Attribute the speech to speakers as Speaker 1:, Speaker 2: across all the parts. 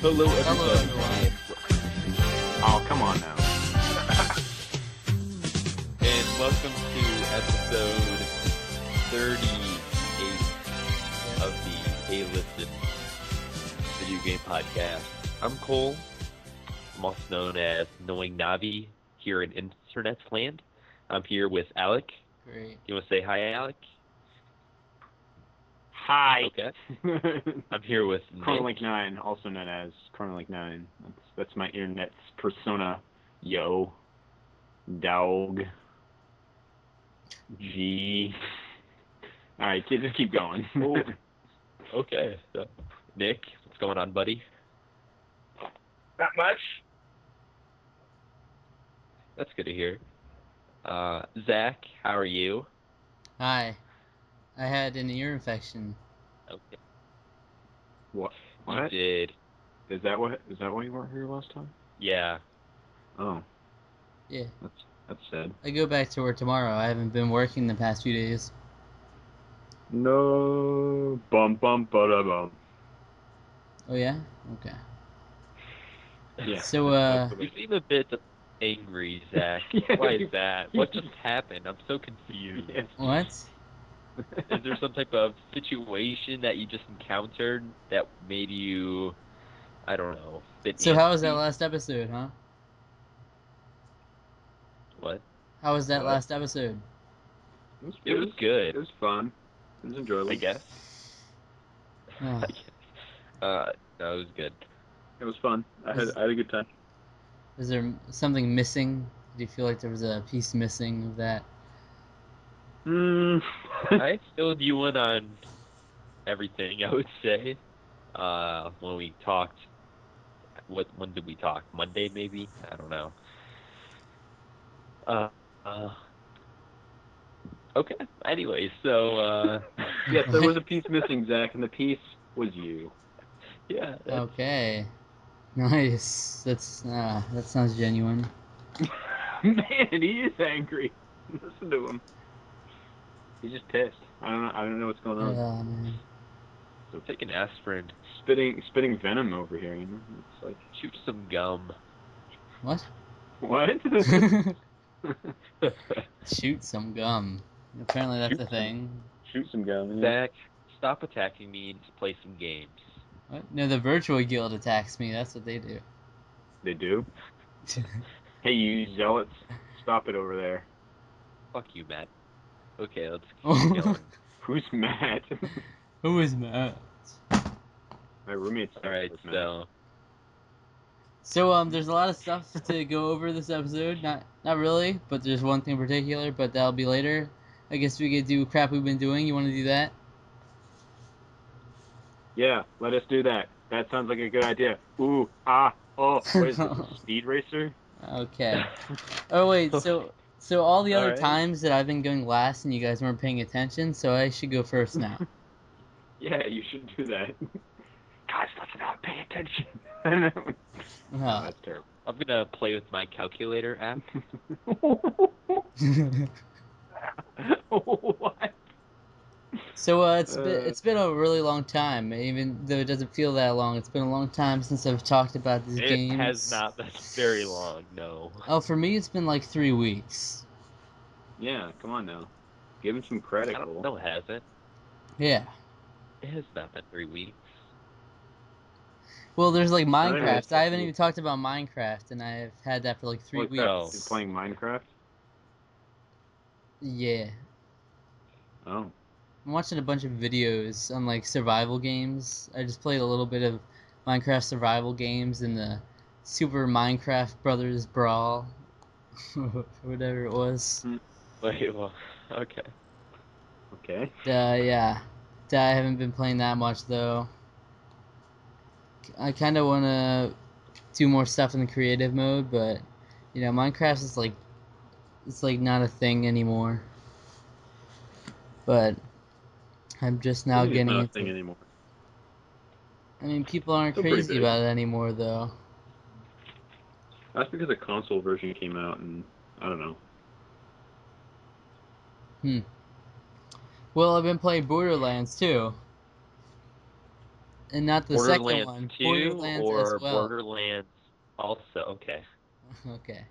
Speaker 1: Hello, everybody.
Speaker 2: Oh, come on now.
Speaker 1: And welcome to episode 38 of the A-Listed Video Game Podcast. I'm Cole. I'm also known as Knowing Navi here in Internet Land. I'm here with Alec.
Speaker 3: Great.
Speaker 1: You want to say hi, Alec?
Speaker 2: Hi.
Speaker 1: Okay. I'm here with Nick.
Speaker 2: Chronolink 9, also known as Chronolink 9. That's, that's my internet's persona. Yo. Dog. G. Alright, kid, just keep going.
Speaker 1: Cool. Okay. So, Nick, what's going on, buddy?
Speaker 4: Not much.
Speaker 1: That's good to hear. Uh, Zach, how are you?
Speaker 3: Hi. I had an ear infection.
Speaker 1: Okay.
Speaker 2: what?
Speaker 1: You
Speaker 2: What?
Speaker 1: did.
Speaker 2: Is that what? Is that why you weren't here last time?
Speaker 1: Yeah.
Speaker 2: Oh,
Speaker 3: Yeah.
Speaker 2: that's that's sad.
Speaker 3: I go back to work tomorrow. I haven't been working the past few days.
Speaker 2: No. Bum bum ba da bum.
Speaker 3: Oh yeah? Okay.
Speaker 2: Yeah.
Speaker 3: So uh
Speaker 1: You seem a bit angry, Zach. Why is that? What just happened? I'm so confused.
Speaker 2: Yeah.
Speaker 3: what?
Speaker 1: Is there some type of situation that you just encountered that made you, I don't know, bit
Speaker 3: So how was that
Speaker 1: antsy?
Speaker 3: last episode, huh?
Speaker 1: What?
Speaker 3: How was that
Speaker 2: What?
Speaker 3: last episode?
Speaker 2: It was,
Speaker 1: It was
Speaker 2: It
Speaker 1: good,
Speaker 2: was fun. It was enjoyable.
Speaker 1: I guess.
Speaker 3: Oh,
Speaker 1: I guess. Uh, no, it was good.
Speaker 2: It was fun. I had I had a good time.
Speaker 3: was there something missing? Do you feel like there was a piece missing of that?
Speaker 2: Mm.
Speaker 1: I filled you in on everything. I would say, uh, when we talked. What? When did we talk? Monday, maybe. I don't know. Uh, uh okay. Anyway, so uh,
Speaker 2: yes, there was a piece missing, Zach, and the piece was you.
Speaker 1: yeah. uh, that's-
Speaker 3: Okay. Nice. That's uh that sounds genuine.
Speaker 2: Man, he is angry. Listen to him. He's just pissed. I don't know. I don't know what's going on.
Speaker 3: Yeah, man.
Speaker 1: Take an aspirin.
Speaker 2: Spitting, spitting venom over here. You know, it's like
Speaker 1: Shoot some gum.
Speaker 3: What?
Speaker 2: what?
Speaker 3: Shoot some gum. Apparently that's
Speaker 2: Shoot
Speaker 3: a
Speaker 2: some-
Speaker 3: thing.
Speaker 2: Shoot some gum. Yeah.
Speaker 1: Zach, stop attacking me and just play some games.
Speaker 3: What? No, the virtual guild attacks me. That's what they do.
Speaker 2: They do. Hey, you zealots! Stop it over there.
Speaker 1: Fuck you, Matt. Okay, let's keep going.
Speaker 2: Who's Matt?
Speaker 3: Who is Matt?
Speaker 2: My roommate's
Speaker 1: All right,
Speaker 2: Matt.
Speaker 1: so
Speaker 3: So um, there's a lot of stuff to go over this episode. Not not really, but there's one thing in particular. But that'll be later. I guess we could do crap we've been doing. You want to do that?
Speaker 2: Yeah, let us do that. That sounds like a good idea. Ooh, ah, oh, what is this, a Speed Racer?
Speaker 3: Okay. Oh wait, so so all the other
Speaker 1: Alright.
Speaker 3: times that I've been going last and you guys weren't paying attention, so I should go first now.
Speaker 2: Yeah, you should do that. Guys, let's not pay attention. no,
Speaker 3: Oh.
Speaker 2: that's terrible.
Speaker 1: I'm gonna play with my calculator app.
Speaker 2: what?
Speaker 3: so uh, it's been,
Speaker 2: Uh.
Speaker 3: it's been a really long time, even though it doesn't feel that long. It's been a long time since I've talked about these
Speaker 1: It
Speaker 3: games.
Speaker 1: has not been very long, no.
Speaker 3: Oh, for me, it's been like three weeks.
Speaker 2: Yeah, come on now. Give him some
Speaker 1: I
Speaker 2: credit.
Speaker 1: don't
Speaker 2: Cole.
Speaker 1: know, it hasn't.
Speaker 3: Yeah.
Speaker 1: It has not been three weeks.
Speaker 3: Well, there's like
Speaker 2: don't know,
Speaker 3: Minecraft.
Speaker 2: it's like
Speaker 3: I haven't
Speaker 2: you-
Speaker 3: even talked about Minecraft, and I've had that for like three
Speaker 2: What
Speaker 3: weeks.
Speaker 2: crap,
Speaker 1: No.
Speaker 2: You're playing Minecraft?
Speaker 3: Yeah.
Speaker 2: Oh.
Speaker 3: I'm watching a bunch of videos on like survival games. I just played a little bit of Minecraft survival games in the Super Minecraft Brothers Brawl, whatever it was.
Speaker 1: Wait, well, okay.
Speaker 2: Okay.
Speaker 3: Uh, yeah. I haven't been playing that much though. I kind of want to do more stuff in the creative mode, but you know, Minecraft is like it's like not a thing anymore. But I'm just now
Speaker 2: It's
Speaker 3: getting
Speaker 2: not a
Speaker 3: into
Speaker 2: thing anymore.
Speaker 3: I mean, people aren't
Speaker 2: Still pretty
Speaker 3: crazy
Speaker 2: big.
Speaker 3: about it anymore, though.
Speaker 2: That's because a console version came out, and I don't know.
Speaker 3: Well, I've been playing Borderlands too. and not the second
Speaker 1: Borderlands
Speaker 3: one.
Speaker 1: 2
Speaker 3: Borderlands
Speaker 1: or
Speaker 3: as well.
Speaker 1: Borderlands also. Okay.
Speaker 3: okay.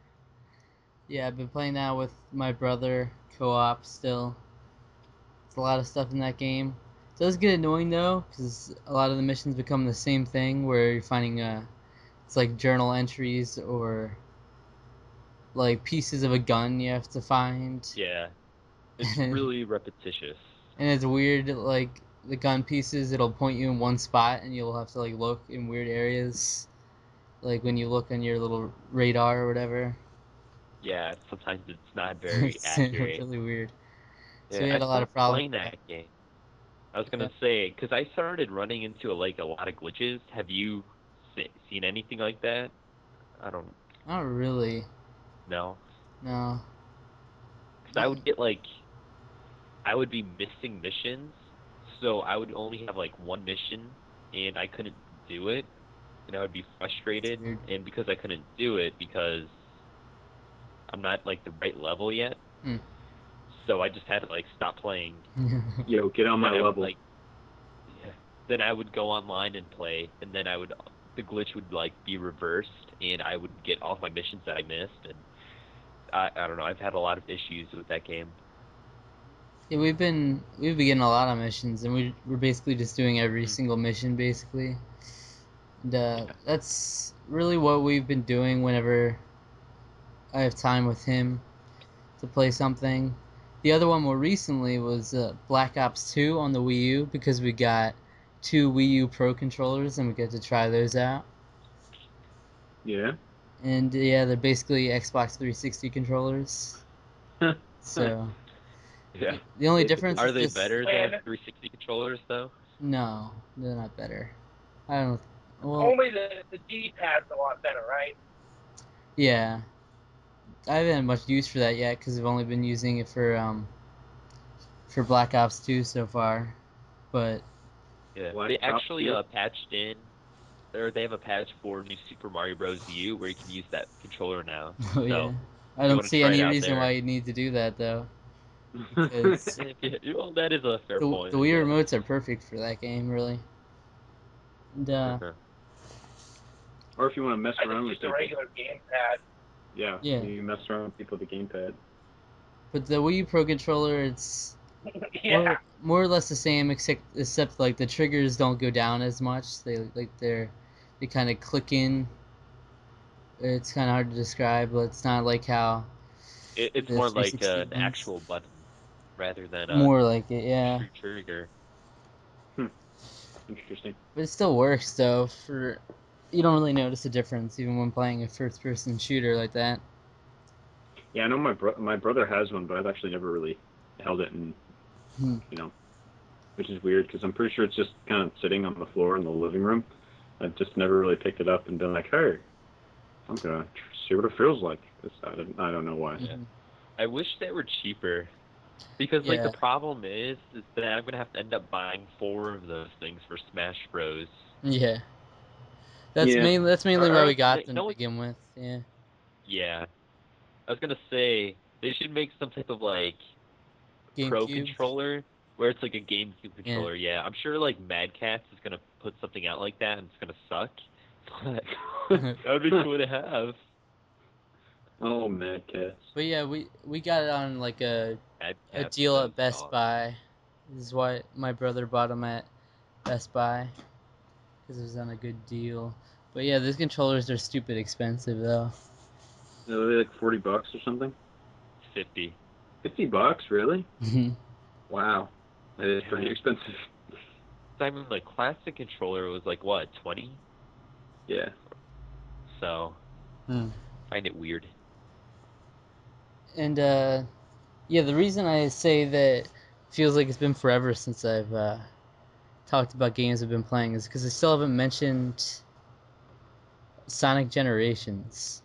Speaker 3: Yeah, I've been playing that with my brother co-op still. It's a lot of stuff in that game. It does get annoying though, because a lot of the missions become the same thing, where you're finding uh, it's like journal entries or like pieces of a gun you have to find.
Speaker 1: Yeah. It's really repetitious.
Speaker 3: And it's weird, like the gun pieces, it'll point you in one spot, and you'll have to like look in weird areas, like when you look on your little radar or whatever.
Speaker 1: Yeah, sometimes it's not very
Speaker 3: It's
Speaker 1: accurate.
Speaker 3: really weird. So
Speaker 1: Yeah,
Speaker 3: we had
Speaker 1: I
Speaker 3: a lot of
Speaker 1: stopped
Speaker 3: problems
Speaker 1: Playing
Speaker 3: with
Speaker 1: that game. I was gonna say because I started running into like a lot of glitches. Have you se- seen anything like that? I don't
Speaker 3: Not really.
Speaker 1: know.
Speaker 3: No.
Speaker 1: Because I would get like, I would be missing missions, so I would only have like one mission, and I couldn't do it, and I would be frustrated,
Speaker 3: Weird.
Speaker 1: and because I couldn't do it because I'm not like the right level yet,
Speaker 3: Hmm.
Speaker 1: so I just had to like stop playing
Speaker 2: Yo, get on my
Speaker 1: then I would,
Speaker 2: level.
Speaker 1: Like, yeah. Then I would go online and play, and then I would the glitch would like be reversed, and I would get all my missions that I missed, and I I don't know. I've had a lot of issues with that game.
Speaker 3: yeah, we've been we've been getting a lot of missions, and we we're basically just doing every
Speaker 1: Mhm.
Speaker 3: single mission basically. And, uh,
Speaker 1: Yeah.
Speaker 3: That's really what we've been doing whenever I have time with him to play something. The other one more recently was uh, Black Ops 2 on the Wii U because we got two Wii U Pro controllers and we get to try those out.
Speaker 2: yeah.
Speaker 3: And yeah, they're basically Xbox 360 controllers. so
Speaker 1: Yeah.
Speaker 3: the only
Speaker 2: It-
Speaker 3: difference
Speaker 1: Are
Speaker 3: is
Speaker 1: they
Speaker 3: just-
Speaker 1: better
Speaker 5: Wait a
Speaker 1: than
Speaker 5: minute.
Speaker 1: 360 controllers though?
Speaker 3: No, they're not better. I don't. Well,
Speaker 5: Only the, the D pad's a lot better, right?
Speaker 3: yeah. I haven't had much use for that yet because I've only been using it for um for Black Ops 2 so far, but
Speaker 1: Yeah.
Speaker 2: Black
Speaker 1: they
Speaker 2: Ops
Speaker 1: actually
Speaker 2: two?
Speaker 1: uh, patched in, or they have a patch for New Super Mario Bros. U where you can use that controller now.
Speaker 3: oh,
Speaker 1: So,
Speaker 3: yeah. I
Speaker 1: you
Speaker 3: don't
Speaker 1: wanna
Speaker 3: see
Speaker 1: try it
Speaker 3: any
Speaker 1: out
Speaker 3: reason
Speaker 1: there.
Speaker 3: why you need to do that though. Because the,
Speaker 1: well, that is a fair
Speaker 3: the
Speaker 1: point.
Speaker 3: Wii remotes are perfect for that game, really. And, uh,
Speaker 1: Uh-huh.
Speaker 2: or if you want to mess
Speaker 5: I
Speaker 2: around
Speaker 5: just
Speaker 2: with
Speaker 5: used a
Speaker 2: people.
Speaker 5: regular game pad.
Speaker 2: Yeah.
Speaker 3: Yeah.
Speaker 2: You mess around with people with the gamepad.
Speaker 3: but the Wii U Pro controller, it's
Speaker 5: yeah.
Speaker 3: More, more or less the same, except except like the triggers don't go down as much. They like they're they kind of click in. It's kind of hard to describe, but it's not like how
Speaker 1: It, it's
Speaker 3: The
Speaker 1: more like uh,
Speaker 3: 360
Speaker 1: an
Speaker 3: ones.
Speaker 1: actual button rather than a
Speaker 3: more like it, yeah.
Speaker 1: true trigger.
Speaker 2: Interesting.
Speaker 3: But it still works though. For you don't really notice a difference even when playing a first-person shooter like that.
Speaker 2: Yeah, I know my bro- my brother has one, but I've actually never really held it, and
Speaker 3: Hmm.
Speaker 2: you know, which is weird because I'm pretty sure it's just kind of sitting on the floor in the living room. I've just never really picked it up and been like, hey, I'm gonna tr- see what it feels like. 'Cause I don't, I don't know why.
Speaker 1: Oh, Yeah.
Speaker 3: Mm-hmm.
Speaker 1: I wish they were cheaper. Because like
Speaker 3: Yeah.
Speaker 1: the problem is is that I'm gonna have to end up buying four of those things for Smash Bros.
Speaker 3: Yeah. That's
Speaker 2: Yeah.
Speaker 3: mainly that's mainly
Speaker 1: Or-
Speaker 3: why
Speaker 1: or
Speaker 3: we got
Speaker 1: they-
Speaker 3: them
Speaker 1: no
Speaker 3: to
Speaker 1: one-
Speaker 3: begin with. Yeah.
Speaker 1: Yeah. I was gonna say they should make some type of like pro
Speaker 3: GameCube.
Speaker 1: controller where it's like a GameCube controller. Yeah. I'm sure like Mad Cats is gonna put something out like that and it's gonna suck. But that'd be cool to have.
Speaker 2: Oh, mad cats.
Speaker 3: But yeah, we we got it on like a
Speaker 1: Mad
Speaker 3: a
Speaker 1: Catz
Speaker 3: deal at
Speaker 1: sounds
Speaker 3: Best
Speaker 1: awesome.
Speaker 3: Buy. This is why my brother bought them at Best Buy because it was on a good deal. But yeah, those controllers are stupid expensive though.
Speaker 2: Are they like forty bucks or something?
Speaker 1: Fifty.
Speaker 2: Fifty bucks, really?
Speaker 3: Mhm.
Speaker 2: Wow, that is pretty
Speaker 1: Yeah.
Speaker 2: expensive.
Speaker 1: Simon, the classic controller was like what, twenty?
Speaker 2: Yeah.
Speaker 1: So
Speaker 3: Hmm.
Speaker 1: find it weird.
Speaker 3: and uh, yeah, the reason I say that it feels like it's been forever since I've uh, talked about games I've been playing is because I still haven't mentioned Sonic Generations.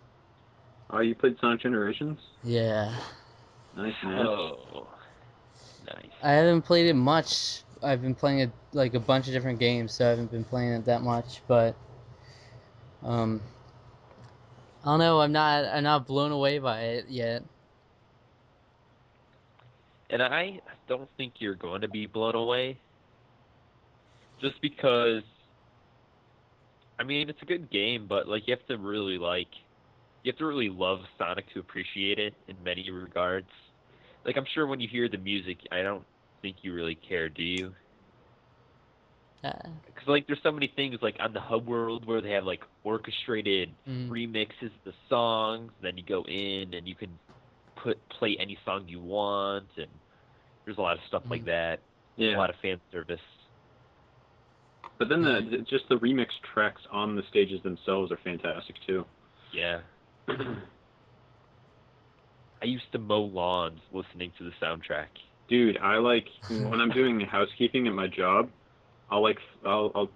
Speaker 2: Oh, you played Sonic Generations?
Speaker 3: Yeah.
Speaker 2: Nice man.
Speaker 1: Oh, nice.
Speaker 3: I haven't played it much. I've been playing it like a bunch of different games, so I haven't been playing it that much. But um, I don't know. I'm not. I'm not blown away by it yet.
Speaker 1: And I don't think you're going to be blown away, just because I mean, it's a good game, but like you have to really like you have to really love Sonic to appreciate it in many regards. Like I'm sure when you hear the music, I don't think you really care, do you?
Speaker 3: Uh,
Speaker 1: Because like there's so many things like on the hub world where they have like orchestrated
Speaker 3: mm,
Speaker 1: remixes the songs. Then you go in and you can put play any song you want, and there's a lot of stuff like
Speaker 3: Mhm.
Speaker 1: that. A
Speaker 2: Yeah.
Speaker 1: lot of fan service.
Speaker 2: But then the just the remix tracks on the stages themselves are fantastic too.
Speaker 1: Yeah. I used to mow lawns listening to the soundtrack.
Speaker 2: Dude, I like when I'm doing housekeeping at my job, I'll like I'll, I'll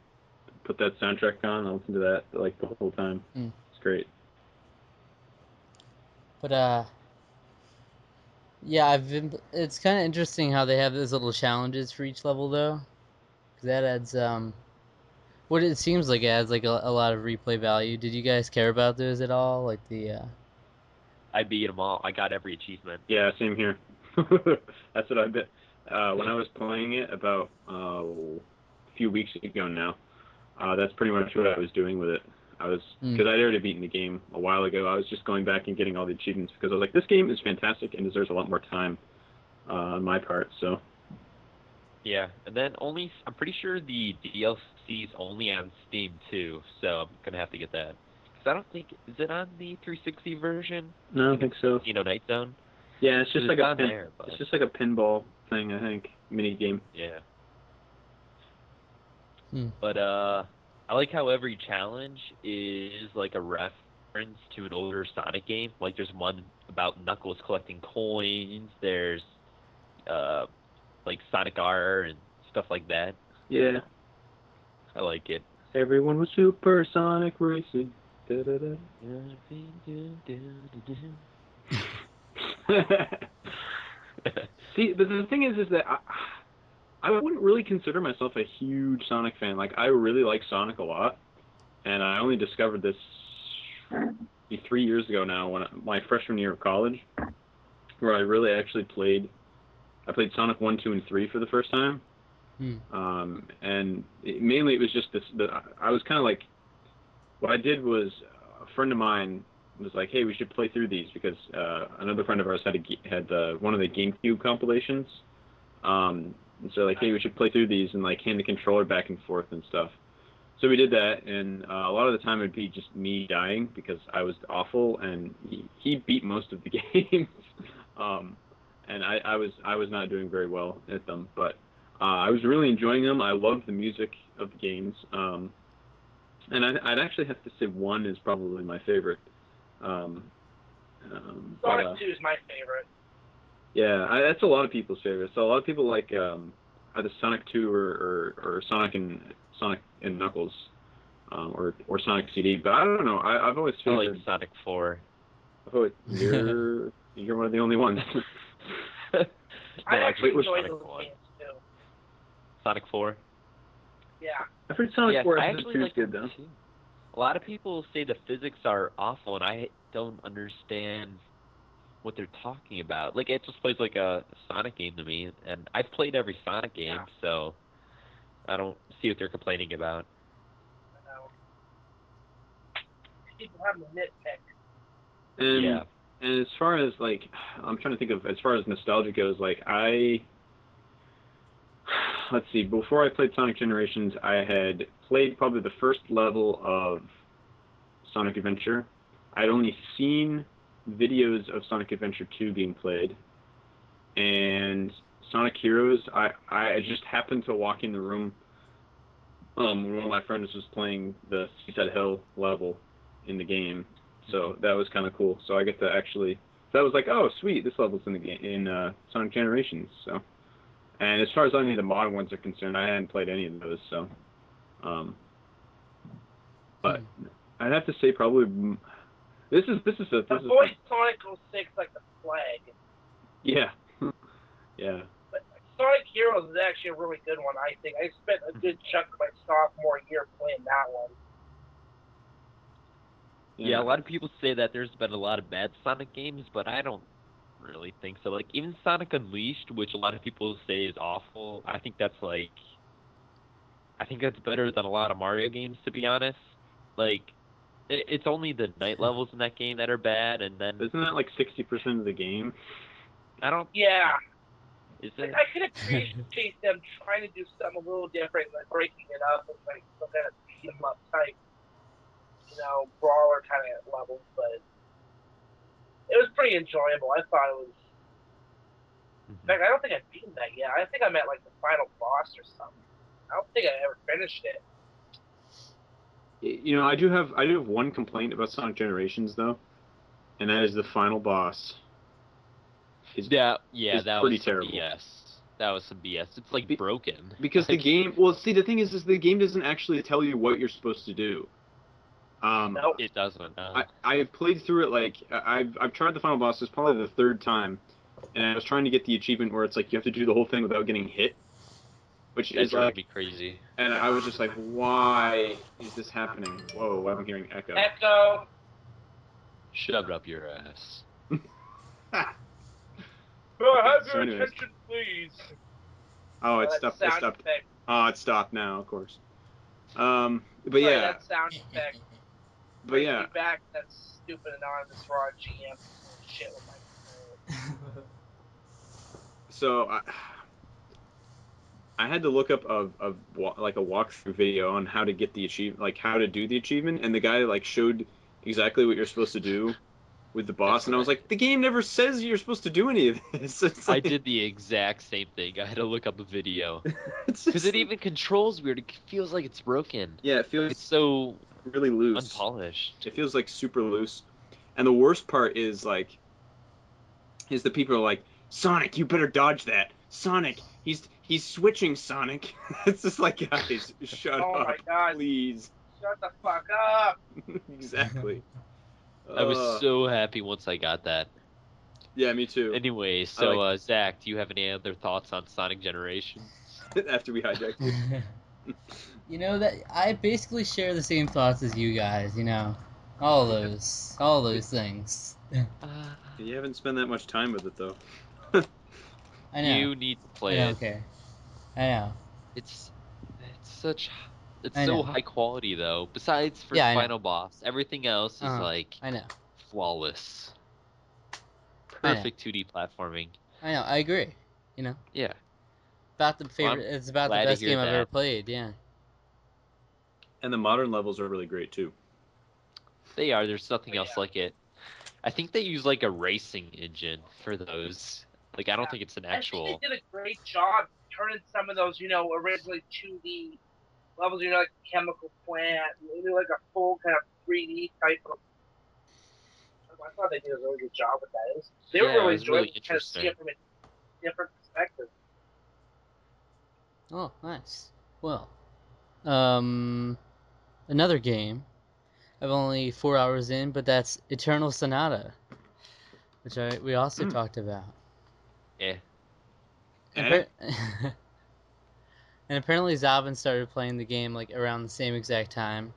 Speaker 2: put that soundtrack on. I'll listen to that like the whole time.
Speaker 3: Mm.
Speaker 2: It's great.
Speaker 3: but uh, yeah, I've been. It's kind of interesting how they have those little challenges for each level though, 'cause that adds um, what it seems like adds like a, a lot of replay value. Did you guys care about those at all? Like the uh,
Speaker 1: I beat them all. I got every achievement.
Speaker 2: Yeah, same here. That's what I bet. Uh, when I was playing it about uh, a few weeks ago now, uh, that's pretty much what I was doing with it. I was
Speaker 3: Mm.
Speaker 2: because I'd already beaten the game a while ago. I was just going back and getting all the achievements because I was like, this game is fantastic and deserves a lot more time uh, on my part. So
Speaker 1: Yeah, and then only I'm pretty sure the DLC's only on Steam too, so I'm gonna have to get that. Cause I don't think is it on the 360 version?
Speaker 2: no, I don't think so.
Speaker 1: You know, Night Zone.
Speaker 2: Yeah, it's
Speaker 1: 'Cause
Speaker 2: just like
Speaker 1: it's
Speaker 2: a
Speaker 1: on
Speaker 2: pin,
Speaker 1: there, but
Speaker 2: it's just like a pinball thing. I think mini game.
Speaker 1: yeah.
Speaker 3: Hmm.
Speaker 1: But uh, I like how every challenge is like a reference to an older Sonic game. Like there's one about Knuckles collecting coins. There's uh, like Sonic R and stuff like that.
Speaker 2: Yeah,
Speaker 1: I like it.
Speaker 2: everyone was supersonic racing. Da-da-da. See, but the thing is, is that I, I wouldn't really consider myself a huge Sonic fan. Like, I really like Sonic a lot, and I only discovered this maybe three years ago now, when I, my freshman year of college, where I really actually played. I played Sonic one, two, and three for the first time,
Speaker 3: Hmm.
Speaker 2: um, and it, mainly it was just this. The, I was kind of like, what I did was, a friend of mine was like, "Hey, we should play through these because uh, another friend of ours had a, ge- had uh, one of the GameCube compilations." Um, and so like, "Hey, we should play through these and like hand the controller back and forth and stuff." So we did that, and uh, a lot of the time it'd be just me dying because I was awful, and he, he beat most of the games, um, and I, I was I was not doing very well at them, but uh, I was really enjoying them. I loved the music of the games, um, and I'd, I'd actually have to say one is probably my favorite. Um, um, but, uh,
Speaker 5: Sonic 2 is my favorite.
Speaker 2: yeah, I, that's a lot of people's favorite. So a lot of people like um, either Sonic Two or, or, or Sonic and Sonic and Knuckles, um, or or Sonic CD. But I don't know. I, I've always
Speaker 1: I
Speaker 2: felt
Speaker 1: like
Speaker 2: like
Speaker 1: Sonic 4.
Speaker 2: oh, you're you're one of the only ones.
Speaker 5: I
Speaker 1: No,
Speaker 5: actually
Speaker 2: wait, which
Speaker 5: enjoy
Speaker 1: Sonic
Speaker 5: those
Speaker 1: one?
Speaker 5: games too.
Speaker 1: Sonic 4.
Speaker 5: Yeah.
Speaker 2: I've heard Sonic
Speaker 1: yeah,
Speaker 2: Four
Speaker 1: I
Speaker 2: isn't
Speaker 1: actually
Speaker 2: too
Speaker 1: like
Speaker 2: good
Speaker 1: them
Speaker 2: though.
Speaker 1: too. A lot of people say the physics are awful, and I don't understand what they're talking about. Like it just plays like a Sonic game to me, and I've played every Sonic game,
Speaker 5: Yeah.
Speaker 1: so I don't see what they're complaining about.
Speaker 5: I know. People have to nitpick.
Speaker 2: And,
Speaker 1: yeah,
Speaker 2: and as far as like, I'm trying to think of as far as nostalgia goes. Like I, let's see. Before I played Sonic Generations, I had played probably the first level of Sonic Adventure. I'd only seen videos of Sonic Adventure 2 being played, and Sonic Heroes. I I just happened to walk in the room um, when one of my friends was playing the Seaside Hill level in the game, so that was kind of cool. So I get to actually. So I was like, oh sweet, this level's in the game in uh, Sonic Generations. So, and as far as any of the modern ones are concerned, I hadn't played any of those. So, um, but I'd have to say probably. mm, This is this is a
Speaker 5: I
Speaker 2: this is a-
Speaker 5: avoid Sonic 06 like the plague.
Speaker 2: yeah yeah
Speaker 5: But Sonic Heroes is actually a really good one, I think. I spent a good chunk of my sophomore year playing that one.
Speaker 1: yeah, A lot of people say that there's been a lot of bad Sonic games, but I don't really think so. Like even Sonic Unleashed, which a lot of people say is awful, I think that's like, I think that's better than a lot of Mario games, to be honest. Like, it, it's only the night levels in that game that are bad, and then
Speaker 2: Isn't that like sixty percent of the game?
Speaker 1: I don't.
Speaker 5: Yeah,
Speaker 1: Is
Speaker 5: like,
Speaker 1: it?
Speaker 5: I could appreciate them trying to do something a little different, like breaking it up with like some kind of team up type, you know, brawler kind of level. But it was pretty enjoyable. I thought it was. In
Speaker 1: Mm-hmm.
Speaker 5: fact, I don't think I've beaten that yet. I think I'm at like the final boss or something. I don't think I ever finished it.
Speaker 2: You know, I do have I do have one complaint about Sonic Generations though, and that is the final boss. Is
Speaker 1: Yeah, yeah,
Speaker 2: It's
Speaker 1: that
Speaker 2: pretty
Speaker 1: was some
Speaker 2: terrible.
Speaker 1: BS. That was some BS. It's like
Speaker 2: Be-
Speaker 1: broken.
Speaker 2: because the
Speaker 1: Like,
Speaker 2: game well see the thing is is the game doesn't actually tell you what you're supposed to do. Um,
Speaker 5: No,
Speaker 1: It doesn't. Uh,
Speaker 2: I, I played through it like I- I've I've tried the final boss. It's probably the third time, and I was trying to get the achievement where it's like you have to do the whole thing without getting hit, which
Speaker 1: that
Speaker 2: is
Speaker 1: drove
Speaker 2: like,
Speaker 1: me crazy.
Speaker 2: and I was just like, why is this happening? Whoa, I'm hearing echo.
Speaker 5: Echo.
Speaker 1: Shove it up your ass.
Speaker 5: Oh,
Speaker 2: have your So anyways.
Speaker 5: please.
Speaker 2: Oh, it stopped. It stopped. Oh, it stopped now, of course. Um, but yeah,
Speaker 5: That sound effect.
Speaker 2: but yeah,
Speaker 5: Be back that stupid anonymous raw GM shit with my controller.
Speaker 3: uh,
Speaker 2: so I, I had to look up a, a wa- like a walkthrough video on how to get the achievement, like how to do the achievement, and the guy like showed exactly what you're supposed to do with the boss, and I was like, the game never says you're supposed to do any of this. It's
Speaker 1: I
Speaker 2: like-
Speaker 1: did the exact same thing. I had to look up a video
Speaker 2: it's
Speaker 1: because it
Speaker 2: just-
Speaker 1: even controls weird. It feels like it's broken.
Speaker 2: yeah, it feels
Speaker 1: It's so
Speaker 2: really loose.
Speaker 1: unpolished.
Speaker 2: It feels like super loose. And the worst part is like is the people are like, Sonic, you better dodge that. Sonic, he's he's switching Sonic. it's just like guys, shut
Speaker 5: Oh
Speaker 2: up.
Speaker 5: my god,
Speaker 2: Please.
Speaker 5: shut the fuck up.
Speaker 2: exactly.
Speaker 1: I was
Speaker 2: Uh,
Speaker 1: so happy once I got that.
Speaker 2: Yeah, me too.
Speaker 1: Anyway, so uh, Zach, do you have any other thoughts on Sonic Generations?
Speaker 2: After we hijacked it.
Speaker 3: you know that I basically share the same thoughts as you guys. You know, all those, all those things.
Speaker 1: Uh,
Speaker 2: You haven't spent that much time with it though.
Speaker 3: I know.
Speaker 1: You need to play
Speaker 3: I know,
Speaker 1: it.
Speaker 3: okay. I know.
Speaker 1: It's it's such it's
Speaker 3: I
Speaker 1: so
Speaker 3: know.
Speaker 1: high quality though. Besides for
Speaker 3: Yeah, I know.
Speaker 1: final boss, everything else is
Speaker 3: Uh-huh.
Speaker 1: like
Speaker 3: I know.
Speaker 1: flawless,
Speaker 3: I know.
Speaker 1: perfect 2D platforming.
Speaker 3: I know. I agree. You know,
Speaker 1: Yeah,
Speaker 3: about the
Speaker 1: Well, I'm
Speaker 3: favorite. it's about the
Speaker 1: glad to
Speaker 3: best
Speaker 1: hear
Speaker 3: game I've ever
Speaker 1: that.
Speaker 3: played. Yeah.
Speaker 2: And the modern levels are really great too.
Speaker 1: they are. There's nothing
Speaker 5: Yeah.
Speaker 1: else like it. I think they use like a racing engine for those. Like I don't
Speaker 5: Yeah.
Speaker 1: think it's an
Speaker 5: I
Speaker 1: actual.
Speaker 5: think they did a great job turning some of those, you know, originally 2D levels, you know, like chemical plant, maybe like a full kind of 3D type of. I thought they did a really good job with that. It was, they
Speaker 1: Yeah,
Speaker 5: were
Speaker 1: it
Speaker 5: really
Speaker 1: was really
Speaker 5: enjoyable to kind of see
Speaker 1: interesting.
Speaker 5: it from a different perspective.
Speaker 3: Oh, nice. Well, um, another game. I'm only four hours in, but that's Eternal Sonata, which I we also
Speaker 2: Hmm.
Speaker 3: talked about.
Speaker 1: Eh.
Speaker 3: And appar- and apparently, Zabin started playing the game like around the same exact time.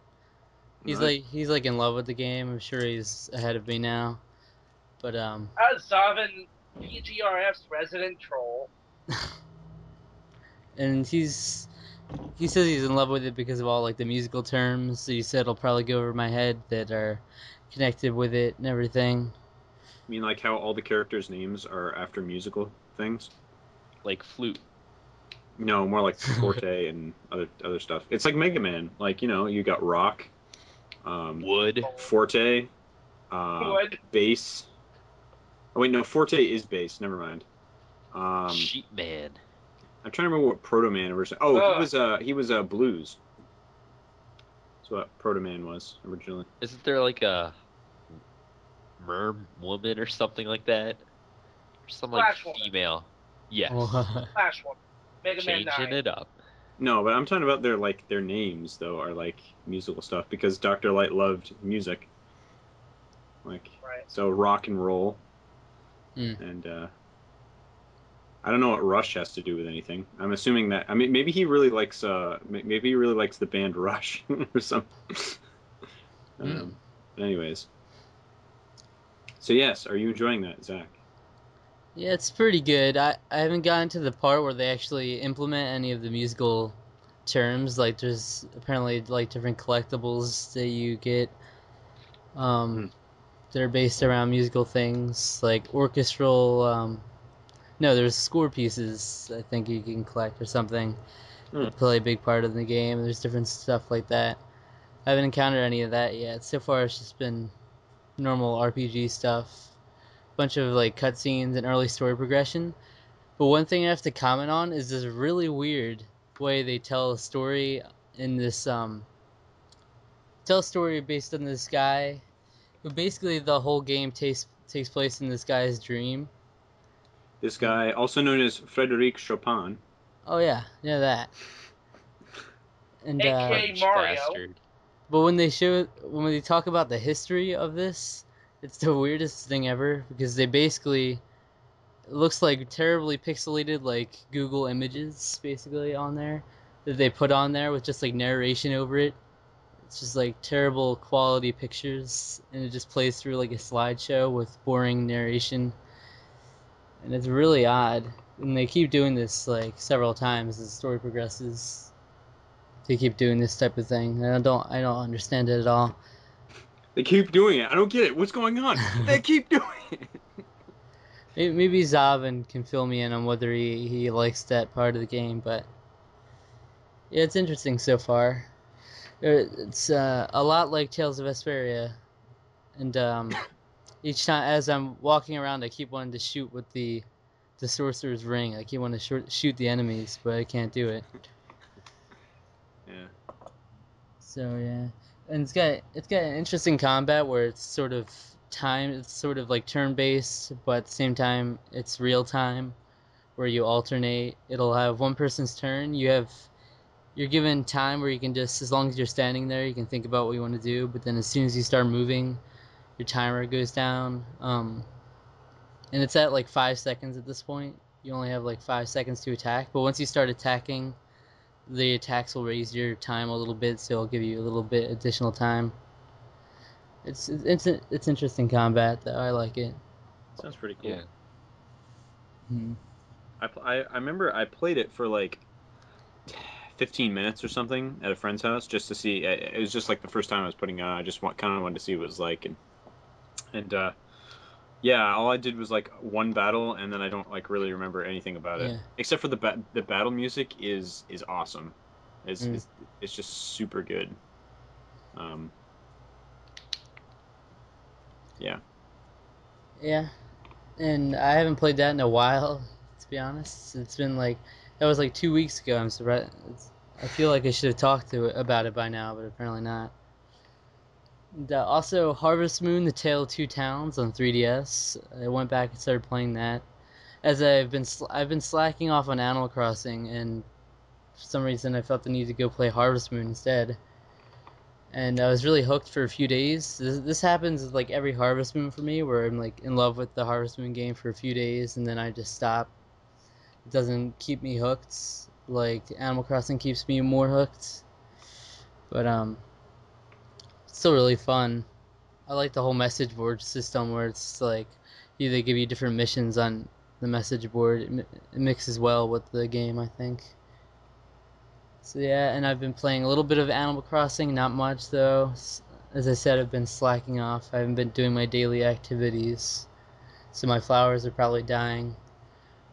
Speaker 3: He's
Speaker 2: Nice.
Speaker 3: like he's like in love with the game. I'm sure he's ahead of me now, but um,
Speaker 5: Uh, Zavin, EGRF's resident troll.
Speaker 3: and he's he says he's in love with it because of all like the musical terms that he said will probably go over my head that are connected with it and everything.
Speaker 2: I mean like how all the characters' names are after musical things.
Speaker 1: like flute.
Speaker 2: No, more like forte and other other stuff. It's like Mega Man. Like you know, you got rock, um,
Speaker 1: Wood.
Speaker 2: forte, uh,
Speaker 5: Wood.
Speaker 2: bass. Oh wait, no, forte is bass. Never mind. Um,
Speaker 1: sheep man.
Speaker 2: I'm trying to remember what Proto Man originally. Oh,
Speaker 5: Ugh.
Speaker 2: he was uh he was uh, blues. That's what Proto Man was originally.
Speaker 1: Isn't there like a merm woman or something like that? Or some like
Speaker 5: Flash woman.
Speaker 1: female. Yes.
Speaker 3: Oh.
Speaker 5: Flash one. Mega Man 9.
Speaker 1: Changing it up.
Speaker 2: No, but I'm talking about their like their names though are like musical stuff because Doctor Light loved music. Like
Speaker 5: Right.
Speaker 2: So rock and roll.
Speaker 3: Mm.
Speaker 2: And uh, I don't know what Rush has to do with anything. I'm assuming that I mean maybe he really likes uh ma- maybe he really likes the band Rush or something. um, but anyways. So yes, are you enjoying that, Zach?
Speaker 3: yeah, it's pretty good. I I haven't gotten to the part where they actually implement any of the musical terms. Like there's apparently like different collectibles that you get. Um, that are based around musical things like orchestral. Um, no, there's score pieces. I think you can collect or something.
Speaker 2: Hmm.
Speaker 3: That play a big part of the game. There's different stuff like that. I haven't encountered any of that yet. So far, it's just been normal RPG stuff, bunch of like cutscenes and early story progression. But one thing I have to comment on is this really weird way they tell a story in this um tell a story based on this guy but basically the whole game takes takes place in this guy's dream.
Speaker 2: This guy, also known as Frederic Chopin.
Speaker 3: Oh yeah, yeah that. And uh,
Speaker 5: AKA
Speaker 6: French
Speaker 5: Mario.
Speaker 6: bastard.
Speaker 3: but when they show when they talk about the history of this, it's the weirdest thing ever because they basically it looks like terribly pixelated like Google images basically on there that they put on there with just like narration over it. It's just like terrible quality pictures and it just plays through like a slideshow with boring narration. And it's really odd. And they keep doing this like several times as the story progresses. They keep doing this type of thing. And I don't I don't understand it at all.
Speaker 2: They keep doing it. I don't get it. What's going on? they keep doing it.
Speaker 3: May- Maybe Zavin can fill me in on whether he, he likes that part of the game, but yeah, it's interesting so far. Uh, It's uh, a lot like Tales of Vesperia, and um, each time as I'm walking around, I keep wanting to shoot with the the sorcerer's ring. I keep wanting to short, shoot the enemies, but I can't do it.
Speaker 2: Yeah.
Speaker 3: So yeah, and it's got it's got an interesting combat where it's sort of time it's sort of like turn based, but at the same time it's real time, where you alternate. It'll have one person's turn. You have you're given time where you can just as long as you're standing there, you can think about what you want to do. But then as soon as you start moving, your timer goes down. Um, and it's at like five seconds at this point. You only have like five seconds to attack. But once you start attacking, the attacks will raise your time a little bit, so it'll give you a little bit additional time. It's it's it's, it's interesting combat though. I like it.
Speaker 2: Sounds pretty cool.
Speaker 6: Yeah.
Speaker 2: I, pl- I, I remember I played it for like 15 minutes or something at a friend's house just to see. It it was just like the first time I was putting it on. I just want, kind of wanted to see what it was like. And, and uh, yeah, all I did was like one battle, and then I don't like really remember anything about it.
Speaker 3: Yeah.
Speaker 2: Except for the ba- the battle music is is awesome. It's,
Speaker 3: Mm.
Speaker 2: it's, it's just super good. Um,
Speaker 3: Yeah, and I haven't played that in a while. To be honest, it's been like that was like two weeks ago. I'm surprised. It's, I feel like I should have talked to it, about it by now, but apparently not. And, uh, also, Harvest Moon: The Tale of Two Towns on 3DS. I went back and started playing that. As I've been, sl- I've been slacking off on Animal Crossing, and for some reason, I felt the need to go play Harvest Moon instead. And I was really hooked for a few days. This, this happens with like every Harvest Moon for me, where I'm like in love with the Harvest Moon game for a few days, and then I just stop. It doesn't keep me hooked. Like Animal Crossing keeps me more hooked. But um, it's still really fun. I like the whole message board system where it's like you they give you different missions on the message board. It, mi- it mixes well with the game, I think. So yeah, and I've been playing a little bit of Animal Crossing, not much though. S- As I said, I've been slacking off. I haven't been doing my daily activities, so my flowers are probably dying.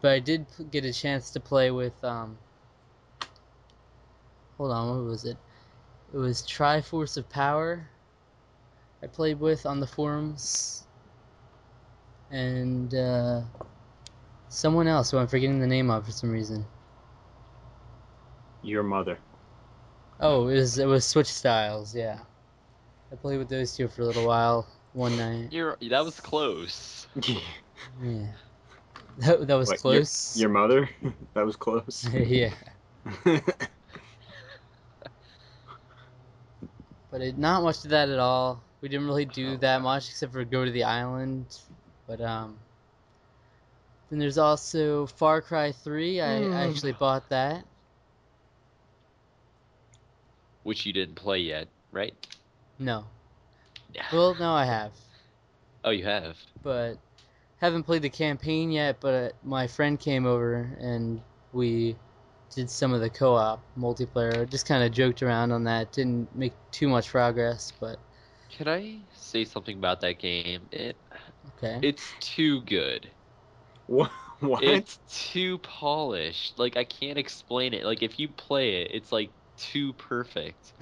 Speaker 3: But I did p- get a chance to play with um. Hold on, what was it? It was Triforce of Power. I played with on the forums, and uh, someone else who I'm forgetting the name of for some reason.
Speaker 2: your mother.
Speaker 3: Oh, it was it was Switch Styles, yeah. I played with those two for a little while one night.
Speaker 6: You're that was close.
Speaker 3: Yeah, that, that was
Speaker 2: What, your-
Speaker 3: close.
Speaker 2: Your mother? that was close.
Speaker 3: yeah, but it, not much of that at all. We didn't really
Speaker 2: Oh.
Speaker 3: do that much except for go to the island. But um, then there's also Far Cry Three. I, I actually bought that.
Speaker 6: Which you didn't play yet, right?
Speaker 3: No, well, no, I have.
Speaker 6: oh, you have.
Speaker 3: but uh, haven't played the campaign yet. But my friend came over and we did some of the co-op multiplayer. Just kind of joked around on that. Didn't make too much progress, but
Speaker 1: Can I say something about that game? It
Speaker 3: okay.
Speaker 1: it's too good.
Speaker 2: What? what?
Speaker 1: It's too polished. Like I can't explain it. Like if you play it, it's like too perfect.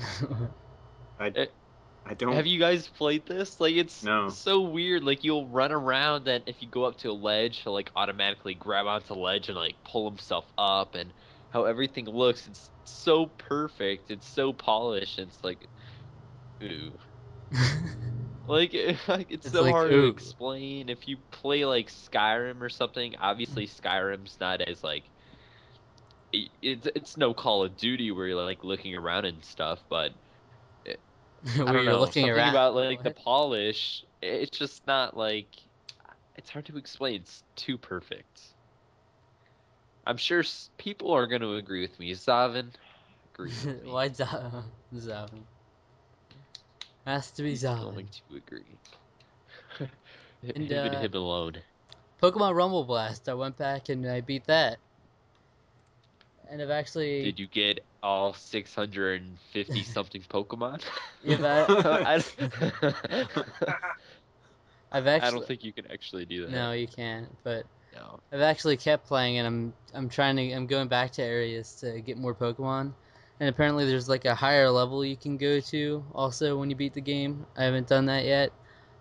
Speaker 2: I don't.
Speaker 1: Have you guys played this? Like it's
Speaker 2: No.
Speaker 1: so weird. Like you'll run around, and if you go up to a ledge, he'll like automatically grab onto the ledge and like pull himself up, and how everything looks. It's so perfect. It's so polished. and It's like, ooh, like it's
Speaker 3: It's
Speaker 1: so
Speaker 3: like,
Speaker 1: hard
Speaker 3: ooh.
Speaker 1: to explain. If you play like Skyrim or something, obviously Skyrim's not as like. i- It's it's no Call of Duty where you're like looking around and stuff, but I
Speaker 3: Where
Speaker 1: don't
Speaker 3: you're
Speaker 1: know,
Speaker 3: looking
Speaker 1: something
Speaker 3: around.
Speaker 1: about like the
Speaker 3: what?
Speaker 1: polish. It's just not like it's hard to explain. It's too perfect. I'm sure s- people are going to agree with me. Zavin, agree with me.
Speaker 3: Why Zav- Zavin? Has to be
Speaker 1: He's
Speaker 3: Zavin.
Speaker 1: going to agree.
Speaker 3: And,
Speaker 1: him and
Speaker 3: uh,
Speaker 1: him alone.
Speaker 3: Pokemon Rumble Blast. I went back and I beat that. And I've actually.
Speaker 1: Did you get all 650 something Pokemon?
Speaker 3: If
Speaker 1: I,
Speaker 3: I,
Speaker 1: don't-
Speaker 3: I've
Speaker 1: I
Speaker 3: actually.
Speaker 1: don't think you can actually do that.
Speaker 3: no, you can't. But
Speaker 1: No.
Speaker 3: I've actually kept playing, and I'm I'm trying to I'm going back to areas to get more Pokemon, and apparently there's like a higher level you can go to also when you beat the game. I haven't done that yet.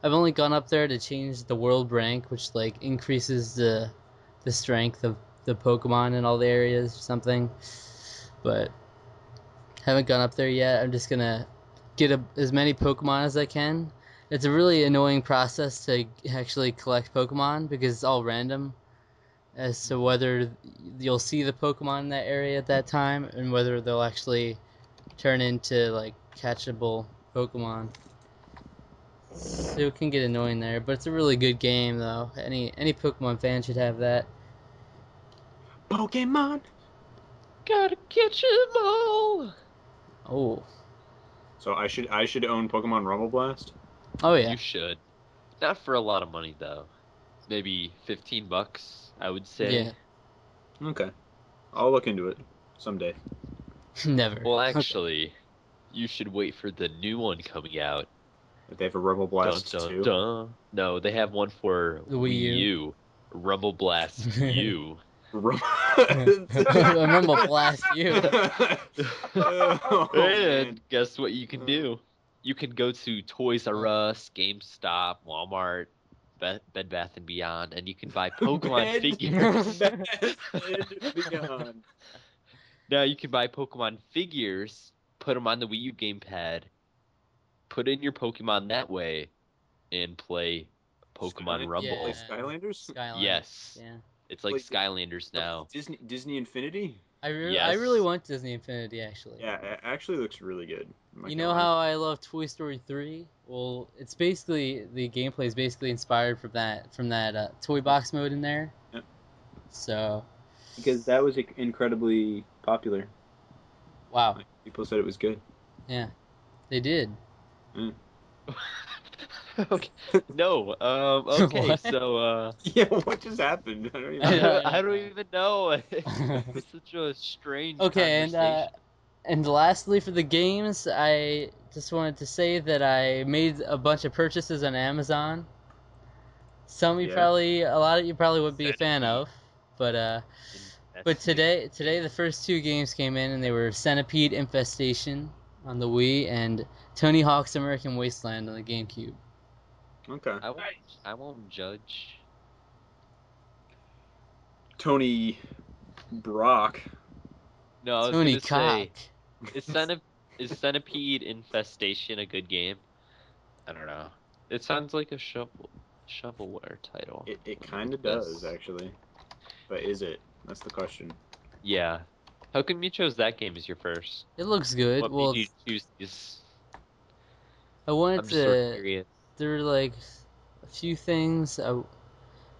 Speaker 3: I've only gone up there to change the world rank, which like increases the the strength of the Pokemon in all the areas or something. But haven't gone up there yet. I'm just gonna get a, as many Pokemon as I can. It's a really annoying process to actually collect Pokemon because it's all random as to whether you'll see the Pokemon in that area at that time and whether they'll actually turn into like catchable Pokemon. So it can get annoying there, but it's a really good game though. Any any Pokemon fan should have that.
Speaker 2: Pokemon.
Speaker 1: Gotta catch 'em all!
Speaker 3: Oh,
Speaker 2: So I should I should own Pokemon Rumble Blast.
Speaker 3: oh yeah.
Speaker 1: You should. Not for a lot of money though. Maybe 15 bucks, I would say.
Speaker 3: Yeah.
Speaker 2: Okay, I'll look into it someday.
Speaker 3: Never.
Speaker 1: Well, actually, you should wait for the new one coming out.
Speaker 2: If they have a Rumble
Speaker 1: Dun,
Speaker 2: Blast
Speaker 1: dun,
Speaker 2: too.
Speaker 1: dun. No, they have one for
Speaker 3: The Wii U.
Speaker 1: Rumble Blast U.
Speaker 2: Rum-
Speaker 3: I'm gonna blast you.
Speaker 2: Oh, man. Uh.
Speaker 1: and guess what you can do? You can go to Toys R Us, GameStop, Walmart, Bed, Bed Bath and Beyond, and you can buy Pokemon
Speaker 2: Bed-
Speaker 1: figures.
Speaker 2: Bed Beyond.
Speaker 1: now you can buy Pokemon figures, put them on the Wii U gamepad, put in your Pokemon that way, and play Pokemon
Speaker 2: Skyland-
Speaker 1: Rumble.
Speaker 2: Like
Speaker 3: Yeah.
Speaker 2: Skylanders.
Speaker 3: Skyline.
Speaker 1: Yes,
Speaker 3: Yeah.
Speaker 1: it's like
Speaker 2: Like-
Speaker 1: Skylanders now.
Speaker 2: Disney Disney Infinity.
Speaker 3: I, re- I really
Speaker 1: Yes.
Speaker 3: want Disney Infinity actually.
Speaker 2: Yeah, it actually looks really good. I'm not
Speaker 3: You
Speaker 2: gonna
Speaker 3: know
Speaker 2: lie.
Speaker 3: how I love Toy Story 3? Well, it's basically the gameplay is basically inspired from that from that uh, toy box mode in there.
Speaker 2: Yep.
Speaker 3: So,
Speaker 2: because that was incredibly popular.
Speaker 3: wow,
Speaker 2: Like, people said it was good.
Speaker 3: they did.
Speaker 1: okay. No. Um, okay.
Speaker 3: What?
Speaker 1: so. Uh,
Speaker 2: Yeah, what just happened? I don't even
Speaker 1: I
Speaker 3: Yeah,
Speaker 1: don't,
Speaker 3: I
Speaker 1: I
Speaker 3: don't
Speaker 1: don't
Speaker 3: know.
Speaker 1: even know. it's such a strange.
Speaker 3: Okay, and uh,
Speaker 1: conversation.
Speaker 3: and lastly for the games, I just wanted to say that I made a bunch of purchases on Amazon. Some you
Speaker 2: Yeah.
Speaker 3: probably a lot of you probably would be a
Speaker 1: Said
Speaker 3: fan
Speaker 1: me.
Speaker 3: of, but uh
Speaker 1: That's
Speaker 3: But
Speaker 1: stupid.
Speaker 3: today, today the first two games came in, and they were Centipede Infestation on the Wii and Tony Hawk's American Wasteland on the GameCube.
Speaker 2: Okay.
Speaker 1: I won't, I won't judge.
Speaker 2: Tony Brock.
Speaker 1: No, I was
Speaker 3: Tony
Speaker 1: gonna say,
Speaker 3: Cock.
Speaker 1: is, Centip- is Centipede Infestation a good game? I don't know. It sounds like a shovel shovelware title.
Speaker 2: It, it kind of
Speaker 1: Yes.
Speaker 2: does actually, but is it? That's the question.
Speaker 1: Yeah. How come you chose that game as your first?
Speaker 3: It looks good.
Speaker 1: what
Speaker 3: well,
Speaker 1: made you choose these?
Speaker 3: I
Speaker 1: I'm
Speaker 3: wanted
Speaker 1: just sort of
Speaker 3: to.
Speaker 1: curious.
Speaker 3: there were like a few things. I,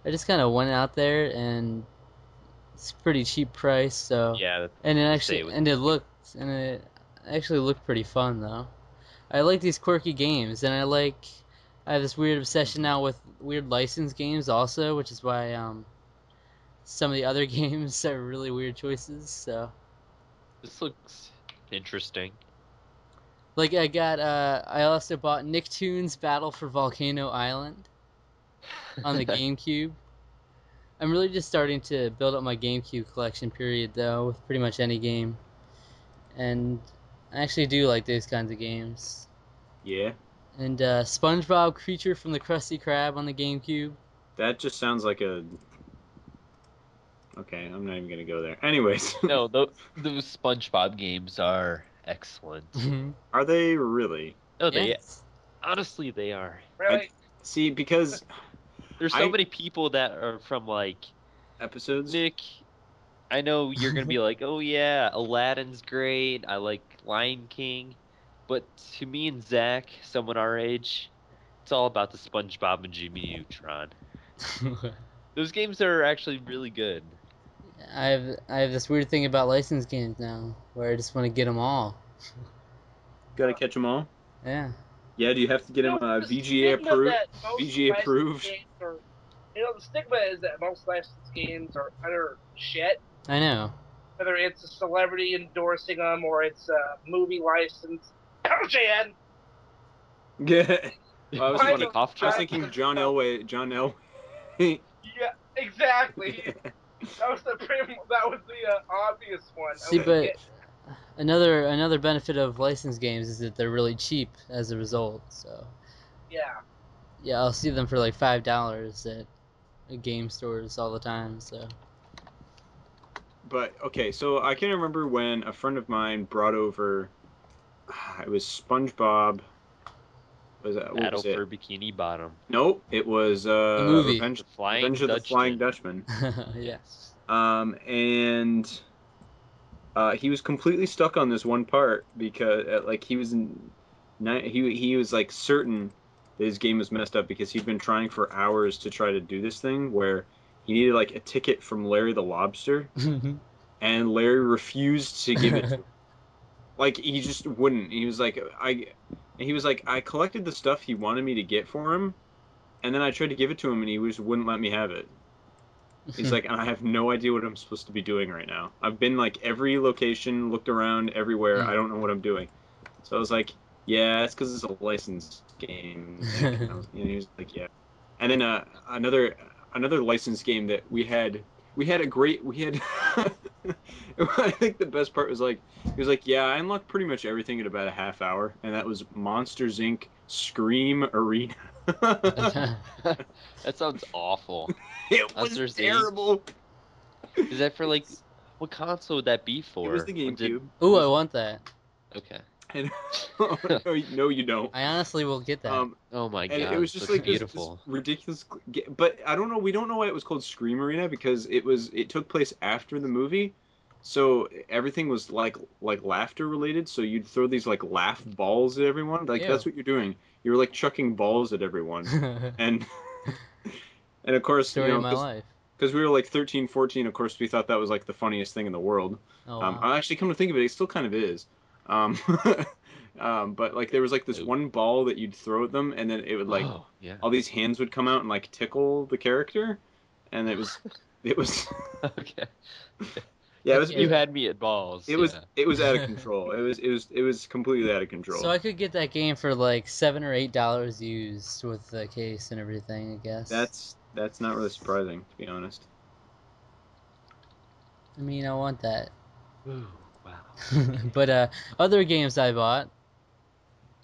Speaker 3: I just kind of went out there, and it's a pretty cheap price. So
Speaker 1: Yeah, that's
Speaker 3: And it
Speaker 1: Just say
Speaker 3: actually
Speaker 1: it was-
Speaker 3: and it looked and it actually looked pretty fun though. I like these quirky games and I like I have this weird obsession now with weird license games also, which is why um some of the other games are really weird choices, so
Speaker 6: This looks interesting.
Speaker 3: Like I got, uh, I also bought Nicktoons Battle for Volcano Island on the GameCube. I'm really just starting to build up my GameCube collection. Period, though, with pretty much any game, and I actually do like those kinds of games.
Speaker 2: Yeah.
Speaker 3: And uh, SpongeBob Creature from the Krusty Krab on the GameCube.
Speaker 2: That just sounds like a. Okay, I'm not even gonna go there. Anyways,
Speaker 6: no, those, those SpongeBob games are excellent.
Speaker 3: Mm-hmm.
Speaker 2: are they really?
Speaker 6: No, they honestly they are.
Speaker 5: Really?
Speaker 2: See, because
Speaker 6: There's so
Speaker 2: I-
Speaker 6: many people that are from like
Speaker 2: episodes.
Speaker 6: Nick. I know you're gonna be like, oh yeah, Aladdin's great. I like Lion King, but to me and Zach, someone our age, it's all about the SpongeBob and Jimmy Neutron. Those games are actually really good.
Speaker 3: I have I have this weird thing about licensed games now, where I just want to get them all.
Speaker 2: Gotta catch them all.
Speaker 3: Yeah.
Speaker 2: Yeah, do you have to get them
Speaker 5: No,
Speaker 2: uh,
Speaker 5: the
Speaker 2: VGA
Speaker 5: stigma
Speaker 2: approved?
Speaker 5: that most
Speaker 2: VGA
Speaker 5: licensed
Speaker 2: approved.
Speaker 5: games are- You know, the stigma is that most licensed games are utter shit.
Speaker 3: I know.
Speaker 5: Whether it's a celebrity endorsing them or it's a movie license. Oh, Jan!
Speaker 2: Yeah. Well, I was
Speaker 5: Why
Speaker 2: thinking-
Speaker 5: the-
Speaker 6: cough
Speaker 2: I was
Speaker 6: drop?
Speaker 2: thinking John Elway. John Elway.
Speaker 5: Yeah, exactly. that was the prim- that was the uh, obvious one.
Speaker 3: See,
Speaker 5: Okay,
Speaker 3: but
Speaker 5: yeah,
Speaker 3: another another benefit of licensed games is that they're really cheap as a result. So
Speaker 5: yeah.
Speaker 3: yeah, I'll see them for like five dollars at game stores all the time. So
Speaker 2: but okay, so I can remember when a friend of mine brought over. ah, It was SpongeBob. Was that what
Speaker 6: Battle
Speaker 2: was it?
Speaker 6: for Bikini Bottom.
Speaker 2: Nope, it was uh,
Speaker 3: The movie.
Speaker 2: Revenge,
Speaker 6: The Flying
Speaker 2: Revenge of the
Speaker 6: Dutchman.
Speaker 2: Flying Dutchman.
Speaker 3: yeah.
Speaker 6: Yes.
Speaker 2: Um, and uh, he was completely stuck on this one part because, uh, like, he was n- ni- he he was like certain that his game was messed up because he'd been trying for hours to try to do this thing where he needed like a ticket from Larry the Lobster, and Larry refused to give it. to him. Like he just wouldn't. He was like, I, and he was like, I collected the stuff he wanted me to get for him, and then I tried to give it to him, and he just wouldn't let me have it.
Speaker 6: Hmm.
Speaker 2: He's like, I have no idea what I'm supposed to be doing right now. I've been like every location, looked around everywhere.
Speaker 6: Hmm.
Speaker 2: I don't know what I'm doing. So I was like, yeah, it's because it's a licensed game. And, I was- and he was like, yeah. And then uh, another another licensed game that we had we had a great we had. I think the best part was like he was like, yeah, I unlocked pretty much everything in about a half hour, and that was Monsters Inc. Scream Arena.
Speaker 6: That sounds awful.
Speaker 2: it was
Speaker 6: Monsters, Inc.
Speaker 2: terrible.
Speaker 6: Is that for like what console would that be for?
Speaker 2: It was the
Speaker 6: What did-
Speaker 2: GameCube.
Speaker 3: Ooh, I want that.
Speaker 6: Okay.
Speaker 2: And no, you- no, you don't.
Speaker 3: I honestly will get that.
Speaker 2: Um,
Speaker 6: Oh my
Speaker 2: and
Speaker 6: god.
Speaker 2: it was
Speaker 6: this
Speaker 2: just
Speaker 6: looks
Speaker 2: like this, this
Speaker 6: beautiful.
Speaker 2: ridiculous. g- But I don't know. We don't know why it was called Scream Arena because it was it took place after the movie, so everything was like like laughter related. So you'd throw these like laugh balls at everyone. Like
Speaker 3: Ew.
Speaker 2: that's what you're doing. You were like chucking balls at everyone, and and of course
Speaker 3: Story
Speaker 2: you
Speaker 3: of my
Speaker 2: know
Speaker 3: life.
Speaker 2: because we were like 13, 14, Of course we thought that was like the funniest thing in the world.
Speaker 3: Oh,
Speaker 2: Um,
Speaker 3: wow.
Speaker 2: I actually come to think of it, it still kind of is. Um, um, but like there was like this
Speaker 6: Ooh.
Speaker 2: one ball that you'd throw at them, and then it would like
Speaker 6: Whoa, Oh, yeah.
Speaker 2: all these hands would come out and like tickle the character, and it was it was
Speaker 6: Okay.
Speaker 2: yeah it was
Speaker 6: You had me at balls.
Speaker 2: it was
Speaker 6: yeah.
Speaker 2: it was out of control. It was it was it was completely out of control.
Speaker 3: So I could get that game for like seven or eight dollars used with the case and everything. I guess.
Speaker 2: That's that's not really surprising to be honest.
Speaker 3: I mean, I want that.
Speaker 6: Ooh, wow.
Speaker 3: but uh, other games I bought,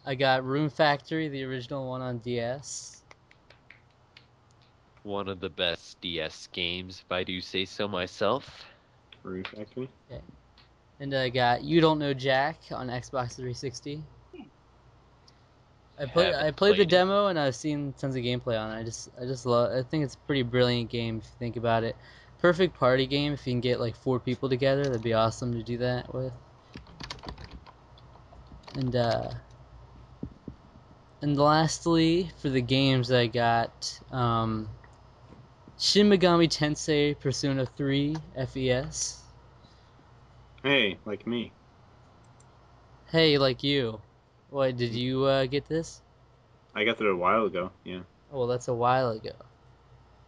Speaker 3: I got Room Factory, the original one on DS.
Speaker 6: One of the best DS games, if I do say so myself.
Speaker 2: Rune Factory.
Speaker 3: And I got You Don't Know Jack on Xbox 360. I played
Speaker 6: Haven't
Speaker 3: I played,
Speaker 6: played
Speaker 3: the
Speaker 6: it.
Speaker 3: demo and I've seen tons of gameplay on it. I just I just love I think it's a pretty brilliant game if you think about it. Perfect party game if you can get like four people together. That'd be awesome to do that with. And uh and lastly for the games I got um Shin Megami Tensei Persona E 3 FES.
Speaker 2: Hey, like me.
Speaker 3: Hey, like you. What, did you uh, get this?
Speaker 2: I got that a while ago. Yeah,
Speaker 3: Oh, well, that's a while ago.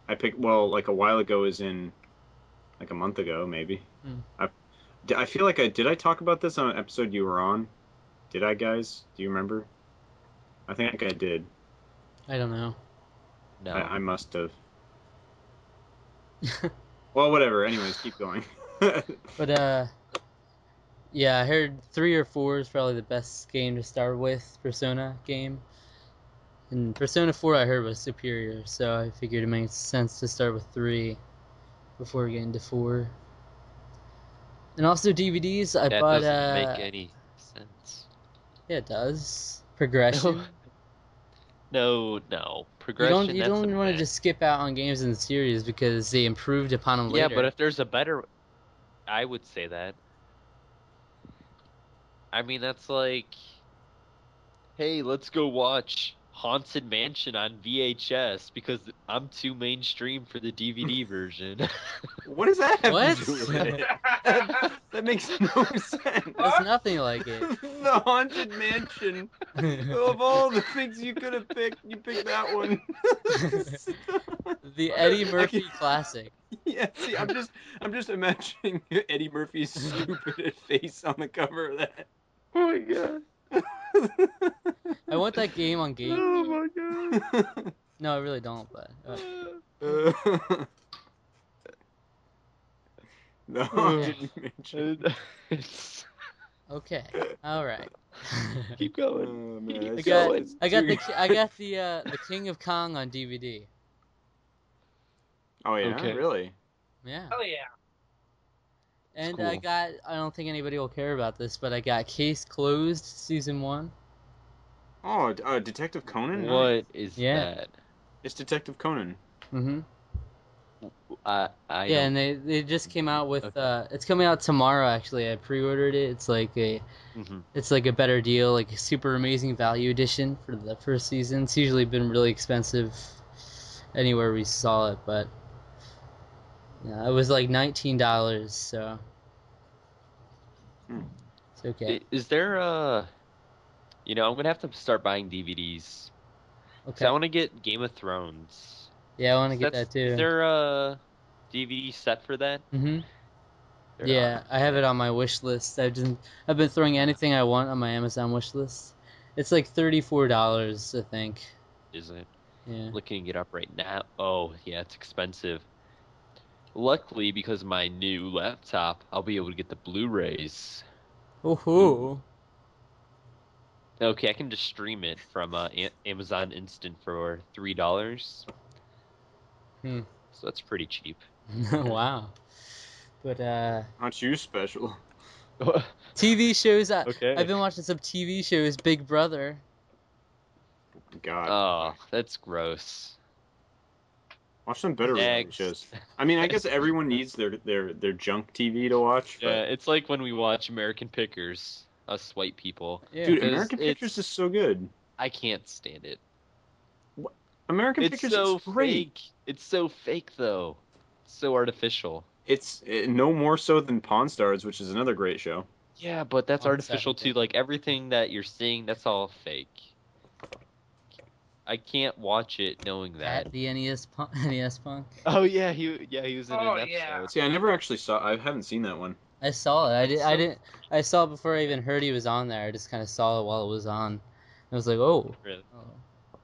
Speaker 2: I picked well like a while ago is in like a month ago maybe.
Speaker 3: Hmm.
Speaker 2: I D- I feel like I did. I talk about this on an episode you were on. Did I, guys? Do you remember? I think I did.
Speaker 3: I don't know.
Speaker 6: No.
Speaker 2: I, I must have. Well, whatever. Anyways, keep going.
Speaker 3: But uh, yeah, I heard three or four is probably the best game to start with Persona game, and Persona Four I heard was superior, so I figured it makes sense to start with three before getting to four. And also DVDs, I
Speaker 1: that
Speaker 3: bought.
Speaker 1: doesn't
Speaker 3: Uh,
Speaker 1: make any sense.
Speaker 3: yeah, it does progression.
Speaker 1: No, no, no.
Speaker 3: You
Speaker 1: Progression.
Speaker 3: don't. You
Speaker 1: that's
Speaker 3: don't
Speaker 1: a
Speaker 3: want to
Speaker 1: meh.
Speaker 3: just skip out on games in the series because they improved upon them
Speaker 6: yeah,
Speaker 3: later.
Speaker 6: but if there's a better, I would say that.
Speaker 1: I mean, that's like, hey, let's go watch Haunted Mansion on VHS because I'm too mainstream for the DVD version.
Speaker 2: what does that have
Speaker 3: What?
Speaker 2: to do with it? that makes no sense.
Speaker 3: there's nothing like it.
Speaker 2: the haunted mansion. of all the things you could have picked, you picked that one.
Speaker 3: the Eddie
Speaker 2: I
Speaker 3: Murphy
Speaker 2: can't-
Speaker 3: classic.
Speaker 2: yeah, see, I'm just, I'm just imagining Eddie Murphy's stupid face on the cover of that. Oh my god.
Speaker 3: I want that game on game.
Speaker 2: Oh my god.
Speaker 3: No, I really don't. But uh,
Speaker 2: Uh, the haunted mansion.
Speaker 3: okay, all right.
Speaker 1: Keep
Speaker 2: Oh,
Speaker 1: going.
Speaker 2: man,
Speaker 1: I
Speaker 2: that's
Speaker 3: got-
Speaker 2: so much
Speaker 3: I got the
Speaker 2: too-
Speaker 3: I got the uh, the King of Kong on DVD.
Speaker 2: Oh yeah,
Speaker 1: Okay.
Speaker 2: really?
Speaker 3: Yeah,
Speaker 5: Hell yeah.
Speaker 3: and
Speaker 1: cool.
Speaker 3: I got I don't think anybody will care about this, but I got Case Closed season one.
Speaker 2: Oh, d- uh, Detective Conan. Nice.
Speaker 1: What is
Speaker 3: Yeah.
Speaker 2: It's Detective Conan.
Speaker 3: Mm-hmm.
Speaker 1: that? I, I
Speaker 3: Yeah,
Speaker 1: don't-
Speaker 3: and they they just came out with
Speaker 1: Okay.
Speaker 3: uh, it's coming out tomorrow actually. I pre-ordered it. It's like a
Speaker 1: Mhm.
Speaker 3: it's like a better deal, like a super amazing value edition for the first season. It's usually been really expensive anywhere we saw it, but yeah, it was like nineteen dollars, so
Speaker 2: Hmm.
Speaker 3: it's okay.
Speaker 1: I- Is there a. You know, I'm going to have to start buying DVDs. 'cause
Speaker 3: okay.
Speaker 1: I want to get Game of Thrones.
Speaker 3: yeah, I want to get
Speaker 1: That's-
Speaker 3: that too.
Speaker 1: Is there uh, a DVD set for that?
Speaker 3: hmm
Speaker 1: There
Speaker 3: Yeah,
Speaker 1: are.
Speaker 3: I have it on my wish list. I've just I've been throwing anything I want on my Amazon wish list. It's like thirty four dollars, I think.
Speaker 1: Is it?
Speaker 3: Yeah.
Speaker 1: looking it up right now. Oh, yeah, it's expensive. Luckily, because of my new laptop, I'll be able to get the Blu-rays.
Speaker 3: Oh
Speaker 1: Okay, I can just stream it from uh, a- Amazon Instant for three dollars.
Speaker 3: Hmm.
Speaker 1: So that's pretty cheap.
Speaker 3: wow. But uh,
Speaker 2: Aren't you special?
Speaker 3: TV shows. I,
Speaker 1: okay.
Speaker 3: I've been watching some TV shows. Big Brother.
Speaker 2: God.
Speaker 1: Oh, that's gross.
Speaker 2: Watch some better reality
Speaker 1: Next.
Speaker 2: shows. I mean, I guess everyone needs their their their junk TV to watch. But
Speaker 1: Yeah, it's like when we watch American Pickers, us white people.
Speaker 3: Yeah.
Speaker 2: dude,
Speaker 1: because
Speaker 2: American
Speaker 1: it's-
Speaker 2: Pictures is so good.
Speaker 1: I can't stand it.
Speaker 2: American
Speaker 1: It's
Speaker 2: Pictures
Speaker 1: so
Speaker 2: is great.
Speaker 1: fake. It's so fake, though. so artificial.
Speaker 2: It's eh, no more so than Pawn Stars, which is another great show.
Speaker 1: Yeah, but that's
Speaker 3: On
Speaker 1: artificial
Speaker 3: Saturday.
Speaker 1: too. Like everything that you're seeing, that's all fake. I can't watch it knowing that.
Speaker 3: At the NES punk, NES punk.
Speaker 1: Oh yeah, he yeah he was in
Speaker 5: Oh,
Speaker 1: an episode.
Speaker 5: yeah.
Speaker 2: See, I never actually saw. I haven't seen that one.
Speaker 3: I saw it. I did. I
Speaker 1: So-
Speaker 3: didn't. I saw it before I even heard he was on there. I just kind of saw it while it was on. I was like, oh.
Speaker 1: Really.
Speaker 3: oh.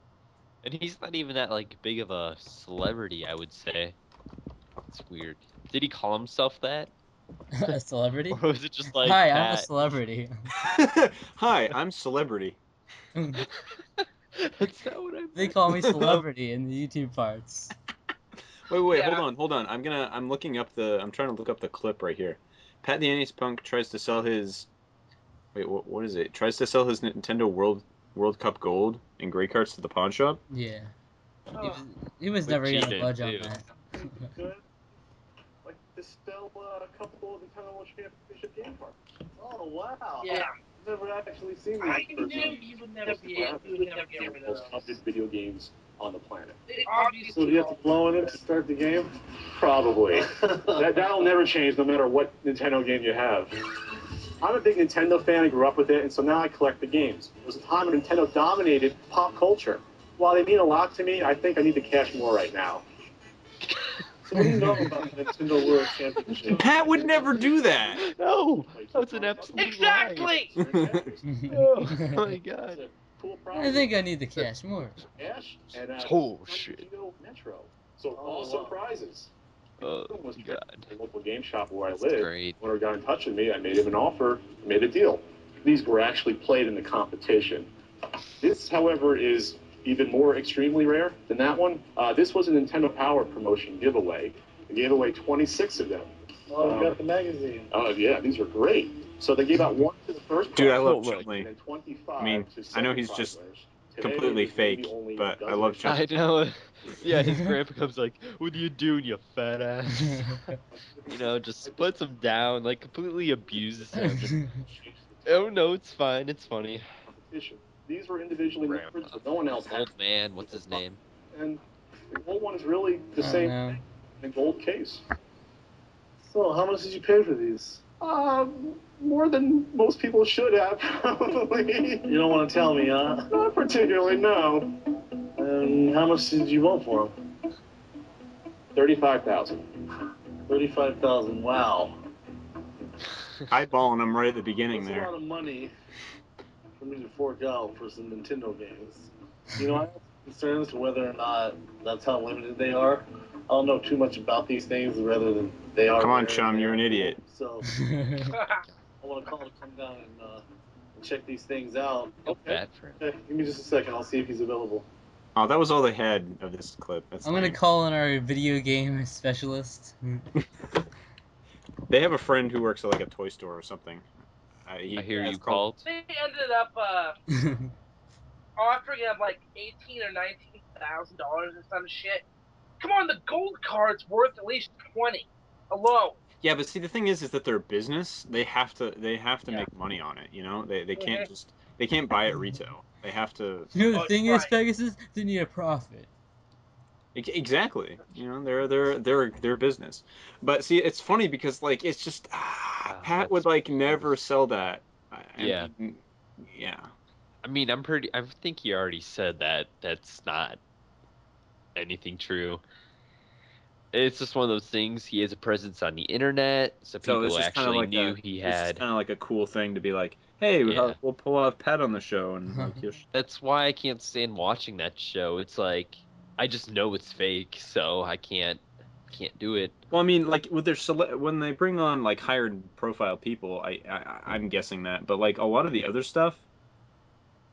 Speaker 1: And he's not even that like big of a celebrity, I would say. It's weird. Did he call himself that,
Speaker 3: a celebrity.
Speaker 1: or was it just like
Speaker 3: Hi, I'm a
Speaker 1: that?
Speaker 3: celebrity.
Speaker 2: Hi, I'm celebrity.
Speaker 1: That's not what I meant.
Speaker 3: they call me celebrity in the YouTube parts.
Speaker 2: Wait, wait,
Speaker 5: Yeah.
Speaker 2: hold on, hold on. I'm gonna. I'm looking up the. I'm trying to look up the clip right here. Pat the Annie's Punk tries to sell his. Wait, what? What is it? Tries to sell his Nintendo World World Cup Gold and Gray cards to the pawn shop.
Speaker 3: Yeah. He was,
Speaker 5: Oh,
Speaker 3: he was
Speaker 1: But
Speaker 3: never gonna
Speaker 1: cheated,
Speaker 3: budge on
Speaker 1: too.
Speaker 3: that.
Speaker 7: good. Like, distill uh, a couple of the Nintendo World Championship game cards. Oh, wow.
Speaker 5: yeah.
Speaker 7: Never actually seen
Speaker 5: I
Speaker 7: these
Speaker 5: knew
Speaker 7: personally.
Speaker 5: you would never be able you would never get rid of
Speaker 7: most
Speaker 5: those.
Speaker 7: updated video games on the planet.
Speaker 5: They
Speaker 7: So do
Speaker 5: obviously
Speaker 7: you have to blow in it to start the game? Probably. that, that'll never change no matter what Nintendo game you have. I'm a big Nintendo fan. I grew up with it, and so now I collect the games. It was a time when Nintendo dominated pop culture. While they mean a lot to me, I think I need to cash more right now. What do you know about the Nintendo World Championship?
Speaker 2: Pat would never do that.
Speaker 1: No, that's an absolute lie.
Speaker 5: Exactly.
Speaker 1: Oh my god.
Speaker 7: Cool problem.
Speaker 3: I think I need the cash more.
Speaker 7: Ash and uh,
Speaker 1: Oh shit.
Speaker 7: Nintendo Metro. So
Speaker 2: Oh,
Speaker 7: all surprises.
Speaker 1: Oh
Speaker 7: Almost
Speaker 1: god.
Speaker 7: The local game shop where I
Speaker 1: That's
Speaker 7: live.
Speaker 1: great.
Speaker 7: When a got in touch with me, I made him an offer, made a deal. These were actually played in the competition. This, however, is even more extremely rare than that one. Uh, this was a Nintendo Power promotion giveaway. They gave away 26 of them.
Speaker 8: Oh, we got the magazine.
Speaker 7: Oh yeah, these were great. So they gave out one to the first.
Speaker 2: Dude, I
Speaker 7: prize
Speaker 2: love
Speaker 7: winner,
Speaker 2: Chun-Li.
Speaker 7: and then 25
Speaker 2: I mean,
Speaker 7: to
Speaker 2: I know
Speaker 7: second
Speaker 2: he's
Speaker 7: prize
Speaker 2: just
Speaker 7: winners.
Speaker 2: completely
Speaker 7: there's maybe
Speaker 2: fake,
Speaker 7: only a
Speaker 2: but I
Speaker 7: dozen
Speaker 2: love
Speaker 7: or so.
Speaker 2: Chun-
Speaker 1: I know. Yeah, his grandpa comes like, "What are you doing, you fat ass?" You know, just puts him down, like completely abuses him. oh no, it's fine. It's funny.
Speaker 7: Competition. These were individually
Speaker 1: Grandpa.
Speaker 7: numbered, so no one else had.
Speaker 1: Old man, what's his name?
Speaker 7: And the gold one is really the
Speaker 3: I
Speaker 7: same
Speaker 3: know.
Speaker 7: thing in a gold case.
Speaker 8: So, how much did you pay for these?
Speaker 7: Um, more than most people should have, probably.
Speaker 8: You don't want to tell me, huh?
Speaker 7: Not particularly, no.
Speaker 8: And how much did you want for them?
Speaker 7: Thirty-five thousand.
Speaker 8: Thirty-five thousand. Wow.
Speaker 2: Eyeballing him right at the beginning
Speaker 8: That's a
Speaker 2: there.
Speaker 8: lot of money for me to fork out for some Nintendo games. You know, I have concerns to whether or not that's how limited they are. I don't know too much about these things rather than they are.
Speaker 2: Come on,
Speaker 8: rare
Speaker 2: chum,
Speaker 8: and
Speaker 2: you're an
Speaker 8: they're
Speaker 2: idiot.
Speaker 8: cool. So I want to call him to come down and uh, check these things out.
Speaker 1: Feel bad for him.
Speaker 8: Okay, give me just a second. I'll see if he's available.
Speaker 2: Oh, that was all they had of this clip. That's
Speaker 3: I'm gonna
Speaker 2: lame.
Speaker 3: call in our video game specialist.
Speaker 1: Oh,
Speaker 2: They have a friend who works at like a toy store or something. Uh, he-
Speaker 1: I hear
Speaker 2: it's
Speaker 1: you called.
Speaker 5: they ended up uh, offering him like eighteen or nineteen thousand dollars or some shit. Come on, the gold card's worth at least twenty alone.
Speaker 2: Yeah, but see, the thing is, is that their business. They have to. They have to
Speaker 5: Yeah.
Speaker 2: make money on it. You know, they they can't
Speaker 5: Mhm.
Speaker 2: just. They can't buy it retail. They have to.
Speaker 3: you know the
Speaker 5: Oh,
Speaker 3: thing is,
Speaker 5: right.
Speaker 3: Pegasus, they need a profit.
Speaker 2: ex- Exactly. You know, they're they're they're their business. But see, it's funny because like it's just ah,
Speaker 1: Ah,
Speaker 2: Pat would
Speaker 1: that's-
Speaker 2: like never sell that. I- I
Speaker 1: Yeah.
Speaker 2: mean, mm, yeah.
Speaker 1: I mean, I'm pretty. I think he already said that. That's not anything true. It's just one of those things. He has a presence on the internet, so
Speaker 2: So
Speaker 1: people
Speaker 2: it's just kinda
Speaker 1: actually
Speaker 2: like
Speaker 1: knew
Speaker 2: a-
Speaker 1: he
Speaker 2: It's
Speaker 1: had.
Speaker 2: kind of like a cool thing to be like, hey, we'll,
Speaker 1: Yeah.
Speaker 2: we'll pull off Pat on the show and like, he'll sh-
Speaker 1: That's why I can't stand watching that show. It's like I just know it's fake, so I can't can't do it.
Speaker 2: Well, I mean, like with their sele- when they bring on like hired profile people, I, I I- I'm guessing that, but like a lot of the other stuff,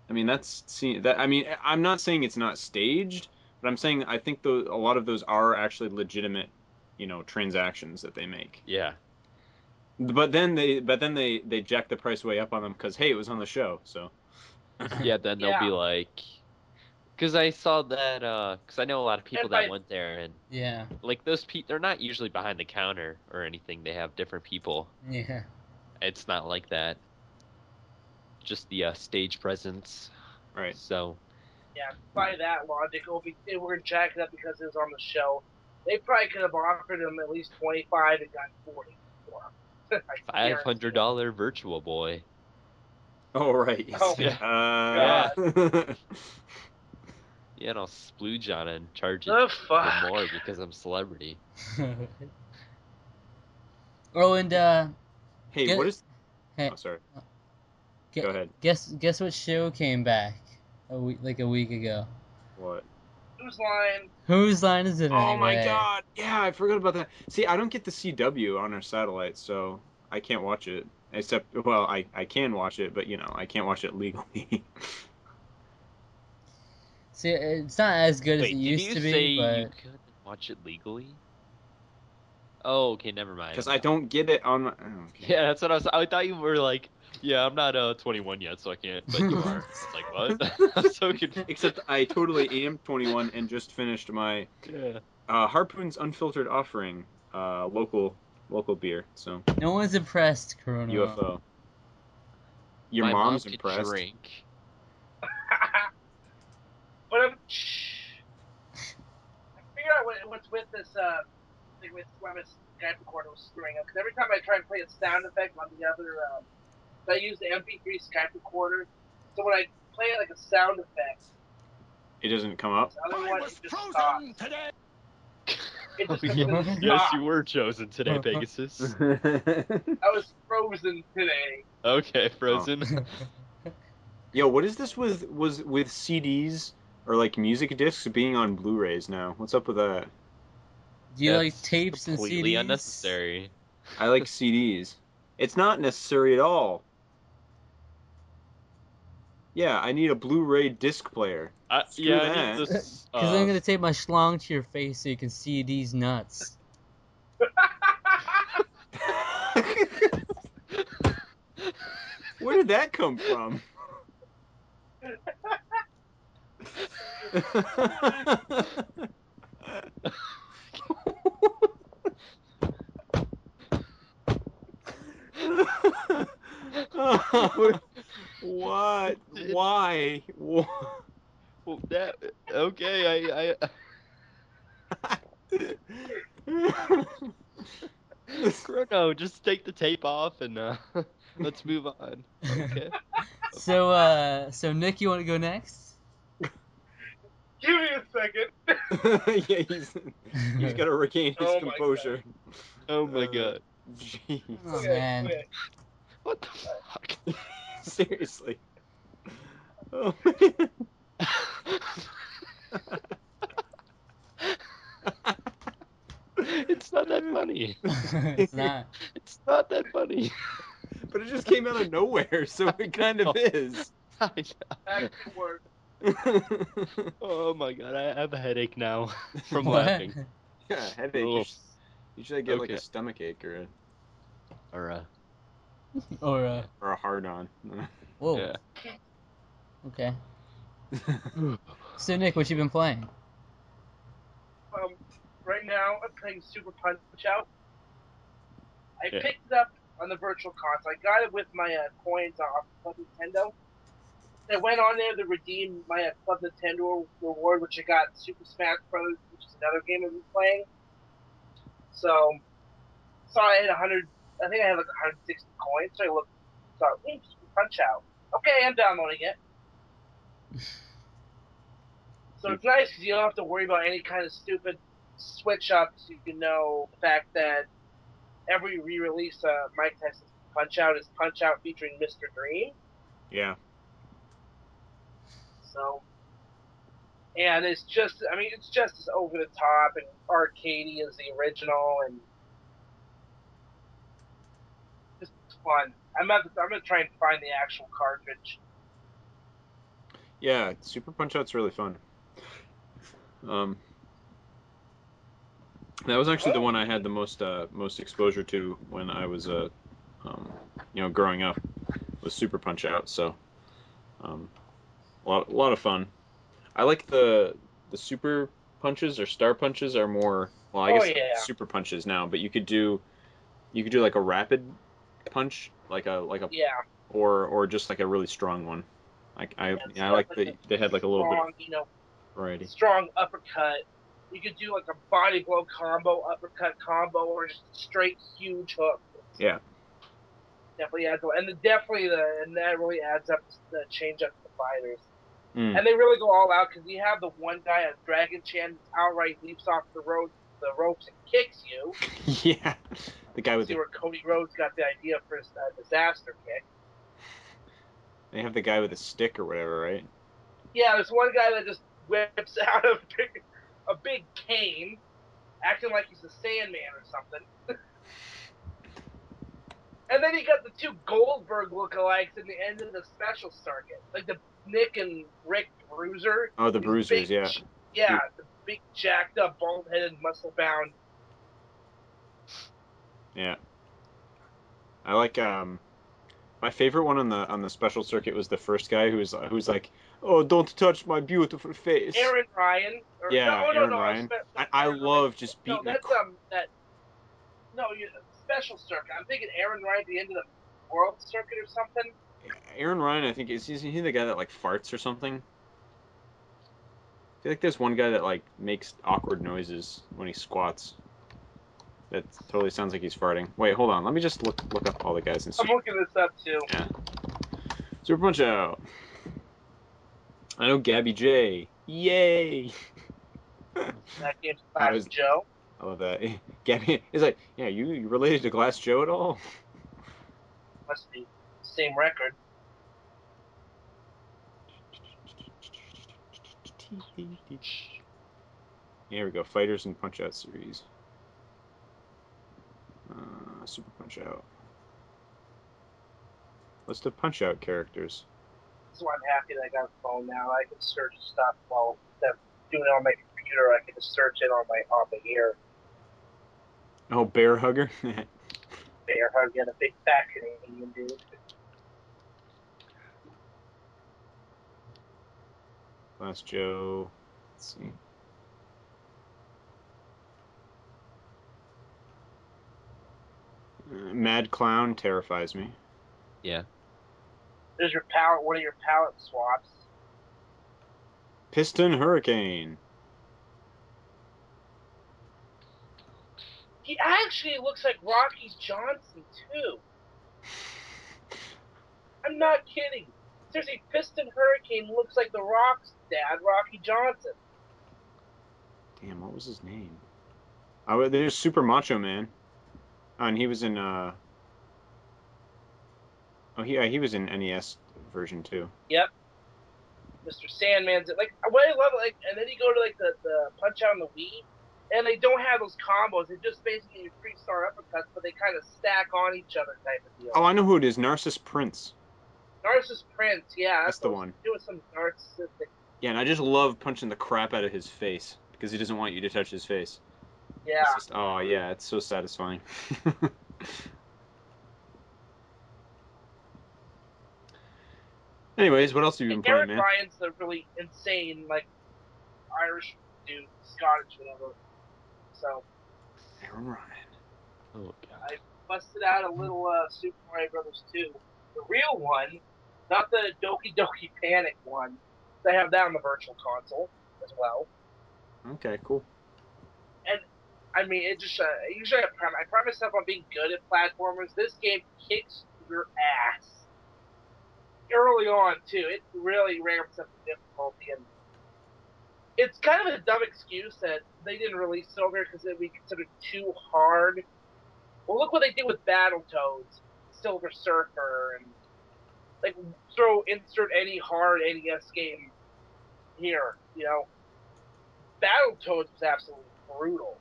Speaker 2: I mean, that's see that I mean, I'm not saying it's not staged, but I'm saying I think those a lot of those are actually legitimate, you know, transactions that they make.
Speaker 1: Yeah.
Speaker 2: But then they but then they they jack the price way up on them because hey, it was on the show, so
Speaker 1: yeah, then they'll be
Speaker 5: Yeah.
Speaker 1: like, because I saw that, because I know a lot of people that
Speaker 5: Everybody-
Speaker 1: went there, and
Speaker 3: Yeah,
Speaker 1: like those people, they're not usually behind the counter or anything. They have different people.
Speaker 3: yeah.
Speaker 1: It's not like that. Just the uh, stage presence.
Speaker 2: right.
Speaker 1: So
Speaker 5: Yeah, by that logic, if we- they were jacking up because it was on the show, they probably could have offered him at least twenty five and got forty. For him. I
Speaker 1: five
Speaker 5: guarantee
Speaker 1: hundred
Speaker 5: it.
Speaker 1: dollar virtual boy.
Speaker 2: Oh right.
Speaker 5: Oh,
Speaker 2: Uh,
Speaker 1: Yeah, and I'll splooge on it and charge it
Speaker 5: The
Speaker 1: for
Speaker 5: fuck.
Speaker 1: more because I'm a celebrity.
Speaker 3: oh, and uh,
Speaker 2: hey,
Speaker 3: Get-
Speaker 2: what is?
Speaker 3: hey.
Speaker 2: Oh, sorry.
Speaker 3: Get-
Speaker 2: Go ahead.
Speaker 3: guess guess what show came back a week like a week ago?
Speaker 2: What?
Speaker 5: Who's lying?
Speaker 3: Whose line is it?
Speaker 2: Oh my
Speaker 3: anyway?
Speaker 2: god! Yeah, I forgot about that. See, I don't get the CW on our satellite, so I can't watch it. Except, well, I I can watch it, but you know, I can't watch it legally.
Speaker 3: See, it's not as good as
Speaker 1: Wait,
Speaker 3: it
Speaker 1: did
Speaker 3: used
Speaker 1: you
Speaker 3: to be,
Speaker 1: say
Speaker 3: but
Speaker 1: you couldn't watch it legally? Oh, okay, never mind.
Speaker 2: Because I don't get it on. My... oh, okay.
Speaker 1: Yeah, that's what I was. I thought you were like, yeah, I'm not uh 21 yet, so I can't. But you are. I was like, what? I'm so confused.
Speaker 2: Except I totally am 21 and just finished my
Speaker 1: Yeah.
Speaker 2: uh, Harpoon's unfiltered offering, uh, local local beer. So
Speaker 3: no one's impressed. Corona.
Speaker 2: UFO. Your
Speaker 1: My mom
Speaker 2: mom's
Speaker 1: could
Speaker 2: impressed.
Speaker 1: Drink.
Speaker 5: but I'm. Shh. I figure out what, what's with this. Uh, thing with why this guy from Corner was screwing up. Because every time I try and play a sound effect on the other, uh, I use the MP3 Skype recorder. So when I play like a sound effect,
Speaker 2: It doesn't come up.
Speaker 5: the other one it just stops. It just
Speaker 3: yeah.
Speaker 1: yes, you were chosen
Speaker 3: Uh-huh.
Speaker 1: today, Pegasus.
Speaker 5: I was frozen today.
Speaker 1: Okay, Frozen.
Speaker 2: Yo, what is this with was with CDs or like music discs being on Blu-rays now? What's up with that?
Speaker 3: Do you like
Speaker 1: That's
Speaker 3: tapes and CDs?
Speaker 1: Completely unnecessary.
Speaker 2: I like CDs. It's not necessary at all. Yeah, I need a Blu-ray disc player.
Speaker 1: I,
Speaker 2: Screw
Speaker 1: yeah, I
Speaker 2: that.
Speaker 1: need this.
Speaker 3: Because
Speaker 1: uh,
Speaker 3: I'm gonna tape my schlong to your face so you can see these nuts.
Speaker 2: Where did that come from? what? Why? Wha-
Speaker 1: well, that, okay, I, I, Chrono, just take the tape off and uh, let's move on. Okay.
Speaker 3: So, uh, so Nick, you want to go next?
Speaker 5: Give me a second.
Speaker 2: yeah, he's he's got to regain his
Speaker 5: Oh my God.
Speaker 2: composure.
Speaker 1: Oh my
Speaker 2: Uh,
Speaker 1: god.
Speaker 2: Jeez,
Speaker 3: oh
Speaker 5: Okay,
Speaker 3: man,
Speaker 5: quick.
Speaker 1: What the fuck?
Speaker 2: seriously. Oh man.
Speaker 1: it's not that funny.
Speaker 3: it's not.
Speaker 1: It's not that funny.
Speaker 2: But it just came out of nowhere, so it kind of is.
Speaker 1: I-
Speaker 5: Back to work.
Speaker 2: yeah,
Speaker 1: oh my god, I have a headache now from laughing.
Speaker 2: headache. You
Speaker 1: Ugh.
Speaker 2: should, you should get like a
Speaker 1: Okay.
Speaker 2: stomach ache or a,
Speaker 1: Or uh,
Speaker 3: Or uh,
Speaker 2: or a hard on.
Speaker 3: whoa.
Speaker 1: yeah.
Speaker 3: Okay. So Nick, what you been playing?
Speaker 5: Um, right now I'm playing Super Punch Out. I
Speaker 1: Yeah.
Speaker 5: picked it up on the virtual console. I got it with my uh, coins off Club Nintendo. I went on there to redeem my uh, Club Nintendo reward, which I got Super Smash Bros., which is another game I've been playing. So, saw I had 100. I think I had like 160 coins. So I looked, thought, "Ooh, Super Punch Out." Okay, I'm downloading it. So it's nice 'cause you don't have to worry about any kind of stupid switch ups. You can know the fact that every re release uh, Mike Tyson's Punch Out is Punch Out featuring Mr. Dream.
Speaker 2: yeah.
Speaker 5: So, and it's just, I mean, it's just as over the top and arcadey as the original and just fun. I'm at, I'm gonna try and find the actual cartridge.
Speaker 2: Yeah, Super Punch Out's really fun. Um, that was actually the one I had the most uh, most exposure to when I was uh, um, you know, growing up was Super Punch Out. So, um, a lot a lot of fun. I like the the Super Punches or Star Punches are more well, I
Speaker 5: Oh,
Speaker 2: guess
Speaker 5: yeah.
Speaker 2: Super Punches now, but you could do you could do like a rapid punch, like a like a
Speaker 5: Yeah,
Speaker 2: or or just like a really strong one. Like I
Speaker 5: it's
Speaker 2: yeah, I like
Speaker 5: definitely
Speaker 2: that they had like a little bit of
Speaker 5: strong, you know,
Speaker 2: variety.
Speaker 5: strong uppercut. You could do like a body blow combo, uppercut combo, or just straight huge hook.
Speaker 2: Yeah.
Speaker 5: Definitely adds, and the, definitely the and that really adds up to the change up to the fighters.
Speaker 2: Mm.
Speaker 5: And they really go all out because you have the one guy on Dragon Chan that outright leaps off the rope, the ropes and kicks you.
Speaker 2: yeah, the guy with
Speaker 5: See
Speaker 2: the,
Speaker 5: where Cody Rhodes got the idea for his uh, disaster kick.
Speaker 2: they have the guy with a stick or whatever, right?
Speaker 5: Yeah, there's one guy that just whips out a big, a big cane, acting like he's a Sandman or something. and then you got the two Goldberg lookalikes in the end of the special circuit, like the Nick and Rick Bruiser.
Speaker 2: Oh, the
Speaker 5: These
Speaker 2: bruisers,
Speaker 5: big
Speaker 2: yeah.
Speaker 5: j- Yeah, the big jacked up, bald headed, muscle bound.
Speaker 2: I like um, my favorite one on the on the special circuit was the first guy who was who was like, oh, don't touch my beautiful face.
Speaker 5: Aaron Ryan. or-
Speaker 2: Yeah,
Speaker 5: no, no,
Speaker 2: Aaron
Speaker 5: no,
Speaker 2: Ryan.
Speaker 5: spe-
Speaker 2: I, I love just
Speaker 5: No,
Speaker 2: beating. the
Speaker 5: that's
Speaker 2: cr-
Speaker 5: um that. No, you special circuit. I'm thinking Aaron Ryan at the end of the World Circuit or something.
Speaker 2: Aaron Ryan, I think is isn't he the guy that like farts or something? I feel like there's one guy that like makes awkward noises when he squats. That totally sounds like he's farting. Wait, hold on. Let me just look look up all the guys in
Speaker 5: I'm
Speaker 2: Super,
Speaker 5: looking this up too.
Speaker 2: Super Punch Out. I know Gabby J. Yay!
Speaker 5: That game's
Speaker 2: I
Speaker 5: Black
Speaker 2: was-
Speaker 5: Joe.
Speaker 2: I love that. Gabby is like, yeah, you, you related to Glass Joe at all?
Speaker 5: Must be same record.
Speaker 2: Here we go. Fighters and Punch Out series. Uh, Super Punch Out. List of Punch Out characters.
Speaker 5: That's why I'm happy that I got a phone now. I can search stuff while instead of doing it on my computer. I can just search it on my on the ear.
Speaker 2: Oh, Bear Hugger.
Speaker 5: Bear hug and a big fat Canadian dude.
Speaker 2: Glass Joe. Let's see. Uh, Mad Clown terrifies me.
Speaker 5: There's your palette. One of your palette swaps.
Speaker 2: Piston Hurricane.
Speaker 5: He actually looks like Rocky's Johnson too. I'm not kidding. Seriously, Piston Hurricane looks like The Rock's dad, Rocky Johnson.
Speaker 2: Damn, what was his name? Oh, there's Super Macho Man, Oh, and he was in. uh Oh, he yeah, he was in NES version too.
Speaker 5: Mr. Sandman's like what I love like and then you go to like the, the punch out on the Wii and they don't have those combos. They're just basically your three star uppercuts, but they kind of stack on each other type of deal.
Speaker 2: Oh, I know who it is. Narcissus Prince.
Speaker 5: Narcissus Prince, yeah,
Speaker 2: That's the
Speaker 5: what I was
Speaker 2: one.
Speaker 5: Doing some narcissistic,
Speaker 2: Yeah, and I just love punching the crap out of his face because he doesn't want you to touch his face.
Speaker 5: yeah.
Speaker 2: It's just- oh yeah, it's so satisfying. Anyways, what else have you been
Speaker 5: And
Speaker 2: playing,
Speaker 5: Garrett
Speaker 2: man?
Speaker 5: Ryan's the really insane like Irish dude, Scottish, whatever. So
Speaker 2: Aaron Ryan.
Speaker 1: Oh god.
Speaker 5: busted out a little uh, Super Mario Brothers 2, the real one, not the Doki Doki Panic one. They have that on the Virtual Console as well.
Speaker 2: Okay, cool.
Speaker 5: I mean, it just uh, usually I pride, I pride myself on being good at platformers. This game kicks your ass early on too. It really ramps up the difficulty, and it's kind of a dumb excuse that they didn't release it over because it'd be considered too hard. Well, look what they did with Battletoads, Silver Surfer, and like throw insert any hard NES game here. You know, Battletoads was absolutely brutal.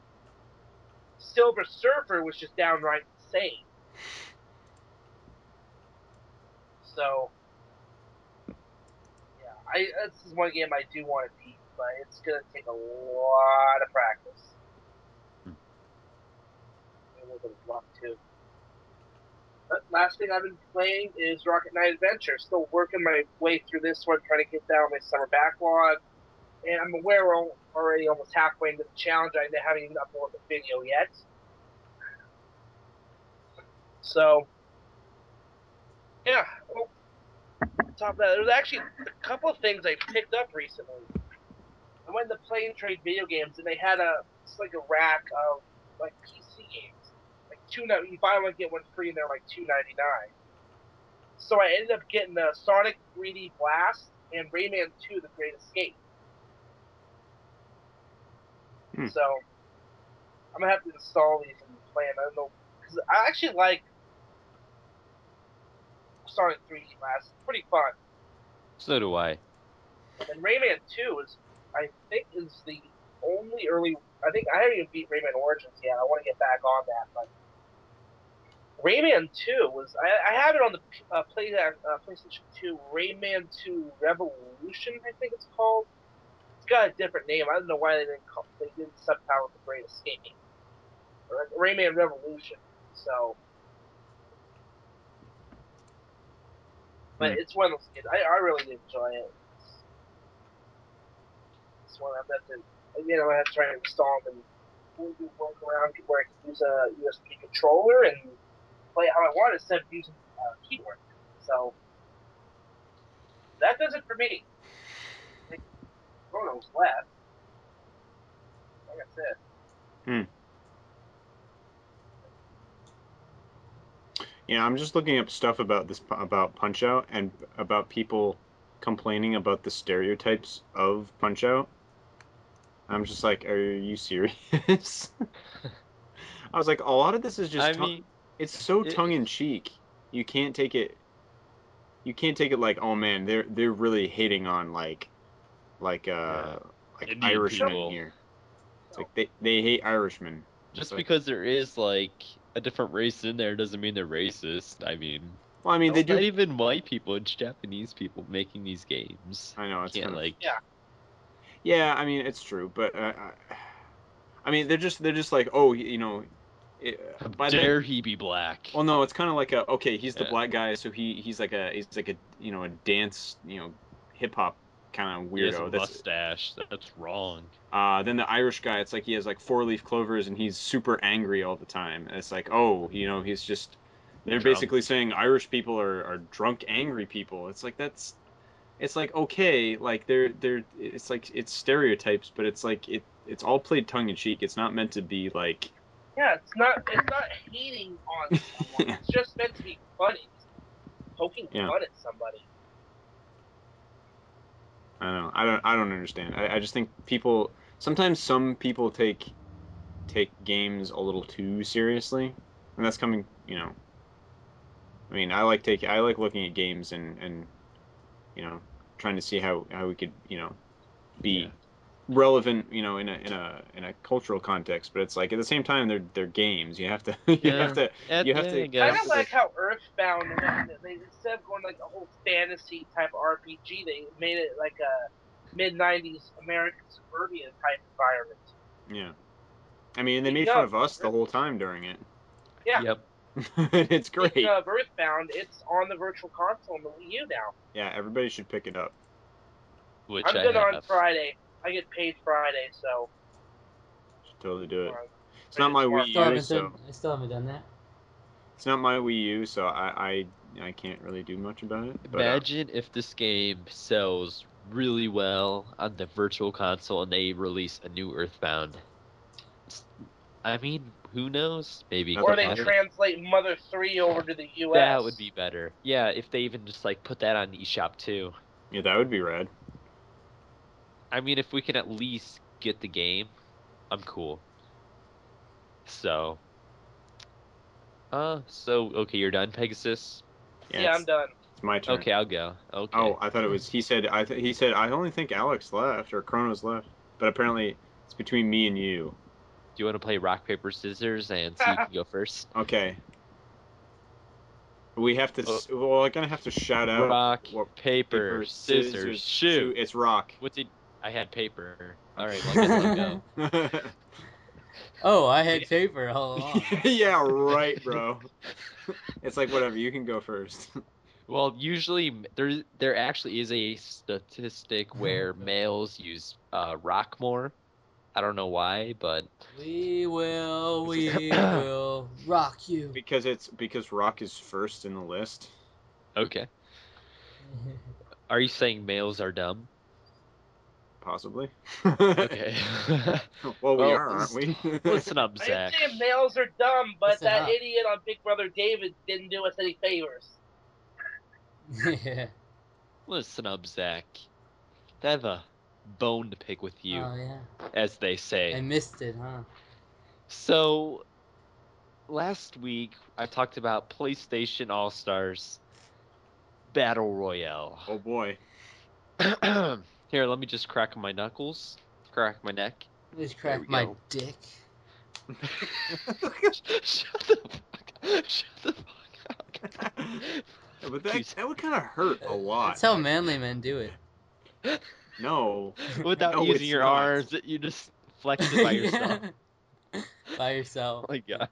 Speaker 5: Silver Surfer was just downright insane. So, yeah, I this is one game I do want to beat, but it's gonna take a lot of practice.
Speaker 6: Hmm.
Speaker 5: And A little bit of luck too. But last thing I've been playing is Rocket Knight Adventure. Still working my way through this one, trying to get down my summer backlog. And I'm aware we're al- already almost halfway into the challenge. I haven't even uploaded the video yet. So, yeah. Well, on top of that, there's actually a couple of things I picked up recently. I went to Play and Trade Video Games, and they had a it's like a rack of like PC games, like two. ni- You buy one get one free, and they're like two ninety nine. So I ended up getting the Sonic 3D Blast and Rayman 2: The Great Escape.
Speaker 2: Hmm.
Speaker 5: So I'm gonna have to install these and play 'em. I don't know because I actually like Sonic 3D Blast. It's pretty fun.
Speaker 1: So do I.
Speaker 5: And Rayman 2 is, I think, is the only early. I think I haven't even beat Rayman Origins yet. I want to get back on that, but Rayman 2 was. I, I have it on the P- uh, play uh, PlayStation 2. Rayman 2 Revolution, I think it's called. It's got a different name. I don't know why they didn't call, they didn't subtitle it the Great Escape. Or Rayman Revolution. So. But
Speaker 2: Hmm.
Speaker 5: it's one of those games. I, I really did enjoy it. It's one I'm have to, again, I'm gonna have to try and install them. We'll do work around where I can use a USB controller and play how I want instead of using a keyboard. So that does it for me. Like, Chrono's left. Like I said,
Speaker 2: Yeah, I'm just looking up stuff about this about Punch Out and about people complaining about the stereotypes of Punch Out. I'm just like, are you serious? I was like, a lot of this is just.
Speaker 1: I
Speaker 2: tongue-
Speaker 1: mean,
Speaker 2: it's so
Speaker 1: it-
Speaker 2: tongue in cheek. You can't take it. You can't take it like, oh man, they're they're really hating on like, like uh, like
Speaker 6: Indian people.
Speaker 2: Irishmen here. It's like they they hate Irishmen.
Speaker 1: just
Speaker 2: It's like-
Speaker 1: because there is like a different race in there doesn't mean they're racist. I mean,
Speaker 2: Well, I mean, they
Speaker 1: it's not
Speaker 2: do.
Speaker 1: even white people; it's Japanese people making these games.
Speaker 2: I know
Speaker 1: I
Speaker 2: it's
Speaker 1: can't
Speaker 2: kind of
Speaker 1: like.
Speaker 5: Yeah.
Speaker 2: Yeah, I mean it's true, but uh, I- I mean they're just they're just like oh you know, it,
Speaker 1: How
Speaker 2: by the-
Speaker 1: dare he be black?
Speaker 2: well no it's kind of like a okay he's the
Speaker 1: Yeah.
Speaker 2: black guy so he he's like a he's like a you know a dance you know hip hop kind of
Speaker 1: He has
Speaker 2: weirdo.
Speaker 1: a
Speaker 2: That's,
Speaker 1: mustache. That's wrong.
Speaker 2: uh, then the Irish guy it's like he has like four leaf clovers and he's super angry all the time. And it's like oh you know he's just they're
Speaker 1: Drunk.
Speaker 2: basically saying Irish people are, are drunk angry people. It's like that's it's like okay, like they're they're it's like it's stereotypes, but it's like it it's all played tongue in cheek. It's not meant to be like
Speaker 5: Yeah, it's not it's not hating on someone. it's just meant to be funny. Poking
Speaker 2: Yeah.
Speaker 5: fun at somebody.
Speaker 2: I don't know. I don't I don't understand. I, I just think people sometimes some people take take games a little too seriously. And that's coming you know I mean I like take I like looking at games and, and you know, trying to see how, how we could, you know, be
Speaker 1: Yeah.
Speaker 2: relevant, you know, in a in a in a cultural context, but it's like at the same time they're they're games. You have to you
Speaker 1: Yeah.
Speaker 2: have to You have
Speaker 1: yeah,
Speaker 2: to-
Speaker 1: I guess.
Speaker 5: I don't like how Earthbound went. with it. They instead of going like a whole fantasy type RPG, they made it like a mid '90s American suburbia type environment.
Speaker 2: Yeah. I mean and they made
Speaker 5: Yeah.
Speaker 2: fun of us the whole time during it.
Speaker 5: Yeah.
Speaker 1: Yep.
Speaker 2: it's great.
Speaker 5: Speaking of uh, Earthbound, it's on the Virtual Console on the Wii U now.
Speaker 2: Yeah, everybody should pick it up.
Speaker 1: Which
Speaker 5: I'm
Speaker 1: I
Speaker 5: good on
Speaker 1: have.
Speaker 5: Friday. I get paid Friday, so.
Speaker 2: Should totally do it.
Speaker 5: uh,
Speaker 2: It's not my Wii
Speaker 3: Still
Speaker 2: U,
Speaker 3: haven't
Speaker 2: so
Speaker 3: done, I still haven't done that.
Speaker 2: it's not my Wii U, so I I, I can't really do much about it. But, uh,
Speaker 1: Imagine if this game sells really well on the virtual console and they release a new Earthbound. I mean, who knows? Maybe
Speaker 2: Or
Speaker 5: Or
Speaker 1: could
Speaker 5: they
Speaker 1: happen.
Speaker 5: translate Mother 3 over to the US.
Speaker 1: that would be better. Yeah, if they even just like put that on eShop too.
Speaker 2: yeah, that would be rad.
Speaker 1: I mean, if we can at least get the game, I'm cool. So, uh, so okay, you're done, Pegasus.
Speaker 2: Yeah,
Speaker 5: yeah,
Speaker 2: it's,
Speaker 5: I'm done.
Speaker 2: it's my turn.
Speaker 1: Okay, I'll go. Okay.
Speaker 2: Oh, I thought it was. He said. I th- he said. I only think Alex left or Chronos left, but apparently it's between me and you.
Speaker 1: Do you want to play rock paper scissors and see who can go first?
Speaker 2: Okay. We have to. s well, we're gonna have to shout out.
Speaker 1: Rock,
Speaker 2: what-
Speaker 1: paper, scissors, shoot.
Speaker 2: It's rock.
Speaker 1: What did I had paper? All right, well, I guess I'll go.
Speaker 3: oh, I had paper all along.
Speaker 2: yeah, right, bro. it's like whatever. You can go first.
Speaker 1: Well, usually m- there there actually is a statistic where males use uh, rock more. I don't know why, but
Speaker 3: we will, we will rock you.
Speaker 2: Because it's because rock is first in the list.
Speaker 1: okay. Are you saying males are dumb?
Speaker 2: Possibly.
Speaker 1: Okay.
Speaker 2: well, we
Speaker 1: Well,
Speaker 2: are, aren't we?
Speaker 1: Listen up,
Speaker 5: I
Speaker 1: Zach.
Speaker 5: didn't say males are dumb, but
Speaker 3: Listen
Speaker 5: that
Speaker 3: up.
Speaker 5: idiot on Big Brother David didn't do us any favors.
Speaker 3: yeah.
Speaker 1: Listen up, Zach. I have a bone to pick with you,
Speaker 3: Oh yeah.
Speaker 1: as they say.
Speaker 3: I missed it, huh?
Speaker 1: So, last week I talked about PlayStation All Stars Battle Royale.
Speaker 2: oh boy.
Speaker 1: Here, let me just crack my knuckles, crack my neck.
Speaker 3: I just
Speaker 1: There we
Speaker 3: cracked my
Speaker 1: go.
Speaker 3: dick.
Speaker 1: Shut the fuck up. Shut the fuck up.
Speaker 2: But
Speaker 1: You
Speaker 2: that,
Speaker 1: s-
Speaker 2: that would kind of hurt a lot.
Speaker 3: That's how manly men do it.
Speaker 2: No.
Speaker 1: Without
Speaker 2: No,
Speaker 1: using
Speaker 2: it's
Speaker 1: your
Speaker 2: not.
Speaker 1: arms, you just flex it by yourself.
Speaker 3: By yourself.
Speaker 1: Oh my god.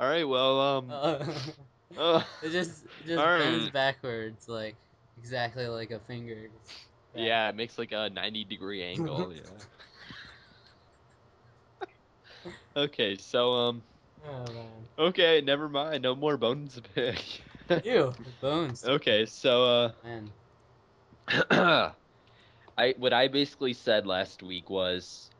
Speaker 1: All right, well, um,
Speaker 3: Uh,
Speaker 1: uh,
Speaker 3: it just it just
Speaker 1: Alright.
Speaker 3: bends backwards, like exactly like a finger.
Speaker 1: yeah, it makes like a 90 degree angle. Yeah. okay, so um,
Speaker 3: Oh man.
Speaker 1: okay, never mind. No more bones to pick.
Speaker 3: Ew, bones.
Speaker 1: okay, so uh.
Speaker 3: Man.
Speaker 1: I what I basically said last week was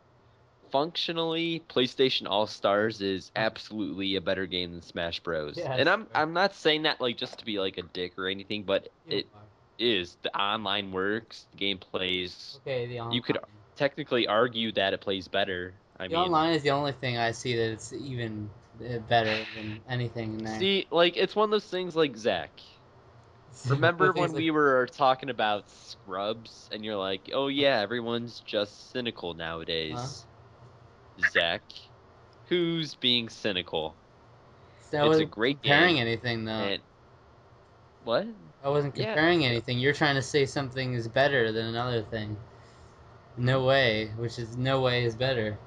Speaker 1: functionally PlayStation All Stars is absolutely a better game than Smash Bros.
Speaker 3: Yeah,
Speaker 1: and
Speaker 3: that's
Speaker 1: I'm
Speaker 3: fair.
Speaker 1: I'm not saying that like just to be like a dick or anything, but
Speaker 3: You
Speaker 1: it
Speaker 3: are.
Speaker 1: is the online works, the gameplays
Speaker 3: Okay, the
Speaker 1: you could-
Speaker 3: online.
Speaker 1: technically argue that it plays better. I
Speaker 3: The
Speaker 1: mean,
Speaker 3: online is the only thing I see that's even uh, better than anything in there.
Speaker 1: see, like it's one of those things like Zach. Remember when we were talking about Scrubs, and you're like, "Oh yeah, everyone's just cynical nowadays."
Speaker 3: Uh-huh.
Speaker 1: Zach, who's being cynical?
Speaker 3: I
Speaker 1: it's a
Speaker 3: wasn't
Speaker 1: great
Speaker 3: comparing
Speaker 1: game.
Speaker 3: anything though.
Speaker 1: and- What?
Speaker 3: I wasn't
Speaker 1: yeah.
Speaker 3: comparing anything. You're trying to say something is better than another thing. No way, which is no way is better.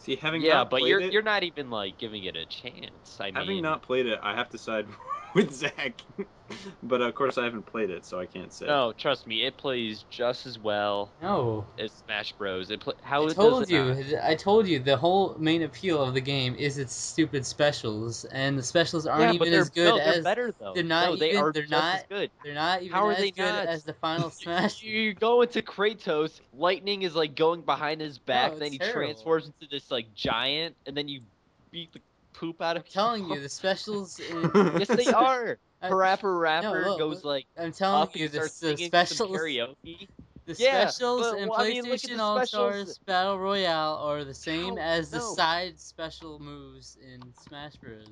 Speaker 2: See, having
Speaker 1: yeah,
Speaker 2: not
Speaker 1: but
Speaker 2: played
Speaker 1: you're
Speaker 2: it,
Speaker 1: you're not even like giving it a chance. I
Speaker 2: having
Speaker 1: mean,
Speaker 2: not played it, I have to side with Zach. but of course, I haven't played it, so I can't say.
Speaker 1: no, trust me, it plays just as well
Speaker 3: No.
Speaker 1: as Smash Bros. It pl- how
Speaker 3: I
Speaker 1: it
Speaker 3: told
Speaker 1: does it
Speaker 3: you.
Speaker 1: not?
Speaker 3: I told you. The whole main appeal of the game is its stupid specials, and the specials
Speaker 1: yeah,
Speaker 3: aren't
Speaker 1: but
Speaker 3: even
Speaker 1: they're,
Speaker 3: as good
Speaker 1: no, they're
Speaker 3: as
Speaker 1: better though.
Speaker 3: they're not
Speaker 1: no, they
Speaker 3: even-
Speaker 1: are
Speaker 3: they're
Speaker 1: just as
Speaker 3: not-
Speaker 1: good.
Speaker 3: they're not even
Speaker 1: How are
Speaker 3: as
Speaker 1: they
Speaker 3: good
Speaker 1: not?
Speaker 3: as the final smash.
Speaker 1: You go into Kratos, lightning is like going behind his back,
Speaker 3: No,
Speaker 1: then
Speaker 3: it's
Speaker 1: he
Speaker 3: Oh, terrible.
Speaker 1: transforms into this like giant, and then you beat the poop out
Speaker 3: I'm
Speaker 1: of.
Speaker 3: telling you, the specials. In,
Speaker 1: yes, they are.
Speaker 3: I-
Speaker 1: Parappa Rapper
Speaker 3: look,
Speaker 1: goes
Speaker 3: look,
Speaker 1: like
Speaker 3: I'm telling
Speaker 1: up
Speaker 3: you,
Speaker 1: and
Speaker 3: the,
Speaker 1: starts
Speaker 3: the
Speaker 1: singing some
Speaker 3: specials.
Speaker 1: karaoke.
Speaker 3: The
Speaker 1: Yeah,
Speaker 3: specials
Speaker 1: but,
Speaker 3: in
Speaker 1: well, I mean, look at
Speaker 3: PlayStation
Speaker 1: the
Speaker 3: All
Speaker 1: specials.
Speaker 3: Stars Battle Royale are the same
Speaker 1: How-
Speaker 3: as the
Speaker 1: no.
Speaker 3: side special moves in Smash Bros.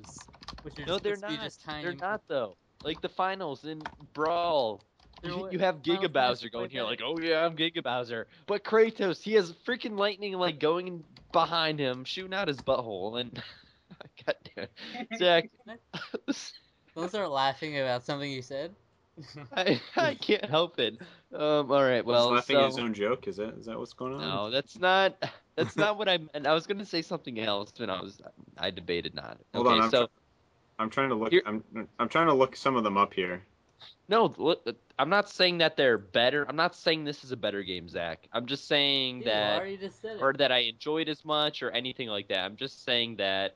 Speaker 3: Which are
Speaker 1: No,
Speaker 3: just
Speaker 1: they're
Speaker 3: supposed to be
Speaker 1: not.
Speaker 3: just tiny.
Speaker 1: They're not though. Like the finals in Brawl,
Speaker 3: They're
Speaker 1: you,
Speaker 3: what-
Speaker 1: you have
Speaker 3: Final
Speaker 1: Giga
Speaker 3: Smash
Speaker 1: Bowser
Speaker 3: is
Speaker 1: going
Speaker 3: way
Speaker 1: here,
Speaker 3: better.
Speaker 1: like, oh yeah, I'm Giga Bowser. But Kratos, he has freaking lightning like going in behind him, shooting out his butthole, and God damn, Zach,
Speaker 3: Don't start laughing about something you said.
Speaker 1: I, I can't help it. Um, all right, well,
Speaker 2: He's laughing at his
Speaker 1: so-
Speaker 2: own joke. Is that is that what's going on?
Speaker 1: no, that's not. That's not what I meant. I was gonna say something else, and I was I debated not.
Speaker 2: Hold
Speaker 1: okay,
Speaker 2: on, I'm
Speaker 1: so
Speaker 2: I'm trying to look.
Speaker 1: You're-
Speaker 2: I'm I'm trying to look some of them up here.
Speaker 1: No, look, I'm not saying that they're better. I'm not saying this is a better game, Zach. I'm just saying
Speaker 3: You
Speaker 1: that,
Speaker 3: already just said it.
Speaker 1: or that I enjoyed as much, or anything like that. I'm just saying that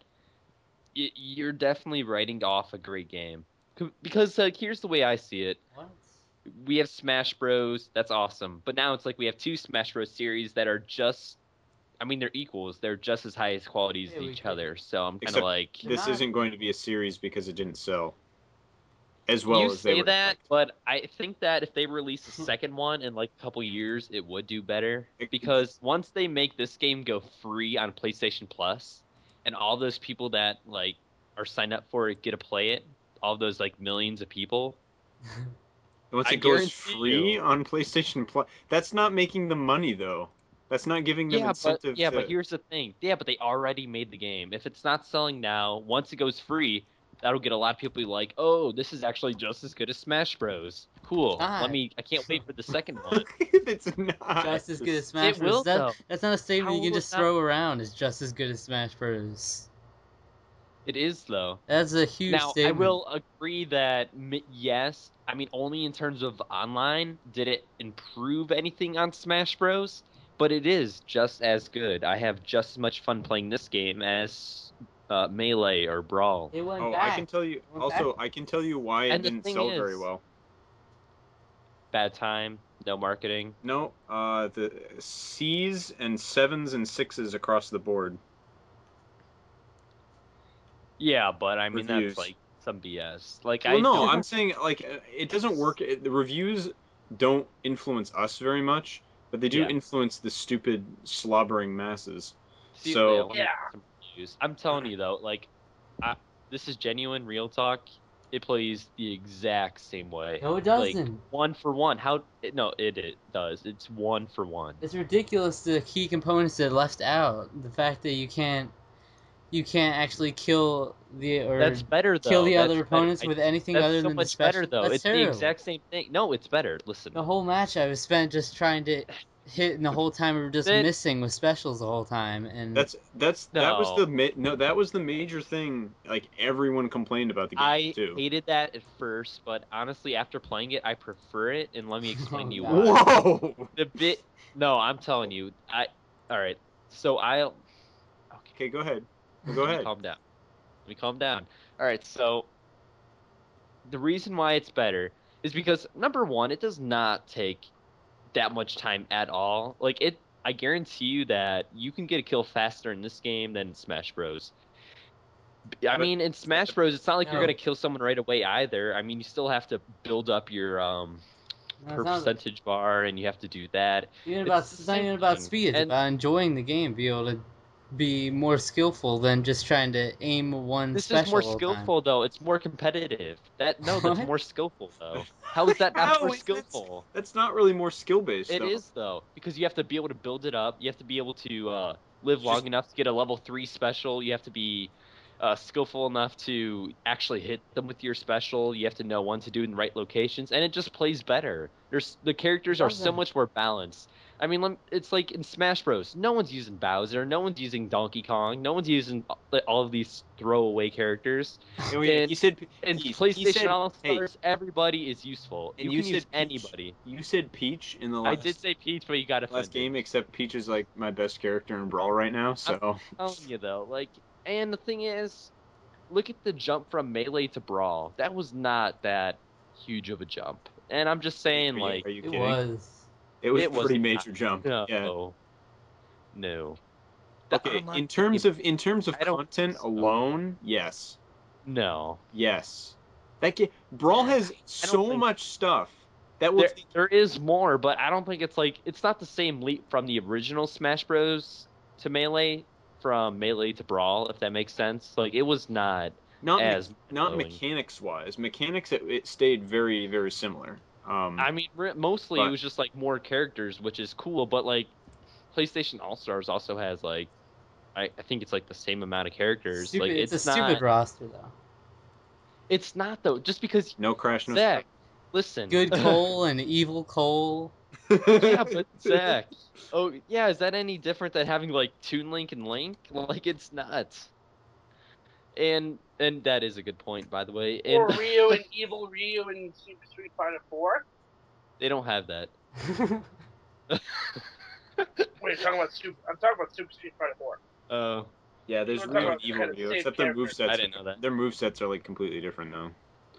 Speaker 1: y- you're definitely writing off a great game C- because, like, here's the way I see it:
Speaker 3: What?
Speaker 1: we have Smash Bros. That's awesome, but now it's like we have two Smash Bros. series that are just, I mean, they're equals. They're just as high as qualities as
Speaker 3: Yeah, we
Speaker 1: each
Speaker 3: could-
Speaker 1: other. So I'm kind
Speaker 2: Except
Speaker 1: of like,
Speaker 3: They're
Speaker 2: This
Speaker 3: not-
Speaker 2: isn't going to be a series because it didn't sell as well
Speaker 1: you
Speaker 2: as
Speaker 1: say
Speaker 2: they were.
Speaker 1: that, but I think that if they release a second one in like a couple years, it would do better
Speaker 2: It-
Speaker 1: because once they make this game go free on PlayStation Plus, and all those people that like are signed up for it get to play it, all those like millions of people.
Speaker 2: Once
Speaker 1: I
Speaker 2: it goes
Speaker 1: guarantee
Speaker 2: free
Speaker 1: you.
Speaker 2: on PlayStation Plus, that's not making them money though. That's not giving them
Speaker 1: Yeah, but
Speaker 2: incentive.
Speaker 1: yeah,
Speaker 2: to...
Speaker 1: but here's the thing. Yeah, but they already made the game. If it's not selling now, once it goes free, that'll get a lot of people like, oh, this is actually just as good as Smash Bros. Cool.
Speaker 3: not.
Speaker 1: Let me. I can't wait for the second one.
Speaker 2: it's not
Speaker 3: Just as good as Smash Bros.
Speaker 1: will,
Speaker 3: That-
Speaker 1: though.
Speaker 3: That's not a statement
Speaker 1: How
Speaker 3: you can
Speaker 1: will it
Speaker 3: just
Speaker 1: not-
Speaker 3: throw around. It's just as good as Smash Bros.
Speaker 1: It is though.
Speaker 3: That's a huge
Speaker 1: now
Speaker 3: statement.
Speaker 1: i will agree that m- yes i mean only in terms of online did it improve anything on smash bros but it is just as good i have just as much fun playing this game as uh, melee or brawl
Speaker 3: It went
Speaker 2: Oh,
Speaker 3: back.
Speaker 2: I can tell you.
Speaker 3: Went
Speaker 2: Also, I can tell you why it
Speaker 1: And the
Speaker 2: didn't
Speaker 1: thing
Speaker 2: sell very
Speaker 1: is-
Speaker 2: well.
Speaker 1: bad time no marketing
Speaker 2: No, uh, the C's and sevens and sixes across the board.
Speaker 1: yeah but i mean
Speaker 2: Reviews.
Speaker 1: that's like some bs like i
Speaker 2: well, no,
Speaker 1: don't-
Speaker 2: I'm saying like uh, it doesn't work. It, the reviews don't influence us very much, but they do
Speaker 1: Yeah.
Speaker 2: influence the stupid slobbering masses.
Speaker 1: See,
Speaker 2: So-
Speaker 1: Leo, let me
Speaker 5: Yeah.
Speaker 1: get some reviews. I'm telling you though, like, I, this is genuine real talk. It plays the exact same way.
Speaker 3: No, it
Speaker 1: Like,
Speaker 3: doesn't.
Speaker 1: one for one. How? it- No, it it does. It's one for one.
Speaker 3: It's ridiculous the key components that are left out. The fact that you can't you can't actually kill the or
Speaker 1: That's better though.
Speaker 3: kill the
Speaker 1: That's
Speaker 3: other
Speaker 1: better.
Speaker 3: opponents
Speaker 1: I-
Speaker 3: with anything
Speaker 1: that's
Speaker 3: other
Speaker 1: so
Speaker 3: than the
Speaker 1: much
Speaker 3: special.
Speaker 1: better though.
Speaker 3: That's
Speaker 1: it's
Speaker 3: terrible.
Speaker 1: the exact same thing. No, it's better. Listen.
Speaker 3: The whole match I was spent just trying to hit, and the whole time we were just
Speaker 1: Then-
Speaker 3: missing with specials the whole time. And
Speaker 2: That's that's that was
Speaker 1: No.
Speaker 2: the ma- no that was the major thing. Like everyone complained about the game
Speaker 1: I
Speaker 2: too.
Speaker 1: hated that at first, but honestly, after playing it, I prefer it. And let me explain to you
Speaker 3: God.
Speaker 1: why.
Speaker 2: Whoa!
Speaker 1: The bit. No, I'm telling you. I. All right. So I'll. Okay.
Speaker 2: Okay, go ahead. Well, go
Speaker 1: Let me
Speaker 2: ahead.
Speaker 1: Calm down. Let me calm down. All right, so the reason why it's better is because number one, it does not take that much time at all. Like it, I guarantee you that you can get a kill faster in this game than in Smash Bros. B- I
Speaker 2: But-
Speaker 1: mean, in Smash Bros, it's not like
Speaker 3: No.
Speaker 1: you're gonna kill someone right away either. I mean, you still have to build up your um,
Speaker 3: No,
Speaker 1: per
Speaker 3: it's not-
Speaker 1: percentage bar, and you have to do that.
Speaker 3: Even
Speaker 1: It's
Speaker 3: about
Speaker 1: the
Speaker 3: it's not
Speaker 1: same
Speaker 3: even about
Speaker 1: thing,
Speaker 3: speed. It's
Speaker 1: and-
Speaker 3: about enjoying the game, be able to be more skillful than just trying to aim one.
Speaker 1: This
Speaker 3: special
Speaker 1: is more
Speaker 3: all the time.
Speaker 1: skillful though. It's more competitive. That no,
Speaker 3: What?
Speaker 1: that's more skillful though. How is that not
Speaker 2: How
Speaker 1: more
Speaker 2: is that s-
Speaker 1: skillful?
Speaker 2: That's not really more skill based.
Speaker 1: It is though, because you have to be able to build it up. You have to be able to uh, live
Speaker 2: It's
Speaker 1: long
Speaker 2: just-
Speaker 1: enough to get a level three special. You have to be uh, skillful enough to actually hit them with your special. You have to know when to do it in the right locations, and it just plays better. There's the characters are so
Speaker 3: Doesn't-
Speaker 1: much more balanced. I mean, lem- it's like in Smash Bros. No one's using Bowser. No one's using Donkey Kong. No one's using uh, all of these throwaway characters.
Speaker 9: Oh, yeah,
Speaker 1: And-
Speaker 9: you said
Speaker 1: And
Speaker 9: he- he
Speaker 1: PlayStation
Speaker 9: said-
Speaker 1: All
Speaker 9: hey.
Speaker 1: Stars, everybody is useful.
Speaker 9: And
Speaker 1: you,
Speaker 9: you
Speaker 1: can use
Speaker 9: said Peach.
Speaker 1: anybody.
Speaker 9: you
Speaker 2: You said Peach in the
Speaker 1: I
Speaker 2: last,
Speaker 1: did say Peach, but you got offended.
Speaker 2: last game, except Peach is like my best character in Brawl right now. So
Speaker 1: telling you though, like, and the thing is, look at the jump from melee to brawl. That was not that huge of a jump. And I'm just saying,
Speaker 2: Are you-
Speaker 1: like,
Speaker 2: are you
Speaker 3: It
Speaker 2: kidding?
Speaker 3: was.
Speaker 2: It was
Speaker 1: It
Speaker 2: a
Speaker 1: was
Speaker 2: pretty
Speaker 1: not.
Speaker 2: major jump.
Speaker 1: no,
Speaker 2: Yeah.
Speaker 1: no, The
Speaker 2: Okay.
Speaker 1: online
Speaker 2: In terms
Speaker 1: game-
Speaker 2: of in terms of
Speaker 1: I don't
Speaker 2: content
Speaker 1: think so.
Speaker 2: alone, yes,
Speaker 1: no.
Speaker 2: yes. That game, Brawl has so
Speaker 1: think-
Speaker 2: much stuff that was
Speaker 1: There, there is more, but I don't think it's like it's not the same leap from the original Smash Bros. to melee, from melee to brawl, if that makes sense. Like, it was not
Speaker 2: not me-
Speaker 1: as
Speaker 2: not
Speaker 1: mind-blowing.
Speaker 2: mechanics wise. Mechanics it, it stayed very very similar. Um,
Speaker 1: I mean, re- mostly
Speaker 2: But-
Speaker 1: it was just like more characters, which is cool. But like, PlayStation All Stars also has like, I, I think it's like the same amount of characters.
Speaker 3: Stupid,
Speaker 1: like,
Speaker 3: it's,
Speaker 1: it's,
Speaker 3: a
Speaker 1: not.
Speaker 3: stupid roster though.
Speaker 1: It's not though. Just because
Speaker 2: no crash, no.
Speaker 1: Zach, listen.
Speaker 3: Good Cole and evil Cole.
Speaker 1: yeah, but Zach. Oh yeah, is that any different than having like Toon Link and Link? Like it's nuts. And and that is a good point, by the way.
Speaker 5: Or
Speaker 1: And
Speaker 5: Ryu and Evil Ryu and Super Street Fighter 4.
Speaker 1: they don't have that.
Speaker 5: Wait, you're talking about Super. I'm talking about Super Street Fighter 4.
Speaker 1: Oh,
Speaker 2: Uh, yeah, there's Ryu
Speaker 5: We're talking
Speaker 2: and
Speaker 5: about
Speaker 2: Evil
Speaker 5: kind of
Speaker 2: Ryu,
Speaker 5: same
Speaker 2: except their
Speaker 5: characters.
Speaker 2: movesets.
Speaker 1: I didn't know that.
Speaker 2: Their movesets are like completely different though.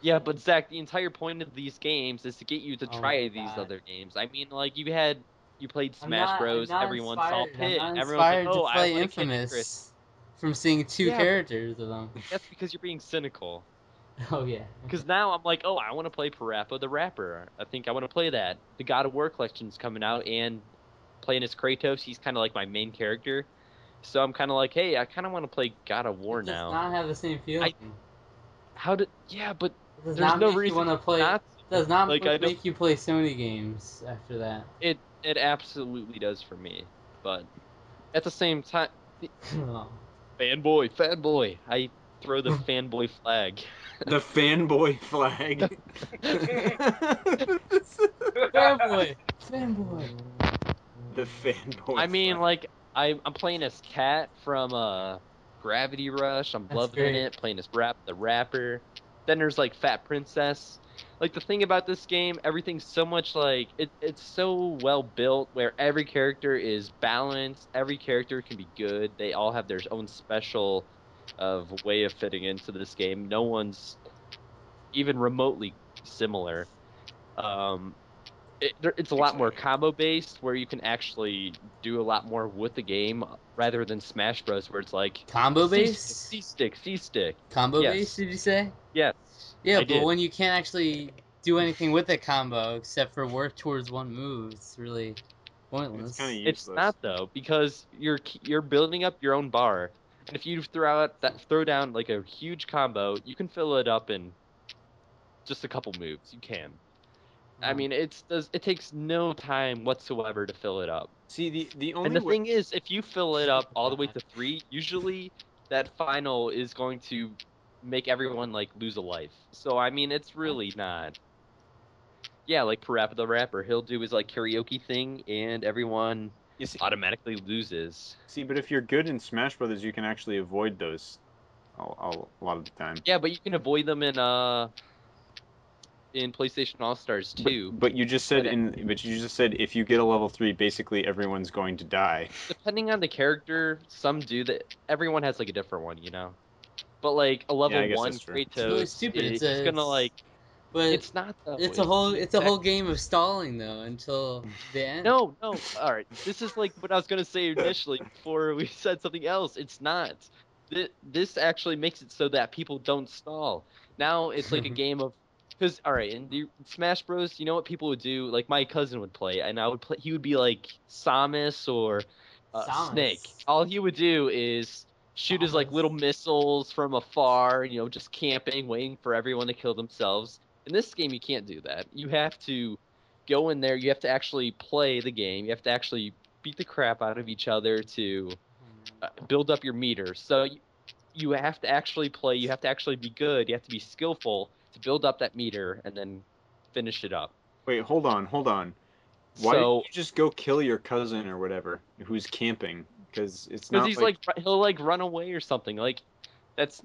Speaker 1: Yeah, but Zach, the entire point of these games is to get you to
Speaker 3: Oh
Speaker 1: try
Speaker 3: my
Speaker 1: these
Speaker 3: God.
Speaker 1: other games. I mean, like you had, you played
Speaker 3: I'm
Speaker 1: Smash
Speaker 3: not- I'm
Speaker 1: Bros.
Speaker 3: not
Speaker 1: Everyone saw
Speaker 3: inspired.
Speaker 1: Pit.
Speaker 3: I'm not
Speaker 1: Everyone's like,
Speaker 3: inspired
Speaker 1: oh,
Speaker 3: to
Speaker 1: I
Speaker 3: play
Speaker 1: like Chris.
Speaker 3: Infamous from seeing two
Speaker 1: Yeah, but-
Speaker 3: characters of them.
Speaker 1: That's because you're being cynical.
Speaker 3: Oh yeah.
Speaker 1: Because now I'm like, oh, I want to play Parappa the Rapper. I think I want to play that. The God of War collection's coming out, and playing as Kratos, he's kind of like my main character. So I'm kind of like, hey, I kind of want to play God of War
Speaker 3: It does
Speaker 1: now.
Speaker 3: not have the same feeling.
Speaker 1: How did? Yeah, but
Speaker 3: It does
Speaker 1: there's
Speaker 3: not
Speaker 1: no
Speaker 3: make you
Speaker 1: reason
Speaker 3: want to play.
Speaker 1: not.
Speaker 3: Does not
Speaker 1: like, I
Speaker 3: make
Speaker 1: don't-
Speaker 3: you play Sony games after that.
Speaker 1: It it absolutely does for me, but at the same time,
Speaker 3: Oh.
Speaker 1: fanboy, fanboy, I throw the fanboy flag.
Speaker 2: The fanboy flag.
Speaker 3: Fanboy, fanboy.
Speaker 2: the fanboy.
Speaker 1: I mean,
Speaker 2: flag.
Speaker 1: like I, I'm playing as Cat from uh, Gravity Rush. I'm
Speaker 3: That's
Speaker 1: loving
Speaker 3: great.
Speaker 1: it. Playing as Rap the Rapper. Then there's like Fat Princess. Like the thing about this game, everything's so much like it, it's so well built where every character is balanced. Every character can be good. They all have their own special of way of fitting into this game. No one's even remotely similar. Um, it, there, it's a lot more combo based, where you can actually do a lot more with the game rather than Smash Bros, where it's like
Speaker 3: Combo
Speaker 1: C
Speaker 3: base.
Speaker 1: stick, C stick.
Speaker 3: Combo
Speaker 1: yes.
Speaker 3: base? Did you say?
Speaker 1: Yes.
Speaker 3: Yeah,
Speaker 1: I
Speaker 3: but
Speaker 1: did.
Speaker 3: when you can't actually do anything with a combo except for work towards one move, it's really pointless.
Speaker 2: it's kind of
Speaker 1: It's not though, because you're k- you're building up your own bar, and if you throw out that throw down like a huge combo, you can fill it up in just a couple moves. You can. I
Speaker 3: Mm.
Speaker 1: mean, it's does it takes no time whatsoever to fill it up.
Speaker 2: See the the only
Speaker 1: And the
Speaker 2: way-
Speaker 1: thing is, if you fill it up all the way to three, usually that final is going to make everyone like lose a life. So I mean, it's really not. Yeah, like Parappa the Rapper, he'll do his like karaoke thing, and everyone
Speaker 2: you see,
Speaker 1: automatically loses.
Speaker 2: see, but if you're good in Smash Brothers, you can actually avoid those a, a lot of the time.
Speaker 1: Yeah, but you can avoid them in uh in PlayStation All Stars too.
Speaker 2: But you just said
Speaker 1: But-
Speaker 2: in but you just said if you get a level three, basically everyone's going to die.
Speaker 1: Depending on the character, some do that. Everyone has like a different one, you know. But like a level
Speaker 2: I guess
Speaker 1: one
Speaker 2: that's true.
Speaker 1: Kratos,
Speaker 3: It's really stupid.
Speaker 1: is
Speaker 3: It's a-
Speaker 1: gonna like
Speaker 3: but
Speaker 1: it's not though.
Speaker 3: it's a whole it's a whole game of stalling though until the end.
Speaker 1: No, no. All right. This is like what I was going to say initially before we said something else. It's not. Th- This actually makes it so that people don't stall. Now it's like a game of Because all right, in the Smash Bros, you know what people would do? Like my cousin would play, and I would play. He would be like Samus or uh,
Speaker 3: Samus.
Speaker 1: Snake. All he would do is shoot his like
Speaker 3: Samus.
Speaker 1: little missiles from afar. You know, just camping, waiting for everyone to kill themselves. In this game, you can't do that. You have to go in there. You have to actually play the game. You have to actually beat the crap out of each other to uh, build up your meter. So you, you have to actually play. You have to actually be good. You have to be skillful to build up that meter and then finish it up.
Speaker 2: Wait, hold on, hold on. Why
Speaker 1: so
Speaker 2: didn't you just go kill your cousin or whatever who's camping? Because it's
Speaker 1: because
Speaker 2: not
Speaker 1: he's like, ru- he'll like run away or something. Like that's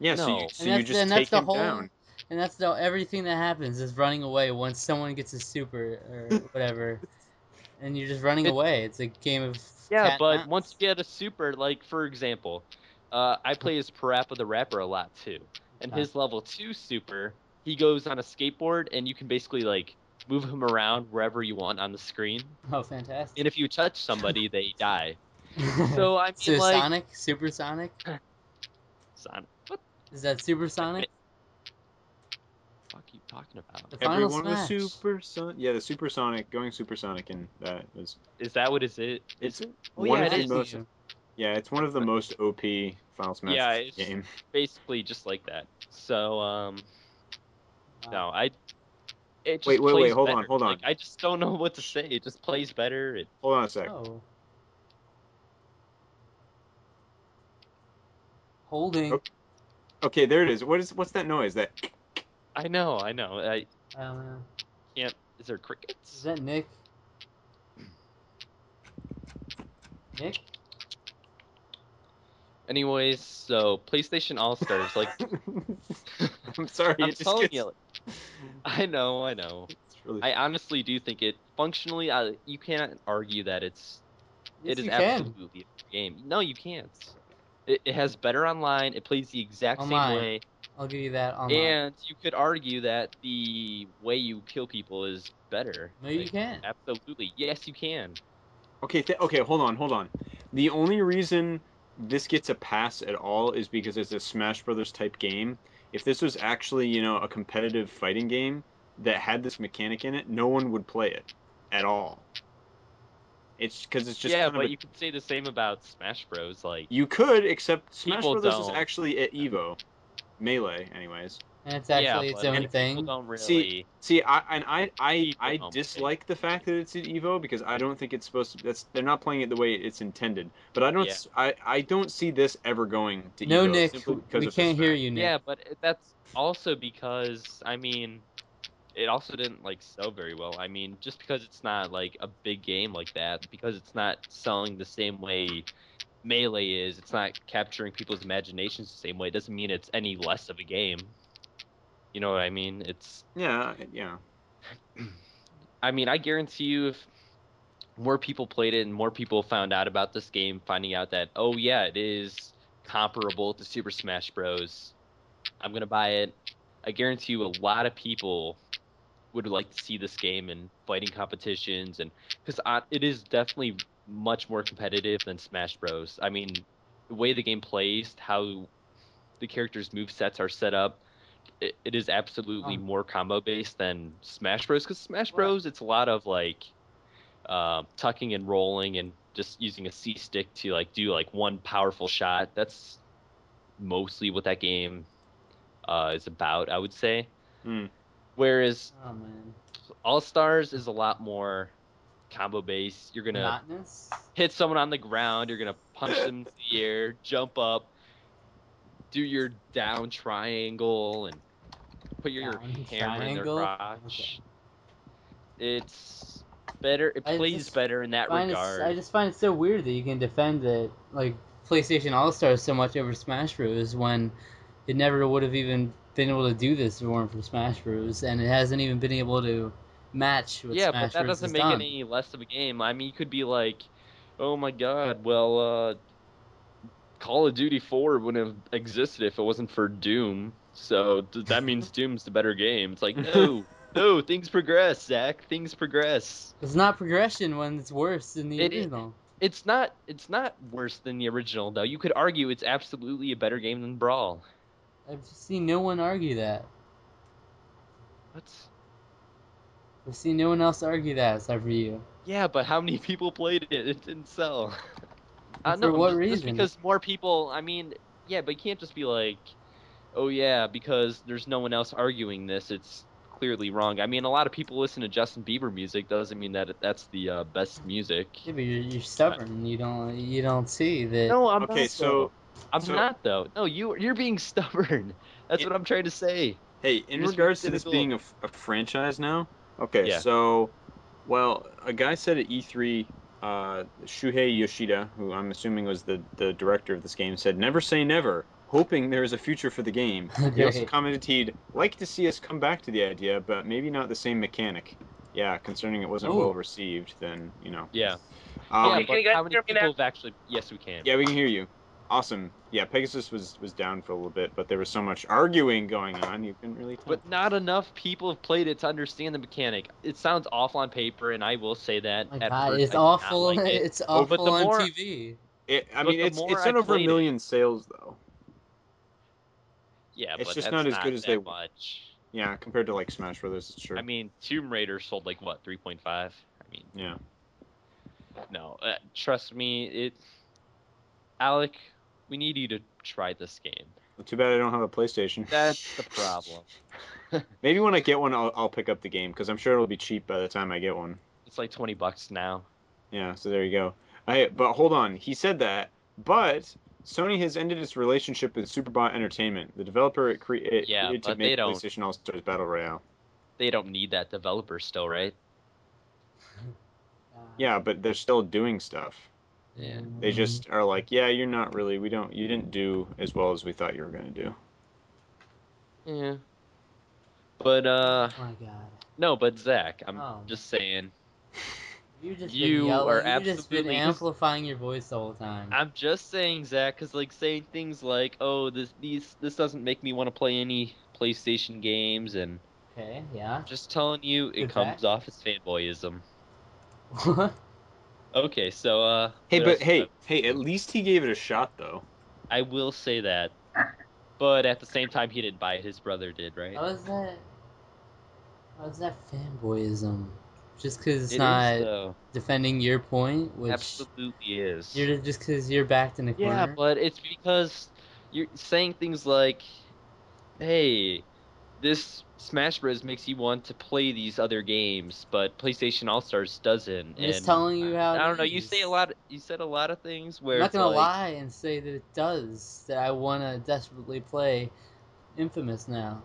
Speaker 2: yeah. So
Speaker 1: no.
Speaker 2: you, so
Speaker 3: And
Speaker 2: you
Speaker 3: that's-
Speaker 2: just
Speaker 3: and that's
Speaker 2: take
Speaker 3: the
Speaker 2: him
Speaker 3: whole-
Speaker 2: down.
Speaker 3: And that's the everything that happens is running away once someone gets a super or whatever, and you're just running
Speaker 1: It-
Speaker 3: away. It's a game of
Speaker 1: yeah.
Speaker 3: cat and
Speaker 1: but
Speaker 3: mouse.
Speaker 1: once you get a super, like for example, uh, I play as Parappa the Rapper a lot too, and his level two super, he goes on a skateboard and you can basically like move him around wherever you want on the screen.
Speaker 3: oh fantastic!
Speaker 1: And if you touch somebody, they die. So I mean,
Speaker 3: so
Speaker 1: like
Speaker 3: Sonic, Supersonic,
Speaker 1: Sonic, what
Speaker 3: is that Supersonic?
Speaker 1: the fuck are you talking about?
Speaker 3: The final
Speaker 2: Everyone was
Speaker 3: smash.
Speaker 2: supersonic. Yeah, the supersonic going supersonic and that was
Speaker 1: Is that what is it?
Speaker 2: It's
Speaker 1: It's
Speaker 2: one
Speaker 1: yeah,
Speaker 2: of
Speaker 1: it
Speaker 2: the
Speaker 1: is.
Speaker 2: most yeah, it's one of the most OP Final Smash
Speaker 1: Yeah, it's-
Speaker 2: game.
Speaker 1: basically just like that. So um, no, I. It just
Speaker 2: Wait, wait, wait,
Speaker 1: plays
Speaker 2: hold on,
Speaker 1: better.
Speaker 2: hold on.
Speaker 1: Like, I just don't know what to say. It just plays better. It,
Speaker 2: Hold on a sec.
Speaker 3: Oh. Holding.
Speaker 2: Oh. Okay, there it is. What is what's that noise? That
Speaker 1: I know, I know. Uh, I
Speaker 3: I don't know.
Speaker 1: can't. Is there
Speaker 3: Is
Speaker 1: crickets?
Speaker 3: that Nick? Nick?
Speaker 1: Anyways, so PlayStation All Stars, like
Speaker 2: I'm sorry.
Speaker 1: I'm
Speaker 2: it just
Speaker 1: telling
Speaker 2: gets-
Speaker 1: you, like- I know, I know.
Speaker 2: it's really-
Speaker 1: I honestly do think it functionally. I, you can't argue that it's
Speaker 3: Yes,
Speaker 1: it is
Speaker 3: you can.
Speaker 1: absolutely a game. No, you can't. It, it has better online. It plays the exact
Speaker 3: Online.
Speaker 1: same way.
Speaker 3: I'll give you that online.
Speaker 1: And you could argue that the way you kill people is better.
Speaker 3: No, you
Speaker 1: Like,
Speaker 3: can't.
Speaker 1: Absolutely. Yes, you can.
Speaker 2: Okay, th- okay, hold on, hold on. The only reason this gets a pass at all is because it's a Smash Brothers type game. If this was actually, you know, a competitive fighting game that had this mechanic in it, no one would play it at all. It's because it's just
Speaker 1: yeah,
Speaker 2: kind of
Speaker 1: but
Speaker 2: a-
Speaker 1: you could say the same about Smash Bros. Like,
Speaker 2: you could, except Smash
Speaker 1: People
Speaker 2: Brothers is
Speaker 1: don't.
Speaker 2: actually at Evo, melee, anyways.
Speaker 3: And it's
Speaker 1: yeah,
Speaker 3: actually its
Speaker 1: but
Speaker 3: own
Speaker 1: people
Speaker 3: thing.
Speaker 1: don't really.
Speaker 2: See, See, I and I I,
Speaker 1: People
Speaker 2: I
Speaker 1: don't play
Speaker 2: dislike the fact that it's at Evo because I don't think it's supposed to. That's they're not playing it the way it's intended. But I don't
Speaker 1: Yeah.
Speaker 2: s- I, I don't see this ever going to
Speaker 3: No,
Speaker 2: Evo
Speaker 3: Nick.
Speaker 2: simply because
Speaker 3: We
Speaker 2: of this
Speaker 3: can't hear
Speaker 2: fact.
Speaker 3: you, Nick.
Speaker 1: yeah, but it- that's also because I mean, it also didn't like sell very well. I mean, just because it's not like a big game like that, because it's not selling the same way melee is, it's not capturing people's imaginations the same way. It doesn't mean it's any less of a game. You know what I mean? It's
Speaker 2: Yeah, yeah.
Speaker 1: I mean, I guarantee you, if more people played it and more people found out about this game, finding out that oh yeah, it is comparable to Super Smash Bros, I'm gonna buy it. I guarantee you, a lot of people would like to see this game in fighting competitions, and because it is definitely much more competitive than Smash Bros. I mean, the way the game plays, how the characters' move sets are set up, it, it is absolutely
Speaker 3: Um.
Speaker 1: more combo based than Smash Bros. Because Smash
Speaker 3: Well-
Speaker 1: Bros. It's a lot of like um tucking and rolling and just using a C stick to like do like one powerful shot. That's mostly what that game uh, is about, I would say.
Speaker 2: Hmm.
Speaker 1: Whereas
Speaker 3: Oh man.
Speaker 1: All Stars is a lot more combo based. You're gonna
Speaker 3: Monotonous.
Speaker 1: hit someone on the ground. You're gonna punch them in the air, jump up, do your down triangle, and put your
Speaker 3: Down
Speaker 1: hammer
Speaker 3: triangle?
Speaker 1: in their crotch. It's better. It
Speaker 3: I
Speaker 1: plays
Speaker 3: just
Speaker 1: better in that
Speaker 3: Find it-
Speaker 1: regard.
Speaker 3: I just find it so weird that you can defend it like PlayStation All Stars so much over Smash Bros. when it never would have even been able to do this if it weren't for Smash Bros. and it hasn't even been able to match what
Speaker 1: yeah,
Speaker 3: Smash
Speaker 1: but that
Speaker 3: Bros.
Speaker 1: doesn't
Speaker 3: has
Speaker 1: make it
Speaker 3: done.
Speaker 1: any less of a game. I mean, you could be like, "Oh my God, well, uh, Call of Duty 4 wouldn't have existed if it wasn't for Doom." So th- that means Doom's the better game. It's like, no, no, things progress, Zach. Things progress.
Speaker 3: It's not progression when it's worse than the
Speaker 1: It-
Speaker 3: original.
Speaker 1: It's not. It's not worse than the original, though. You could argue it's absolutely a better game than Brawl.
Speaker 3: I've seen no one argue that.
Speaker 1: What's
Speaker 3: I see no one else argue that except for you.
Speaker 1: Yeah, but how many people played it? It didn't sell. Uh,
Speaker 3: For
Speaker 1: no,
Speaker 3: what
Speaker 1: just- just
Speaker 3: reason?
Speaker 1: because more people. I mean, yeah, but you can't just be like, oh yeah, because there's no one else arguing this. It's clearly wrong. I mean, a lot of people listen to Justin Bieber music. Doesn't mean that it, that's the uh, best music.
Speaker 3: Yeah, but you're, you're stubborn. You don't you don't see that.
Speaker 1: No, I'm
Speaker 2: okay,
Speaker 1: not.
Speaker 2: so
Speaker 1: I'm
Speaker 2: so-
Speaker 1: not though. No, you you're being stubborn. That's
Speaker 2: It-
Speaker 1: what I'm trying to say.
Speaker 2: Hey, in
Speaker 1: We're
Speaker 2: regards to this
Speaker 1: difficult.
Speaker 2: being a, f- a franchise now, okay,
Speaker 1: Yeah.
Speaker 2: so, well, a guy said at E3, uh, Shuhei Yoshida, who I'm assuming was the, the director of this game, said, Never say never, hoping there is a future for the game. He also
Speaker 3: Great.
Speaker 2: commented he'd like to see us come back to the idea, but maybe not the same mechanic. Yeah, concerning it wasn't
Speaker 3: Ooh.
Speaker 2: well received, then, you know.
Speaker 1: Yeah. yeah,
Speaker 2: Um,
Speaker 5: can you
Speaker 1: but
Speaker 5: guys
Speaker 1: how many
Speaker 5: hear me
Speaker 1: people
Speaker 5: now?
Speaker 1: have actually? Yes, we can.
Speaker 2: Yeah, we can hear you. Awesome. Yeah, Pegasus was was down for a little bit, but there was so much arguing going on, you couldn't really tell.
Speaker 1: But not enough people have played it to understand the mechanic. It sounds awful on paper, and I will say that.
Speaker 3: My
Speaker 1: at
Speaker 3: God,
Speaker 1: first, I
Speaker 3: it's
Speaker 1: did not
Speaker 3: awful.
Speaker 1: like it.
Speaker 3: It's
Speaker 1: Oh, but
Speaker 3: awful
Speaker 1: the
Speaker 3: on
Speaker 1: more-
Speaker 3: TV.
Speaker 2: it, I
Speaker 1: but
Speaker 2: mean,
Speaker 1: the
Speaker 2: it's
Speaker 1: more
Speaker 2: it's
Speaker 1: I
Speaker 2: done over a
Speaker 1: played it-
Speaker 2: million sales though.
Speaker 1: Yeah,
Speaker 2: It's
Speaker 1: but
Speaker 2: just
Speaker 1: that's
Speaker 2: not as good as
Speaker 1: that
Speaker 2: they-
Speaker 1: much.
Speaker 2: Yeah, compared to like Smash Brothers, sure.
Speaker 1: I mean, Tomb Raider sold like what 3.5. I mean,
Speaker 2: yeah.
Speaker 1: no, uh, trust me, it. Alec, we need you to try this game.
Speaker 2: Well, too bad I don't have a PlayStation.
Speaker 1: That's the problem.
Speaker 2: Maybe when I get one, I'll, I'll pick up the game because I'm sure it'll be cheap by the time I get one.
Speaker 1: It's like 20 bucks now.
Speaker 2: Yeah, so there you go. I but hold on, he said that, but Sony has ended its relationship with Superbot Entertainment, the developer it, cre- it
Speaker 1: Yeah,
Speaker 2: created to
Speaker 1: but they
Speaker 2: make
Speaker 1: don't-
Speaker 2: PlayStation All Stars Battle Royale.
Speaker 1: They don't need that developer still, right?
Speaker 2: Yeah, but they're still doing stuff.
Speaker 1: Yeah.
Speaker 2: They just are like, yeah, you're not really. We don't. You didn't do as well as we thought you were gonna do.
Speaker 1: Yeah. But uh,
Speaker 3: Oh my God.
Speaker 1: no, but Zach, I'm
Speaker 3: Oh.
Speaker 1: just saying.
Speaker 3: You just
Speaker 1: You
Speaker 3: been yelling.
Speaker 1: are
Speaker 3: You've just been
Speaker 1: absolutely-
Speaker 3: amplifying your voice the whole time.
Speaker 1: I'm just saying, Zach, because like saying things like, "Oh, this these this doesn't make me want to play any PlayStation games," and
Speaker 3: Okay. Yeah.
Speaker 1: just telling you, it
Speaker 3: Good
Speaker 1: comes
Speaker 3: fact.
Speaker 1: off as fanboyism.
Speaker 3: What?
Speaker 1: Okay, so uh,
Speaker 2: Hey,
Speaker 1: what
Speaker 2: but
Speaker 1: else-
Speaker 2: hey, hey. At least he gave it a shot though.
Speaker 1: I will say that, but at the same time, he didn't buy it. His brother did, right?
Speaker 3: How is that? How is that fanboyism? Just because it's
Speaker 1: It is, uh,
Speaker 3: not
Speaker 1: though.
Speaker 3: defending your point, which
Speaker 1: absolutely is.
Speaker 3: you're just because you're backed in a corner.
Speaker 1: Yeah, but it's because you're saying things like, "Hey, this Smash Bros makes you want to play these other games, but PlayStation All Stars doesn't."
Speaker 3: I'm just
Speaker 1: and
Speaker 3: telling you how
Speaker 1: I
Speaker 3: it
Speaker 1: don't know. You say
Speaker 3: is.
Speaker 1: a lot. You said a lot of things where
Speaker 3: I'm not
Speaker 1: it's
Speaker 3: gonna
Speaker 1: like,
Speaker 3: lie and say that it does. That I want to desperately play Infamous now.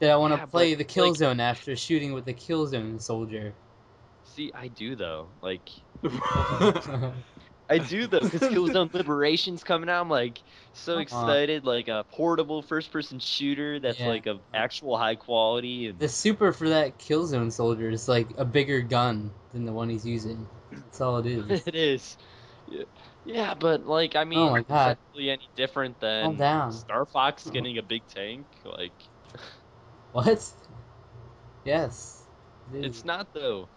Speaker 3: That I want to
Speaker 1: Yeah,
Speaker 3: play
Speaker 1: but,
Speaker 3: the
Speaker 1: like-
Speaker 3: Killzone after shooting with the Killzone soldier.
Speaker 1: See, I do though. Like,
Speaker 3: Come
Speaker 1: I do though. Because Killzone Liberation's coming out, I'm like so
Speaker 3: Come on.
Speaker 1: excited. Like a portable first-person shooter that's
Speaker 3: Yeah.
Speaker 1: like of actual high quality. And
Speaker 3: The super for that Killzone soldier is like a bigger gun than the one he's using. That's all it is.
Speaker 1: it is. Yeah. Yeah, but like I mean,
Speaker 3: Oh my
Speaker 1: is
Speaker 3: God.
Speaker 1: that really any different than
Speaker 3: Calm down.
Speaker 1: Star Fox
Speaker 3: Oh.
Speaker 1: getting a big tank? Like,
Speaker 3: What? Yes. it
Speaker 1: it's
Speaker 3: is.
Speaker 1: not though.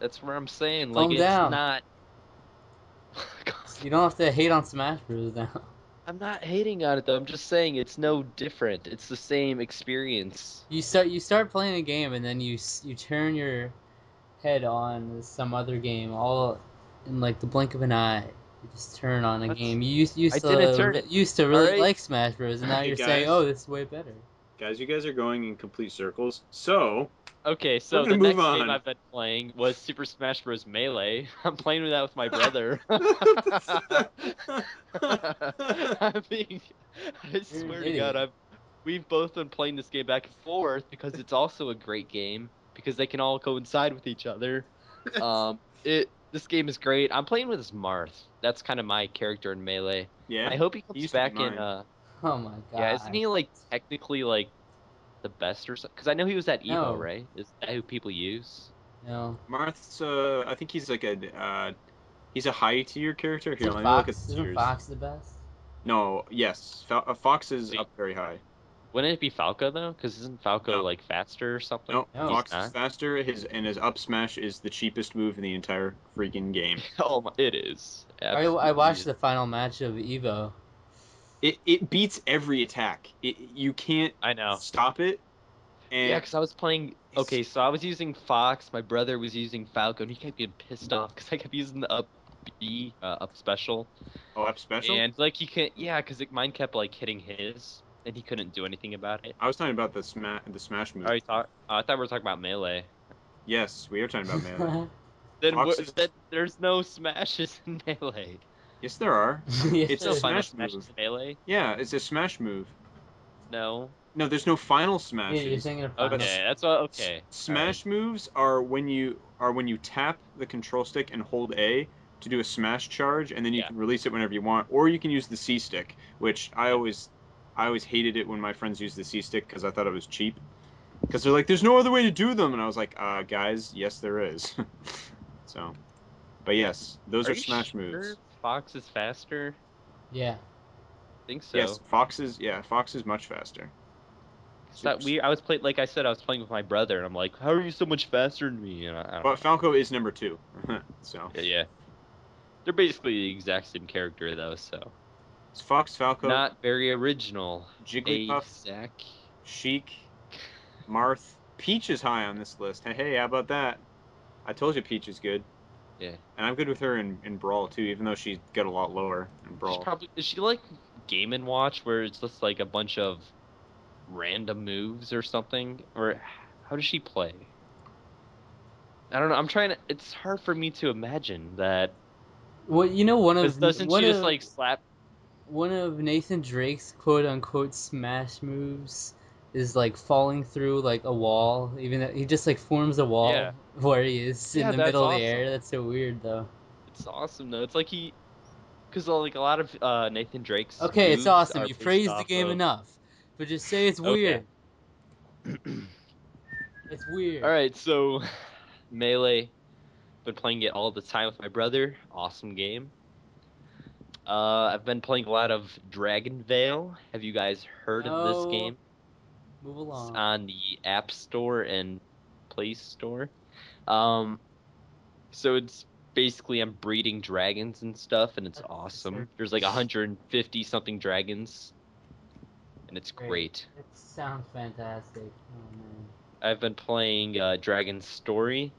Speaker 1: That's where I'm saying. Like,
Speaker 3: Calm
Speaker 1: it's
Speaker 3: down.
Speaker 1: not.
Speaker 3: You don't have to hate on Smash Bros. now.
Speaker 1: I'm not hating on it though. I'm just saying it's no different. It's the same experience.
Speaker 3: You start you start playing a game and then you s- you turn your head on some other game all in like the blink of an eye. You just turn on a
Speaker 1: That's-
Speaker 3: game you used used
Speaker 1: I
Speaker 3: to
Speaker 1: didn't turn it.
Speaker 3: used to really
Speaker 1: Alright.
Speaker 3: like Smash Bros. and now
Speaker 2: Hey,
Speaker 3: you're saying,
Speaker 2: guys.
Speaker 3: "Oh, this is way better."
Speaker 2: Guys, you guys are going in complete circles. So
Speaker 1: Okay, so
Speaker 2: gonna
Speaker 1: the
Speaker 2: move
Speaker 1: next
Speaker 2: on.
Speaker 1: game I've been playing was Super Smash Bros. Melee. I'm playing with that with my brother. I mean, I swear to
Speaker 3: idiot.
Speaker 1: God, I've, we've both been playing this game back and forth because it's also a great game because they can all coincide with each other. Um, it this game is great. I'm playing with Marth. That's kind of my character in Melee. I
Speaker 2: yeah,
Speaker 1: hope he
Speaker 2: he
Speaker 1: comes
Speaker 2: used to be
Speaker 1: back in.
Speaker 2: mine.
Speaker 1: Uh,
Speaker 3: Oh my god.
Speaker 1: yeah, isn't he like technically like the best or something? Because I know he was at Evo,
Speaker 3: No.
Speaker 1: right? Is that who people use?
Speaker 3: No.
Speaker 2: Marth's. Uh, I think he's like a. Uh, he's a high tier character. Here,
Speaker 3: Isn't
Speaker 2: let me look at
Speaker 3: Fox,
Speaker 2: the
Speaker 3: isn't
Speaker 2: tiers.
Speaker 3: Fox the best?
Speaker 2: No, yes, Fo- uh, Fox is
Speaker 1: See.
Speaker 2: up very high.
Speaker 1: Wouldn't it be Falco though? Because isn't Falco
Speaker 2: No.
Speaker 1: like faster or something?
Speaker 2: No,
Speaker 3: No,
Speaker 2: Fox
Speaker 1: he's
Speaker 2: is
Speaker 1: not.
Speaker 2: faster. His and his up smash is the cheapest move in the entire freaking game.
Speaker 1: oh my, it is.
Speaker 3: I, I
Speaker 1: Absolutely
Speaker 3: watched
Speaker 1: is.
Speaker 3: the final match of Evo.
Speaker 2: It it beats every attack. It you can't
Speaker 1: Oh. I know.
Speaker 2: stop it. And
Speaker 1: Yeah, because I was playing. Okay, so I was using Fox. My brother was using Falco, and he kept getting pissed off because I kept using the up B, uh, up special.
Speaker 2: oh, up special.
Speaker 1: And like he could, yeah, because mine kept like hitting his, and he couldn't do anything about it.
Speaker 2: I was talking about the smash the smash move.
Speaker 1: Are you talk- uh, I thought we were talking about melee.
Speaker 2: Yes, we are talking about melee.
Speaker 1: Then
Speaker 2: Fox
Speaker 1: wh-
Speaker 2: is-
Speaker 1: that, there's no smashes in melee.
Speaker 2: yes, there are. It's
Speaker 1: No
Speaker 2: a
Speaker 1: final
Speaker 2: smash
Speaker 1: smashes
Speaker 2: move.
Speaker 1: in melee.
Speaker 2: Yeah, it's a smash move.
Speaker 1: No.
Speaker 2: No, there's no final smash.
Speaker 3: yeah, you're thinking of
Speaker 1: Okay,
Speaker 3: finals.
Speaker 1: that's what. Okay.
Speaker 2: Smash moves are when you are when you tap the control stick and hold A to do a smash charge, and then you
Speaker 1: Yeah.
Speaker 2: can release it whenever you want, or you can use the C stick, which I always I always hated it when my friends used the C stick because I thought it was cheap. Because they're like, "There's no other way to do them," and I was like, uh, "Guys, yes, there is." so, but yes, those are,
Speaker 1: you
Speaker 2: smash
Speaker 1: sure
Speaker 2: moves.
Speaker 1: Fox is faster.
Speaker 3: Yeah.
Speaker 1: I think so.
Speaker 2: Yes, Fox is yeah, Fox is much faster.
Speaker 1: It's that
Speaker 2: Oops.
Speaker 1: we I was playing like I said I was playing with my brother and I'm like, how are you so much faster than me? And I, I don't
Speaker 2: But Falco is number two. so
Speaker 1: know. yeah, yeah. they're basically the exact same character though, so
Speaker 2: it's Fox, Falco,
Speaker 1: not very original.
Speaker 2: Jigglypuff,
Speaker 1: Exact.
Speaker 2: Sheik, Marth. Peach is high on this list. Hey, hey, how about that? I told you Peach is good.
Speaker 1: Yeah.
Speaker 2: And I'm good with her in, in Brawl too, even though she got a lot lower in
Speaker 1: She's
Speaker 2: Brawl.
Speaker 1: probably is she like Game and Watch where it's just like a bunch of random moves or something or how does she play? I don't know. I'm trying to. It's hard for me to imagine that.
Speaker 3: Well, you know one
Speaker 1: 'cause
Speaker 3: of
Speaker 1: Doesn't
Speaker 3: one
Speaker 1: she just
Speaker 3: of-
Speaker 1: like slap?
Speaker 3: one of Nathan Drake's quote unquote smash moves is like falling through like a wall. Even though he just like forms a wall
Speaker 1: Yeah.
Speaker 3: where he is
Speaker 1: Yeah,
Speaker 3: in the
Speaker 1: that's
Speaker 3: middle of the
Speaker 1: awesome.
Speaker 3: air. That's so weird though.
Speaker 1: It's awesome though. It's like he, because like a lot of uh, Nathan Drake's.
Speaker 3: Okay,
Speaker 1: moves
Speaker 3: it's awesome.
Speaker 1: are
Speaker 3: You
Speaker 1: based
Speaker 3: praised the
Speaker 1: off
Speaker 3: game
Speaker 1: of-
Speaker 3: enough, but just say it's
Speaker 1: Okay.
Speaker 3: weird. it's weird.
Speaker 1: All right, so melee, been playing it all the time with my brother. Awesome game. Uh, I've been playing a lot of Dragon Veil. Have you guys heard of this
Speaker 3: No.
Speaker 1: game?
Speaker 3: Move
Speaker 1: It's
Speaker 3: along.
Speaker 1: on the App Store and Play Store. Um, so it's basically I'm breeding dragons and stuff, and it's
Speaker 3: That's
Speaker 1: awesome.
Speaker 3: awesome.
Speaker 1: There's like 150 something dragons, and it's
Speaker 3: Great.
Speaker 1: great.
Speaker 3: It sounds fantastic. Oh, man.
Speaker 1: I've been playing uh, Dragon Story,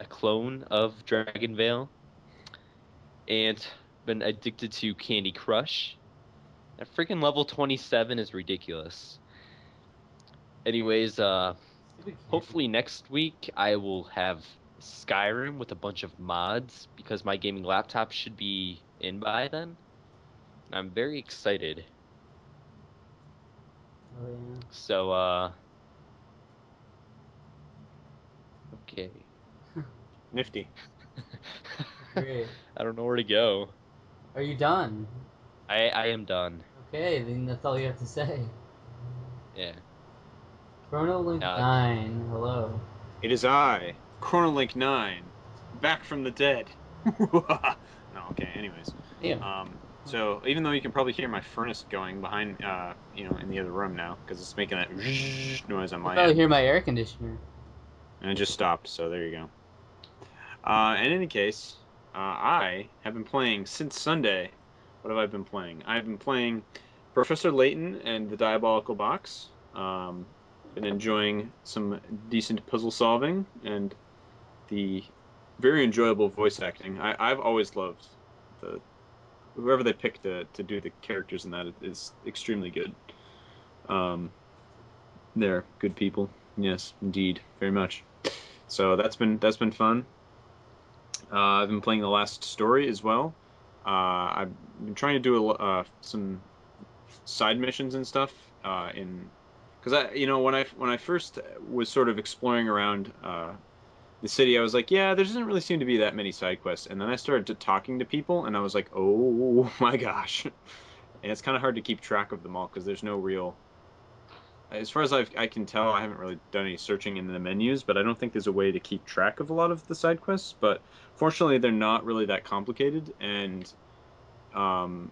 Speaker 1: a clone of Dragon Veil, and been addicted to Candy Crush. That freaking level 27 is ridiculous. Anyways, uh,
Speaker 3: Stupid game.
Speaker 1: Hopefully next week I will have Skyrim with a bunch of mods because my gaming laptop should be in by then. And I'm very excited.
Speaker 3: Oh, yeah.
Speaker 1: So uh Okay.
Speaker 2: Nifty.
Speaker 3: Great.
Speaker 1: I don't know where to go.
Speaker 3: Are you done?
Speaker 1: I I am done.
Speaker 3: Okay, then that's all you have to say.
Speaker 1: Yeah.
Speaker 3: Chrono Link
Speaker 1: Uh,
Speaker 3: 9, hello.
Speaker 2: It is I, Chronolink Nine, back from the dead. no, okay. Anyways,
Speaker 3: Yeah.
Speaker 2: um, so even though you can probably hear my furnace going behind, uh, you know, in the other room now because it's making that noise on
Speaker 3: You
Speaker 2: my
Speaker 1: Oh,
Speaker 3: probably
Speaker 2: end.
Speaker 3: hear my air conditioner.
Speaker 2: and it just stopped. So there you go. Uh, in any case, uh, I have been playing since Sunday. What have I been playing? I've been playing Professor Layton and the Diabolical Box. Um, been enjoying some decent puzzle solving and the very enjoyable voice acting. I, I've always loved the whoever they pick to, to do the characters in that is extremely good. Um, they're good people. Yes, indeed, very much. So that's been that's been fun. Uh, I've been playing the last story as well. Uh, I've been trying to do a, lo- uh, some side missions and stuff uh, in because I you know when I when I first was sort of exploring around uh, the city, I was like, yeah, there doesn't really seem to be that many side quests. And then I started to talking to people, and I was like, oh my gosh, and it's kind of hard to keep track of them all because there's no real as far as I've, I can tell, I haven't really done any searching in the menus, but I don't think there's a way to keep track of a lot of the side quests. But fortunately, they're not really that complicated, and um,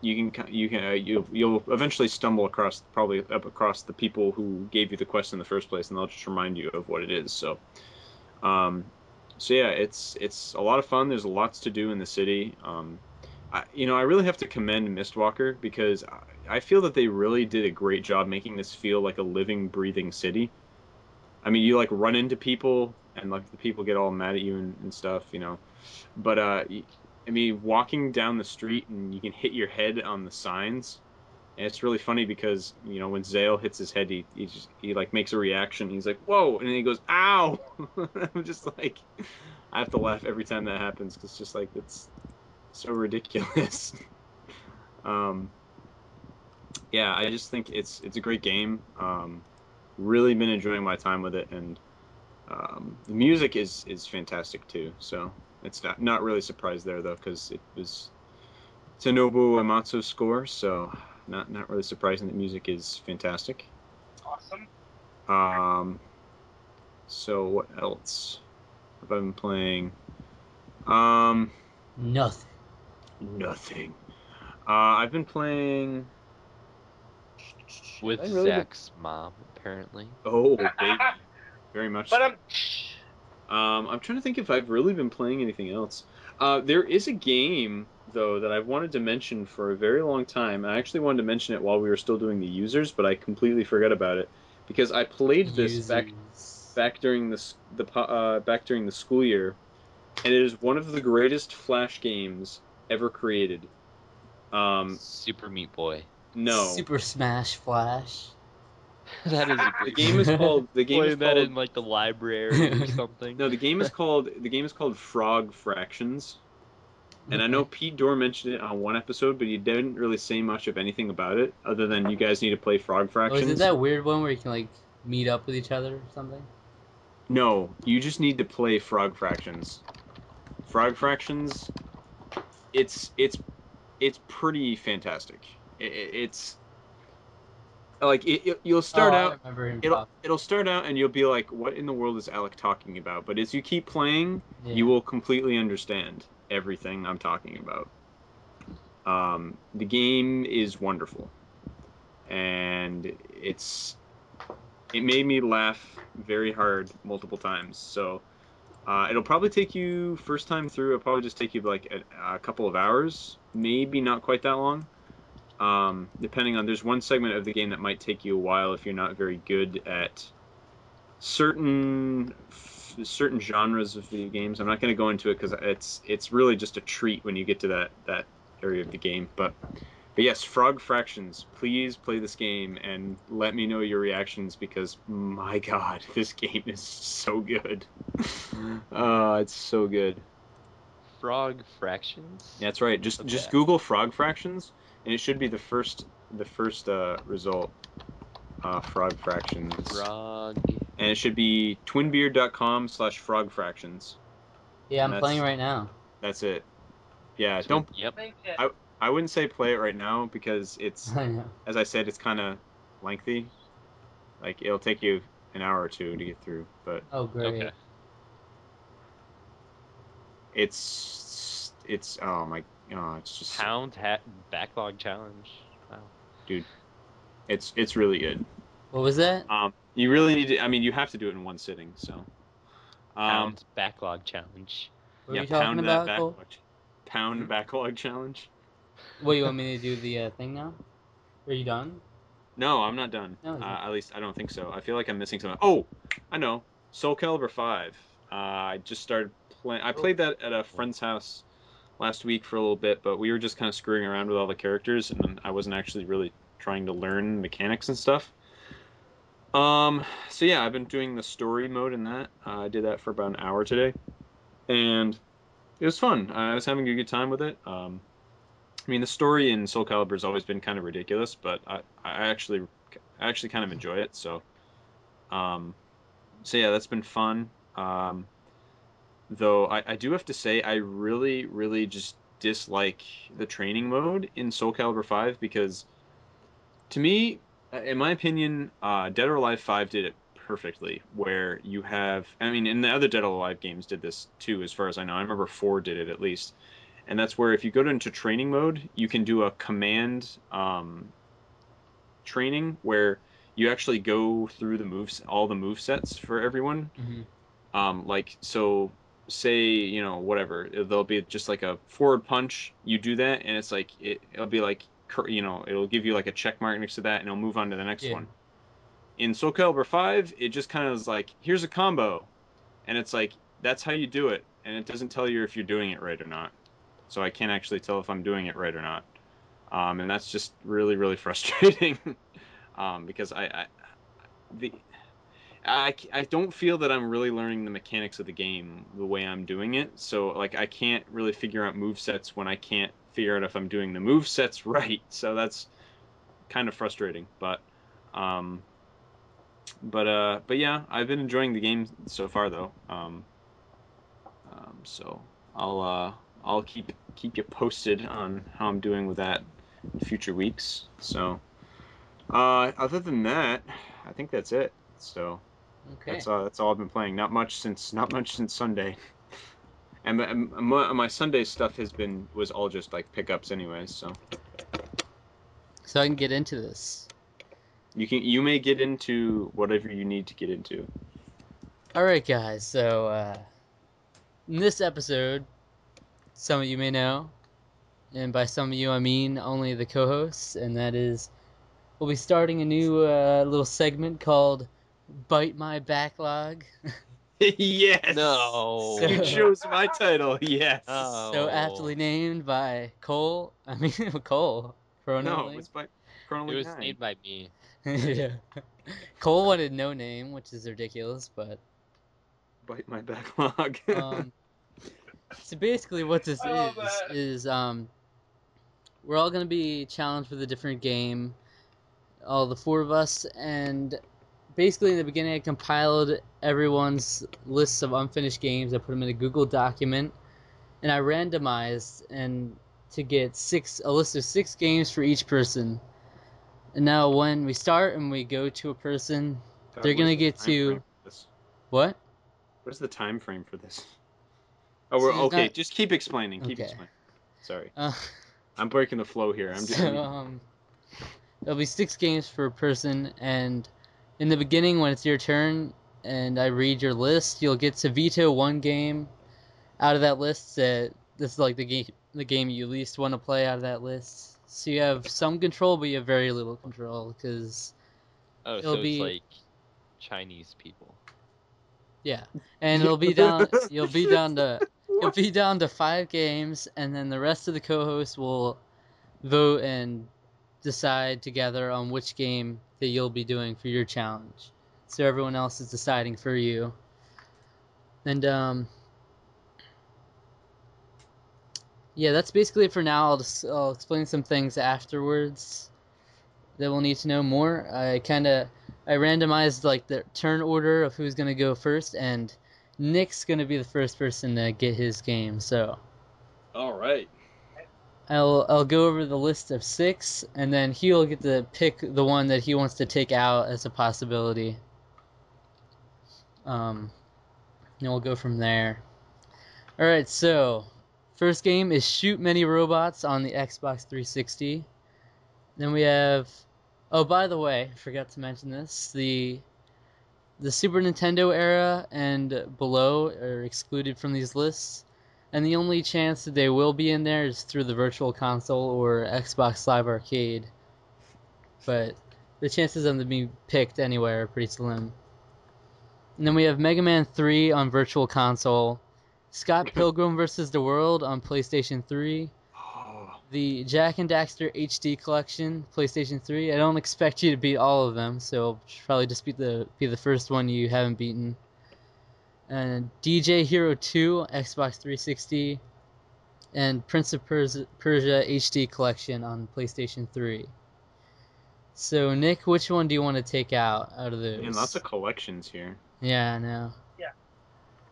Speaker 2: you can ki- you can uh, you you'll eventually stumble across probably up across the people who gave you the quest in the first place, and they'll just remind you of what it is. So, um, so yeah, it's it's a lot of fun. There's lots to do in the city. Um, I, you know, I really have to commend Mistwalker because I- I feel that they really did a great job making this feel like a living, breathing city. I mean, you like run into people, and like the people get all mad at you and, and stuff, you know. But uh, y- I mean, walking down the street and you can hit your head on the signs, and it's really funny because you know when Zale hits his head, he he, just, he like makes a reaction. He's like, "Whoa!" and then he goes, "Ow!" I'm just like, I have to laugh every time that happens because it's just like it's so ridiculous. um, yeah, I just think it's it's a great game. Um, really been enjoying my time with it, and um, the music is is fantastic too. So it's not not really surprised there though because it was Tenobu Amatsu's score, so not not really surprising that music is fantastic.
Speaker 5: Awesome.
Speaker 2: Um, so what else have I been playing? Um,
Speaker 3: Nothing.
Speaker 2: nothing. Uh, I've been playing.
Speaker 1: with
Speaker 2: I really did-
Speaker 1: Zach's mom apparently.
Speaker 2: Oh, baby, very much.
Speaker 5: But I'm
Speaker 2: Um, I'm trying to think if I've really been playing anything else. Uh, there is a game though that I've wanted to mention for a very long time. I actually wanted to mention it while we were still doing the users, but I completely forgot about it because I played this back
Speaker 3: Users.
Speaker 2: back during the s- the po- uh, back during the school year, and it is one of the greatest flash games ever created. Um,
Speaker 1: Super Meat Boy.
Speaker 2: no,
Speaker 3: Super Smash Flash.
Speaker 1: that is a
Speaker 2: the
Speaker 1: good
Speaker 2: game is called the game is
Speaker 1: Playing that
Speaker 2: called
Speaker 1: in like the library or something.
Speaker 2: no the game is called the game is called Frog Fractions. And I know Pete Dore mentioned it on one episode, but he didn't really say much of anything about it, other than you guys need to play Frog
Speaker 3: Or Oh, is
Speaker 2: Fractions.
Speaker 3: it that weird one where you can like meet up with each other or something?
Speaker 2: No, you just need to play Frog Fractions. Frog Fractions, it's it's it's pretty fantastic. I i it's like it, it- you'll start
Speaker 3: Oh,
Speaker 2: out
Speaker 3: I remember him
Speaker 2: it'll
Speaker 3: talking.
Speaker 2: it'll start out and you'll be like, what in the world is Alec talking about? But as you keep playing,
Speaker 3: Yeah.
Speaker 2: you will completely understand everything I'm talking about. Um, the game is wonderful, and it's it made me laugh very hard multiple times. So uh, it'll probably take you first time through. It'll probably just take you like a, a couple of hours, maybe not quite that long. Um, depending on there's one segment of the game that might take you a while if you're not very good at certain f- certain genres of video games. I'm not going to go into it because it's it's really just a treat when you get to that that area of the game. But but yes, Frog Fractions. Please play this game and let me know your reactions because my God, this game is so good. uh, it's so good.
Speaker 1: Frog fractions.
Speaker 2: That's right. Just just
Speaker 1: Okay.
Speaker 2: Google Frog Fractions and it should be the first the first uh, result. Uh, frog fractions
Speaker 1: Frog.
Speaker 2: and it should be twinbeard.com slash frog fractions
Speaker 3: yeah, I'm
Speaker 2: that's-
Speaker 3: playing right now.
Speaker 2: that's it yeah don't
Speaker 1: Yep.
Speaker 5: thinking it.
Speaker 2: I- i wouldn't say play it right now because it's
Speaker 3: I know.
Speaker 2: as i said it's kind of lengthy like it'll take you an hour or two to get through but
Speaker 3: Oh great.
Speaker 1: Okay.
Speaker 2: it's it's oh my oh it's just
Speaker 1: Hound hat backlog challenge. Wow.
Speaker 2: it's it's really good
Speaker 3: What was that?
Speaker 2: um you really need to i mean you have to do it in one sitting so um
Speaker 1: Hound backlog challenge.
Speaker 3: What
Speaker 2: yeah,
Speaker 3: are you talking
Speaker 2: pound
Speaker 3: about? Oh.
Speaker 2: that
Speaker 3: Cole?
Speaker 2: backlog, pound backlog challenge
Speaker 3: What you want me to do the uh, thing now? Are you done?
Speaker 2: No, I'm not done.
Speaker 3: No, he's
Speaker 2: uh,
Speaker 3: not.
Speaker 2: at least I don't think so. I feel like I'm missing something. Oh, I know. Soul Calibur Five. Uh, I just started playing. I played that at a friend's house last week for a little bit, but we were just kind of screwing around with all the characters, and I wasn't actually really trying to learn mechanics and stuff. Um. So yeah, I've been doing the story mode in that. Uh, I did that for about an hour today, and it was fun. I was having a good time with it. Um, I mean, the story in Soul Calibur has always been kind of ridiculous, but I, I actually I actually kind of enjoy it. So, um, so yeah, that's been fun. Um, though I, I do have to say I really really just dislike the training mode in Soul Calibur Five because to me, uh, in my opinion, uh, Dead or Alive Five did it perfectly. Where you have, I mean, and the other Dead or Alive games did this too, as far as I know. I remember four did it at least. And that's where if you go into training mode, you can do a command um, training where you actually go through the moves all the move sets for everyone
Speaker 3: Mhm.
Speaker 2: um like so say you know whatever there'll be just like a forward punch you do that and it's like it, it'll be like cur- you know, it'll give you like a check mark next to that, and it'll move on to the next
Speaker 3: Yeah.
Speaker 2: one. In Soul Calibur Five, it just kind of is like, here's a combo, and it's like that's how you do it, and it doesn't tell you if you're doing it right or not. So I can't actually tell if I'm doing it right or not, um, and that's just really really frustrating, um, because I, I the I, c- I don't feel that I'm really learning the mechanics of the game the way I'm doing it. So like I can't really figure out move sets when I can't figure out if I'm doing the move sets right. So that's kind of frustrating. But um, but uh, but yeah, I've been enjoying the game so far though. Um, um, so I'll uh, I'll keep keep you posted on how I'm doing with that in future weeks. So uh, other than that, I think that's it. So.
Speaker 3: Okay.
Speaker 2: That's all. That's all I've been playing. Not much since. Not much since Sunday. And my, and my, my Sunday stuff has been was all just like pickups, anyways. So
Speaker 3: So I can get into this.
Speaker 2: you can you may get into whatever you need to get into.
Speaker 3: All right, guys. So uh, in this episode, some of you may know, and by some of you I mean only the co-hosts, and that is we'll be starting a new uh, little segment called "Bite My Backlog."
Speaker 2: yes.
Speaker 1: No.
Speaker 3: So-
Speaker 2: You chose my title. Yes.
Speaker 1: Oh.
Speaker 3: So aptly named by Cole. I mean Cole.
Speaker 2: no,
Speaker 3: Pronoun.
Speaker 2: it's by Chrono
Speaker 1: It was
Speaker 2: League Nine.
Speaker 1: named by me.
Speaker 3: yeah. Cole wanted no name, which is ridiculous, but
Speaker 2: Bite my backlog.
Speaker 3: um, so basically what this
Speaker 5: I love
Speaker 3: is
Speaker 5: that.
Speaker 3: is um we're all going to be challenged with a different game all the four of us and basically in the beginning i compiled everyone's lists of unfinished games i put them in a google document and i randomized and to get six a list of six games for each person and now when we start and we go to a person
Speaker 2: God,
Speaker 3: they're
Speaker 2: what
Speaker 3: gonna
Speaker 2: is the
Speaker 3: get
Speaker 2: time
Speaker 3: to-
Speaker 2: frame for this?
Speaker 3: what
Speaker 2: What is the time frame for this? Oh, we're
Speaker 3: So there's
Speaker 2: okay.
Speaker 3: not-
Speaker 2: Just keep explaining. Keep
Speaker 3: Okay.
Speaker 2: explaining. Sorry,
Speaker 3: uh,
Speaker 2: I'm breaking the flow here. I'm just.
Speaker 3: so, um, there'll be six games for a person, and in the beginning, when it's your turn and I read your list, you'll get to veto one game out of that list that this is like the game the game you least want to play out of that list. So you have some control, but you have very little control because
Speaker 1: Oh,
Speaker 3: It'll
Speaker 1: so
Speaker 3: be-
Speaker 1: it's like Chinese people.
Speaker 3: yeah, and it'll be down. You'll be down to you'll be down to five games, and then the rest of the co-hosts will vote and decide together on which game that you'll be doing for your challenge. So everyone else is deciding for you. And um, yeah, that's basically it for now. I'll just I'll explain some things afterwards that we'll need to know more. I kind of I randomized like the turn order of who's gonna go first, and Nick's gonna be the first person to get his game. So.
Speaker 2: All right.
Speaker 3: I'll I'll go over the list of six, and then he'll get to pick the one that he wants to take out as a possibility. Um, and we'll go from there. All right, so first game is Shoot Many Robots on the Xbox 360. Then we have, oh by the way, forgot to mention this the the Super Nintendo era and below are excluded from these lists. And the only chance that they will be in there is through the Virtual Console or Xbox Live Arcade. But the chances of them being picked anywhere are pretty slim. And then we have Mega Man 3 on Virtual Console, Scott Pilgrim vs. the World on PlayStation 3,
Speaker 2: Oh,
Speaker 3: the Jack and Daxter HD Collection, PlayStation 3. I don't expect you to beat all of them, so it'll probably just be the be the first one you haven't beaten. And DJ Hero 2, Xbox 360, and Prince of Persia, Persia HD Collection on PlayStation 3. So Nick, which one do you want to take out out of those?
Speaker 2: man, lots of collections here.
Speaker 3: yeah, I know.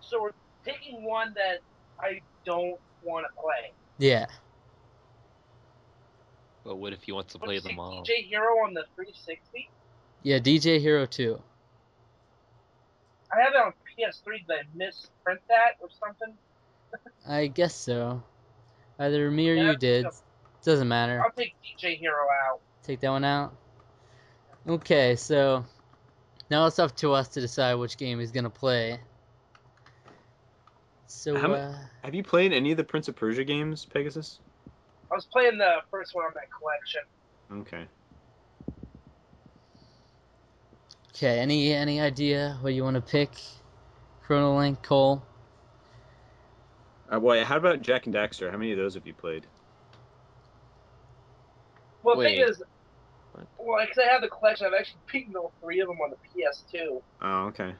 Speaker 5: So we're picking one that I don't want to play.
Speaker 3: Yeah,
Speaker 1: But what if he wants to
Speaker 5: What
Speaker 1: play
Speaker 5: did you
Speaker 1: them
Speaker 5: say,
Speaker 1: all?
Speaker 5: DJ Hero on the 360.
Speaker 3: yeah. DJ Hero 2.
Speaker 5: I have it on PS3, but I misprint that or something.
Speaker 3: I guess so. Either me or
Speaker 5: Yeah,
Speaker 3: you did.
Speaker 5: yep.
Speaker 3: Doesn't matter.
Speaker 5: I'll take DJ Hero out.
Speaker 3: Take that one out. Okay, so now it's up to us to decide which game he's gonna play. uh, So
Speaker 2: How ma-
Speaker 3: uh,
Speaker 2: Have you played any of the Prince of Persia games, Pegasus?
Speaker 5: I was playing the first one on that collection.
Speaker 2: Okay.
Speaker 3: Okay, any any idea what you want to pick? Chrono Link, Cole.
Speaker 2: Uh, wait, how about Jack and Daxter? How many of those have you played?
Speaker 5: Well, the thing
Speaker 1: Wait.
Speaker 5: is, well, because I have the collection, I've actually beaten all three of them on the PS2.
Speaker 2: Oh, okay.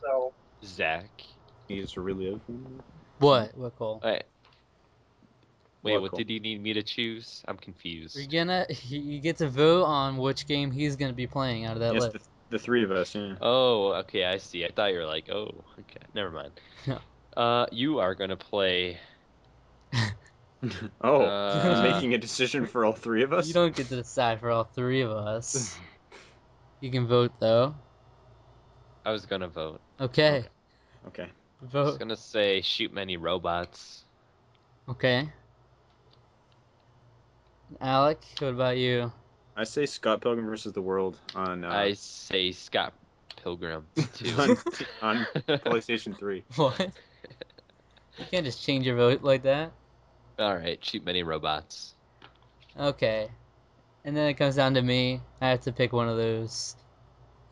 Speaker 5: So
Speaker 1: Zach.
Speaker 2: You just relive.
Speaker 3: What? What, Cole?
Speaker 2: Uh,
Speaker 1: All right. Wait,
Speaker 2: What
Speaker 1: what
Speaker 2: call?
Speaker 1: did you need me to choose? I'm confused.
Speaker 3: You're gonna you get to vote on which game he's gonna be playing out of that
Speaker 2: Yes,
Speaker 3: list.
Speaker 2: the, the three of us. Yeah.
Speaker 1: Oh, okay, I see. I thought you were like, oh, okay, never mind.
Speaker 3: No.
Speaker 1: Uh, you are gonna play.
Speaker 2: Oh,
Speaker 1: Uh,
Speaker 2: making a decision for all three of us.
Speaker 3: You don't get to decide for all three of us. you can vote though.
Speaker 1: I was gonna vote.
Speaker 3: Okay.
Speaker 2: Okay. Okay.
Speaker 1: I was
Speaker 3: Vote.
Speaker 1: gonna say shoot many robots.
Speaker 3: Okay. Alec, what about you?
Speaker 2: I say Scott Pilgrim versus the World on uh,
Speaker 1: I say Scott Pilgrim too.
Speaker 2: on, on PlayStation Three.
Speaker 3: What? you can't just change your vote like that.
Speaker 1: All right, shoot many robots.
Speaker 3: Okay. And then it comes down to me. I have to pick one of those.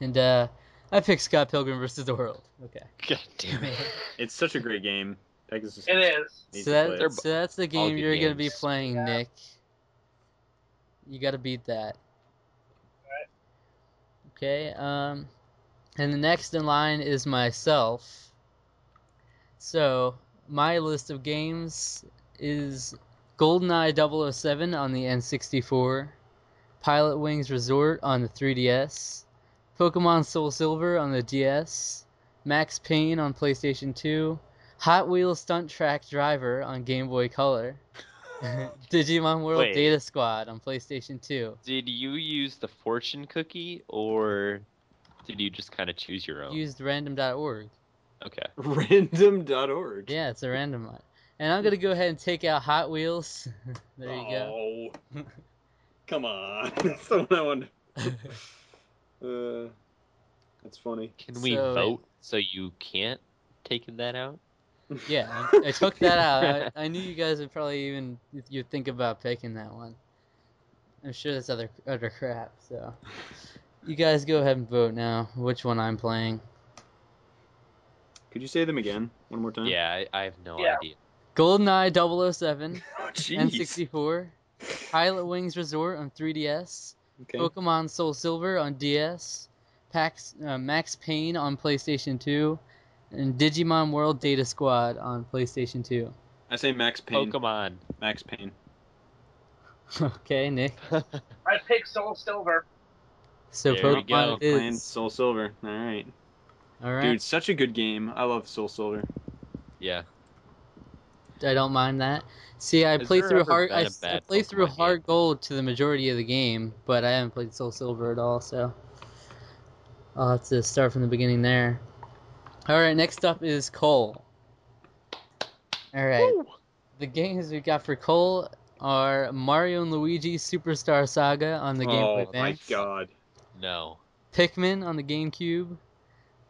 Speaker 3: And uh I picked Scott Pilgrim versus the World. Okay.
Speaker 1: God damn it!
Speaker 2: It's such a great game. Pegasus.
Speaker 5: it is.
Speaker 3: So,
Speaker 2: Easy play.
Speaker 1: They're
Speaker 3: that,
Speaker 1: b-
Speaker 3: so that's the game
Speaker 1: good
Speaker 3: you're going to be
Speaker 1: games.
Speaker 3: playing,
Speaker 5: Yeah.
Speaker 3: Nick. You got to beat that.
Speaker 5: Alright.
Speaker 3: Okay. Um, and the next in line is myself. So my list of games is GoldenEye 007 on the N64, Pilot Wings Resort on the 3DS, Pokemon Soul Silver on the DS, Max Payne on PlayStation 2. Hot Wheels Stunt Track Driver on Game Boy Color, Digimon World
Speaker 1: Wait.
Speaker 3: Data Squad on PlayStation 2.
Speaker 1: Did you use the fortune cookie or did you just kind of choose your own?
Speaker 3: Used random.org.
Speaker 1: Okay.
Speaker 2: Random.org.
Speaker 3: Yeah, it's a random one. And I'm gonna go ahead and take out Hot Wheels. there you go.
Speaker 2: oh. Come on. That's the one I wanted. Uh, that's funny.
Speaker 1: Can we
Speaker 3: So-
Speaker 1: vote so you can't take that out?
Speaker 3: Yeah, I, I took that out. I, I knew you guys would probably even you'd think about picking that one. I'm sure that's other other crap. So, you guys go ahead and vote now. Which one I'm playing?
Speaker 2: Could you say them again one more time?
Speaker 1: Yeah, I, I have no
Speaker 5: Yeah.
Speaker 1: idea.
Speaker 3: GoldenEye 007,
Speaker 2: Oh, jeez.
Speaker 3: N64, Pilot Wings Resort on 3DS,
Speaker 2: Okay.
Speaker 3: Pokemon Soul Silver on DS, Pax, uh, Max Payne on PlayStation 2, and Digimon World Data Squad on PlayStation 2.
Speaker 2: I say Max Payne.
Speaker 1: Pokemon.
Speaker 2: Max Payne.
Speaker 3: okay, Nick.
Speaker 5: I picked Soul Silver.
Speaker 3: So
Speaker 1: There we
Speaker 3: Pokemon
Speaker 1: go.
Speaker 3: it
Speaker 2: Playing
Speaker 3: is.
Speaker 2: Soul Silver. All right.
Speaker 3: All right.
Speaker 2: Dude, such a good game. I love Soul Silver.
Speaker 1: yeah.
Speaker 3: I don't mind that. See, I
Speaker 1: Has
Speaker 3: played
Speaker 1: there
Speaker 3: through
Speaker 1: ever
Speaker 3: hard.
Speaker 1: been
Speaker 3: I,
Speaker 1: a
Speaker 3: s- I
Speaker 1: bad
Speaker 3: played through
Speaker 1: Pokemon game?
Speaker 3: hard gold to the majority of the game, but I haven't played Soul Silver at all. So I'll have to start from the beginning there. All right. Next up is Cole. All right. The games we got for Cole are Mario and Luigi Superstar Saga on the Game Boy
Speaker 2: oh my
Speaker 3: Advance,
Speaker 2: god.
Speaker 1: No.
Speaker 3: Pikmin on the GameCube,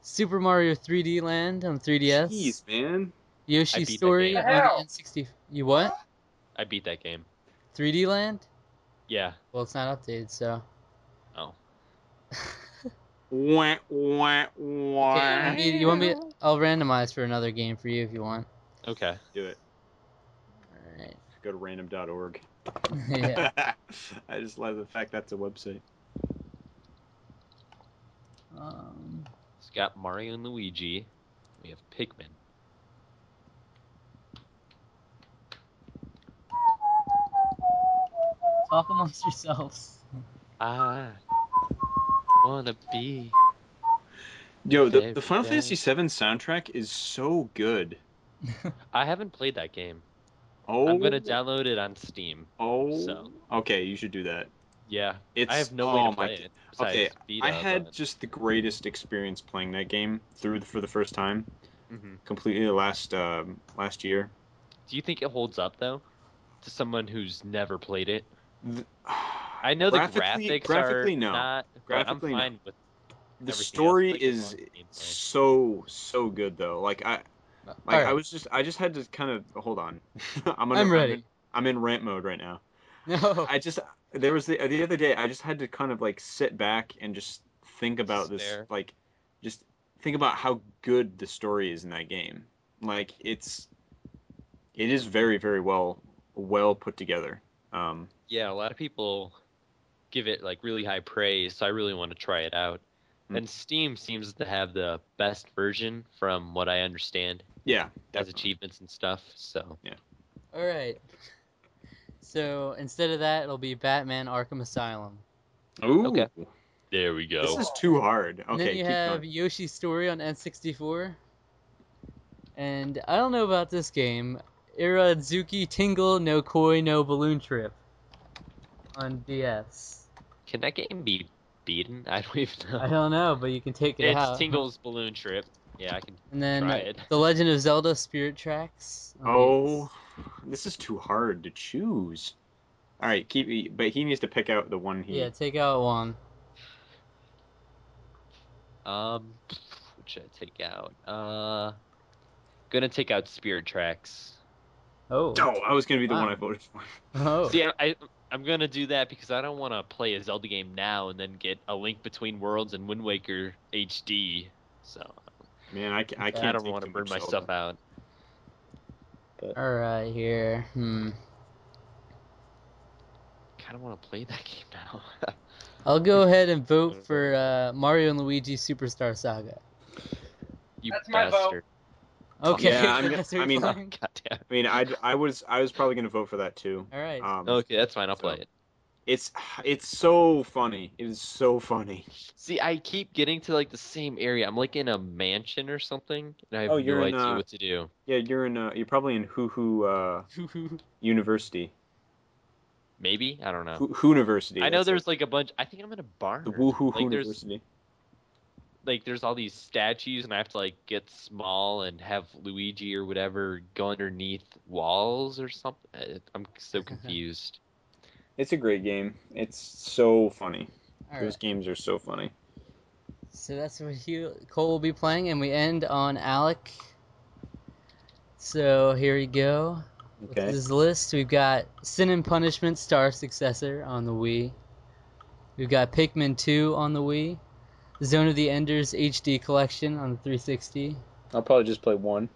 Speaker 3: Super Mario 3D Land on 3DS,
Speaker 2: Jeez, man.
Speaker 3: Yoshi
Speaker 1: I beat that
Speaker 3: Story
Speaker 1: game.
Speaker 3: on
Speaker 5: Wow.
Speaker 3: the N60. You what?
Speaker 1: I beat that game.
Speaker 3: 3D Land?
Speaker 1: Yeah.
Speaker 3: Well, it's not updated, so.
Speaker 1: Oh.
Speaker 2: Wah, wah, wah.
Speaker 3: Okay, you, need- you want me? I'll randomize for another game for you if you want.
Speaker 1: Okay.
Speaker 2: Do it.
Speaker 3: All
Speaker 2: Go to random.org.
Speaker 3: right. yeah.
Speaker 2: I just love the fact that's a website.
Speaker 3: Um,
Speaker 1: It's got Mario and Luigi. We have Pikmin.
Speaker 3: talk amongst yourselves.
Speaker 1: I wanna be.
Speaker 2: Yo, the, the
Speaker 1: Favorite
Speaker 2: Final
Speaker 1: guy.
Speaker 2: Fantasy VII soundtrack is so good.
Speaker 1: I haven't played that game.
Speaker 2: Oh,
Speaker 1: I'm gonna download it on Steam.
Speaker 2: oh.
Speaker 1: so.
Speaker 2: Okay, you should do that.
Speaker 1: Yeah.
Speaker 2: It's
Speaker 1: I have no
Speaker 2: oh
Speaker 1: way to
Speaker 2: my
Speaker 1: play
Speaker 2: g-
Speaker 1: it. Besides
Speaker 2: okay,
Speaker 1: Vita,
Speaker 2: I had
Speaker 1: but-
Speaker 2: just the greatest experience playing that game through for the first time,
Speaker 1: Mhm.
Speaker 2: completely last um, last year.
Speaker 1: Do you think it holds up though? To someone who's never played it?
Speaker 2: The,
Speaker 1: I know the
Speaker 2: Graphically-
Speaker 1: graphics
Speaker 2: graphically,
Speaker 1: are
Speaker 2: no.
Speaker 1: not. but
Speaker 2: Graphically, no.
Speaker 1: I'm fine with
Speaker 2: the
Speaker 1: everything else.
Speaker 2: story
Speaker 1: Like, as
Speaker 2: is
Speaker 1: long as it's
Speaker 2: so so good though. Like I like
Speaker 3: Alright.
Speaker 2: I was just I just had to kind of hold on. I'm gonna
Speaker 3: I'm
Speaker 2: gonna-
Speaker 3: ready.
Speaker 2: I'm in rant mode right now.
Speaker 3: No.
Speaker 2: I just there was the the other day I just had to kind of like sit back and just think about
Speaker 1: Stare.
Speaker 2: this like just think about how good the story is in that game. Like it's it is very very well well put together. Um
Speaker 1: yeah, a lot of people give it like really high praise, so I really want to try it out.
Speaker 2: Hmm.
Speaker 1: And Steam seems to have the best version from what I understand
Speaker 2: yeah,
Speaker 1: as
Speaker 2: definitely.
Speaker 1: achievements and stuff. So
Speaker 3: All right. So instead of that, it'll be Batman: Arkham Asylum.
Speaker 2: Ooh.
Speaker 1: Okay. there we
Speaker 2: This
Speaker 1: go.
Speaker 2: is too hard.
Speaker 3: And then
Speaker 2: Okay,
Speaker 3: you
Speaker 2: keep
Speaker 3: have
Speaker 2: going.
Speaker 3: Yoshi's Story on N64. And I don't know about this game. Iradzuki Tingle No Koi No Balloon Trip on DS.
Speaker 1: Can that game be beaten? I don't even know.
Speaker 3: I don't know, but you can take it
Speaker 1: it's
Speaker 3: out.
Speaker 1: Tingle's balloon trip. Yeah, I can.
Speaker 3: and then
Speaker 1: try it.
Speaker 3: The Legend of Zelda Spirit Tracks. on
Speaker 2: Oh,
Speaker 3: DS.
Speaker 2: this is too hard to choose. All right, keep but he needs to pick out the one he
Speaker 3: Yeah, take out one.
Speaker 1: Um, what should I take out? Uh, gonna take out Spirit Tracks.
Speaker 3: Oh.
Speaker 2: Oh, I was going to be the one
Speaker 3: Wow.
Speaker 2: I voted for.
Speaker 3: Oh.
Speaker 1: See, I, I I'm gonna do that because I don't want to play a Zelda game now and then get a Link Between Worlds and Wind Waker HD. So
Speaker 2: Man, I, ca- I
Speaker 3: Okay.
Speaker 1: I,
Speaker 2: can't.
Speaker 1: don't
Speaker 2: take
Speaker 1: want to
Speaker 2: too
Speaker 1: burn
Speaker 2: much
Speaker 1: myself
Speaker 2: Zelda.
Speaker 1: out.
Speaker 3: All right, here. Hmm.
Speaker 1: Kind of want to play that game now.
Speaker 3: I'll go ahead and vote for uh, Mario and Luigi Superstar Saga.
Speaker 1: you
Speaker 5: That's my vote.
Speaker 1: bastard!
Speaker 3: Okay.
Speaker 2: Yeah, I'm
Speaker 3: that's
Speaker 2: go-
Speaker 3: what
Speaker 2: I
Speaker 3: you're
Speaker 2: mean, uh,
Speaker 3: playing?
Speaker 1: Goddamn.
Speaker 2: I mean, I I was I was probably going to vote for that too.
Speaker 3: all right.
Speaker 2: Um,
Speaker 1: Okay, that's fine. I'll play
Speaker 2: So-
Speaker 1: it.
Speaker 2: It's it's so funny. It is so funny.
Speaker 1: See, I keep getting to like the same area. I'm like in a mansion or something, and I have
Speaker 2: Oh,
Speaker 1: no
Speaker 2: you're in,
Speaker 1: idea
Speaker 2: uh,
Speaker 1: what to do.
Speaker 2: Yeah, you're in uh, you're probably in Hoo Hoo uh, University.
Speaker 1: Maybe I don't know.
Speaker 2: Hoo Hoo University.
Speaker 1: I know
Speaker 2: that's it.
Speaker 1: there's like a bunch. I think I'm in a barn.
Speaker 2: the
Speaker 1: or
Speaker 2: Woo
Speaker 1: something.
Speaker 2: Hoo
Speaker 1: Like, there's
Speaker 2: University.
Speaker 1: like there's all these statues, and I have to like get small and have Luigi or whatever go underneath walls or something. Uh, I'm so confused.
Speaker 2: It's a great game. It's so funny.
Speaker 3: All
Speaker 2: Those
Speaker 3: right.
Speaker 2: games are so funny.
Speaker 3: So that's what he, Cole will be playing, and we end on Alec. So here you go. With
Speaker 2: Okay.
Speaker 3: his list, we've got Sin and Punishment Star Successor on the Wii. We've got Pikmin 2 on the Wii. Zone of the Enders HD Collection on the 360.
Speaker 2: I'll probably just play one.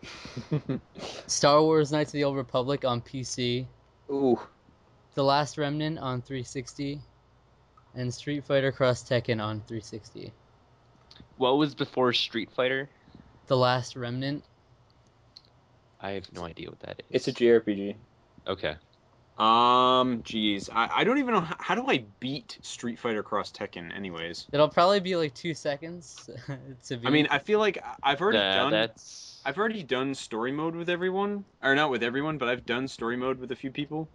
Speaker 3: Star Wars Knights of the Old Republic on PC.
Speaker 2: Ooh.
Speaker 3: The Last Remnant on 360. And Street Fighter Cross Tekken on 360.
Speaker 1: What was before Street Fighter?
Speaker 3: The Last Remnant.
Speaker 1: I have no idea what that is.
Speaker 2: It's a JRPG.
Speaker 1: okay.
Speaker 2: Um, geez, I, I don't even know how, how do I beat Street Fighter Cross Tekken, anyways.
Speaker 3: It'll probably be like two seconds to be.
Speaker 2: I mean, I feel like I- I've already
Speaker 1: Nah,
Speaker 2: done
Speaker 1: that's.
Speaker 2: I've already done story mode with everyone, or not with everyone, but I've done story mode with a few people.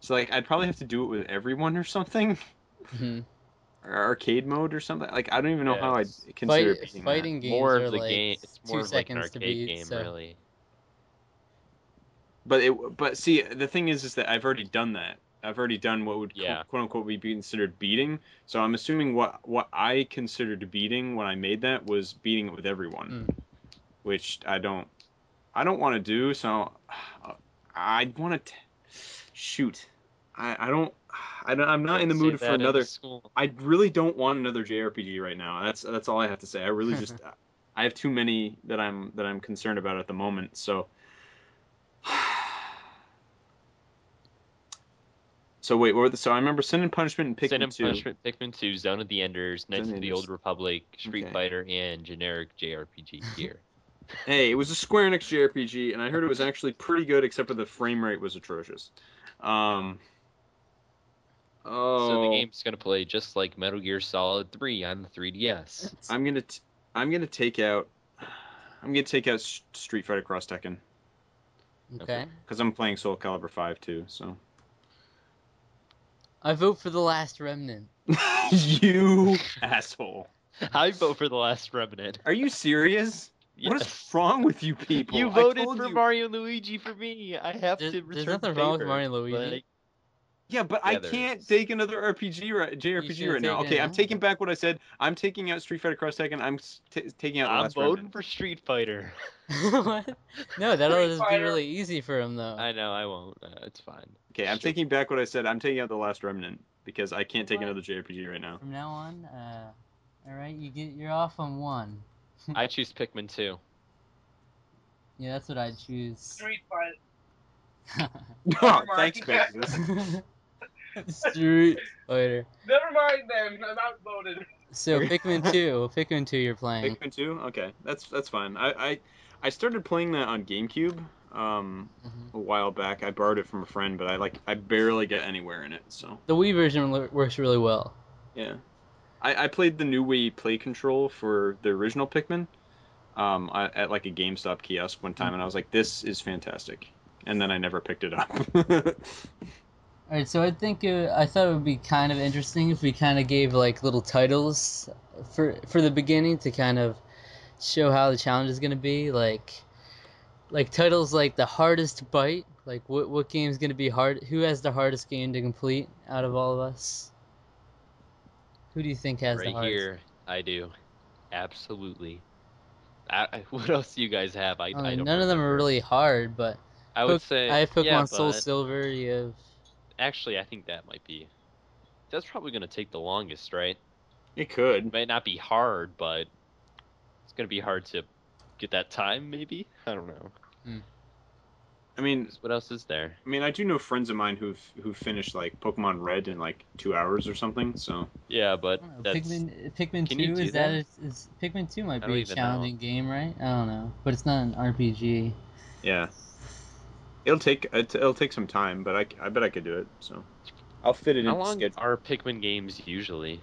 Speaker 2: So like, I'd probably have to do it with everyone or something,
Speaker 3: Mhm.
Speaker 2: or arcade mode or something. Like, I don't even know how I
Speaker 1: Yes.
Speaker 2: consider
Speaker 3: Fight-
Speaker 2: beating
Speaker 3: fighting games
Speaker 1: more
Speaker 3: are
Speaker 1: of the
Speaker 3: like
Speaker 1: game. It's more
Speaker 3: two
Speaker 1: of like an
Speaker 3: seconds
Speaker 1: arcade
Speaker 3: to beat.
Speaker 1: game,
Speaker 3: so.
Speaker 1: really.
Speaker 2: that. But it, but see, the thing is, is that I've already done that. I've already done what would
Speaker 1: Yeah.
Speaker 2: quote unquote be considered beating. So I'm assuming what what I considered beating when I made that was beating it with everyone.
Speaker 3: Mm.
Speaker 2: which I don't I don't want to do. So I want to shoot. I, I don't I don't, I'm not in the
Speaker 1: Say
Speaker 2: mood
Speaker 1: that
Speaker 2: for another.
Speaker 1: school.
Speaker 2: I really don't want another JRPG right now. That's that's all I have to say. I really just I have too many that I'm that I'm concerned about at the moment. So so wait, what were the, so I remember Sin and Punishment and Pikmin
Speaker 1: Sin and
Speaker 2: 2.
Speaker 1: Punishment, Pikmin 2, Zone of the Enders, Knights
Speaker 2: Zone
Speaker 1: of
Speaker 2: of
Speaker 1: the
Speaker 2: the
Speaker 1: Old Republic, Street
Speaker 2: Okay.
Speaker 1: Fighter, and generic JRPG here.
Speaker 2: Hey, it was a Square Enix JRPG, and I heard it was actually pretty good, except for the frame rate was atrocious. Um. Oh,
Speaker 1: So the game's gonna play just like Metal Gear Solid 3 on the 3DS.
Speaker 2: I'm gonna, t- I'm gonna take out, I'm gonna take out S- Street Fighter Cross Tekken
Speaker 3: okay.
Speaker 2: because I'm playing Soul Calibur Five too. So
Speaker 3: I vote for The Last Remnant.
Speaker 2: you asshole,
Speaker 1: I vote for the Last Remnant.
Speaker 2: are you serious? What
Speaker 1: Yes.
Speaker 2: is wrong with you people?
Speaker 1: You
Speaker 2: I
Speaker 1: voted
Speaker 2: told
Speaker 1: for
Speaker 2: you-
Speaker 1: Mario and Luigi for me. I have to
Speaker 3: There's, there's
Speaker 1: return
Speaker 3: nothing
Speaker 1: the
Speaker 3: wrong with
Speaker 1: favor.
Speaker 3: Mario and Luigi.
Speaker 1: Like,
Speaker 2: Yeah, but
Speaker 6: Yeah,
Speaker 2: I
Speaker 6: there
Speaker 2: can't
Speaker 6: is.
Speaker 2: take another RPG right JRPG
Speaker 3: should've
Speaker 2: right now.
Speaker 3: taken
Speaker 2: Okay,
Speaker 3: it
Speaker 2: I'm
Speaker 3: out.
Speaker 2: taking back what I said. I'm taking out Street Fighter Cross Tekken. I'm s- t- taking out
Speaker 1: I'm
Speaker 2: Last
Speaker 1: voting
Speaker 2: Remnant.
Speaker 1: for Street Fighter.
Speaker 3: what? No, that'll
Speaker 5: Street
Speaker 3: just be
Speaker 5: Fighter.
Speaker 3: really easy for him though.
Speaker 1: I know I won't. Uh, it's fine.
Speaker 2: Okay, I'm
Speaker 1: Sure.
Speaker 2: taking back what I said. I'm taking out the Last Remnant because I can't take
Speaker 3: What?
Speaker 2: another JRPG right now.
Speaker 3: From now on, uh, all right, you get you're off on one.
Speaker 1: I choose Pikmin 2.
Speaker 3: Yeah, that's what I choose.
Speaker 5: Street Fighter.
Speaker 2: oh,
Speaker 5: Never mind.
Speaker 2: thanks, Pegasus.
Speaker 3: Street Fighter.
Speaker 5: Never mind then. I'm outvoted.
Speaker 3: So
Speaker 2: Okay.
Speaker 3: Pikmin two, Pikmin two, you're playing.
Speaker 2: Pikmin 2? Okay, that's that's fine. I, I I started playing that on GameCube um
Speaker 3: Mhm.
Speaker 2: a while back. I borrowed it from a friend, but I like I barely get anywhere in it. So
Speaker 3: The Wii version lo- works really well.
Speaker 2: yeah, I, I played the new Wii Play Control for the original Pikmin, um I, at like a GameStop kiosk one time, and I was like, this is fantastic. And then I never picked it up.
Speaker 3: All right, so I think uh I thought it would be kind of interesting if we kind of gave like little titles for for the beginning to kind of show how the challenge is gonna be, like like titles like the hardest bite, like what what game's gonna be hard, who has the hardest game to complete out of all of us? Who do you think has the
Speaker 1: right
Speaker 3: hardest?
Speaker 1: here, I do. Absolutely. I, I- what else do you guys have? I,
Speaker 3: I
Speaker 1: I
Speaker 3: mean,
Speaker 1: don't.
Speaker 3: Uh, none of them are
Speaker 1: remember.
Speaker 3: really hard, but
Speaker 1: I would
Speaker 3: Pok-
Speaker 1: say
Speaker 3: I have Pokemon
Speaker 1: yeah,
Speaker 3: Soul
Speaker 1: but
Speaker 3: Silver. You have
Speaker 1: Actually, I think that might be. That's probably gonna take the longest, right?
Speaker 2: it could.
Speaker 1: It might not be hard, but it's gonna be hard to get that time. Maybe I don't know.
Speaker 2: I mean,
Speaker 1: What else is there?
Speaker 2: I mean, I do know friends of mine who've who finished like Pokemon Red in like two hours or something. So
Speaker 1: Yeah, but
Speaker 3: I don't know,
Speaker 1: that's
Speaker 3: Pikmin. Pikmin
Speaker 1: Can you
Speaker 3: two
Speaker 1: do
Speaker 3: is that?
Speaker 1: that?
Speaker 3: Is, is Pikmin two might
Speaker 1: I don't
Speaker 3: be a
Speaker 1: even know.
Speaker 3: challenging game, right? I don't know, but it's not an RPG.
Speaker 2: yeah, it'll take it- it'll take some time, but I, I bet I could do it. So I'll fit it
Speaker 1: how
Speaker 2: in.
Speaker 1: long
Speaker 2: Schedule.
Speaker 1: are Pikmin games usually?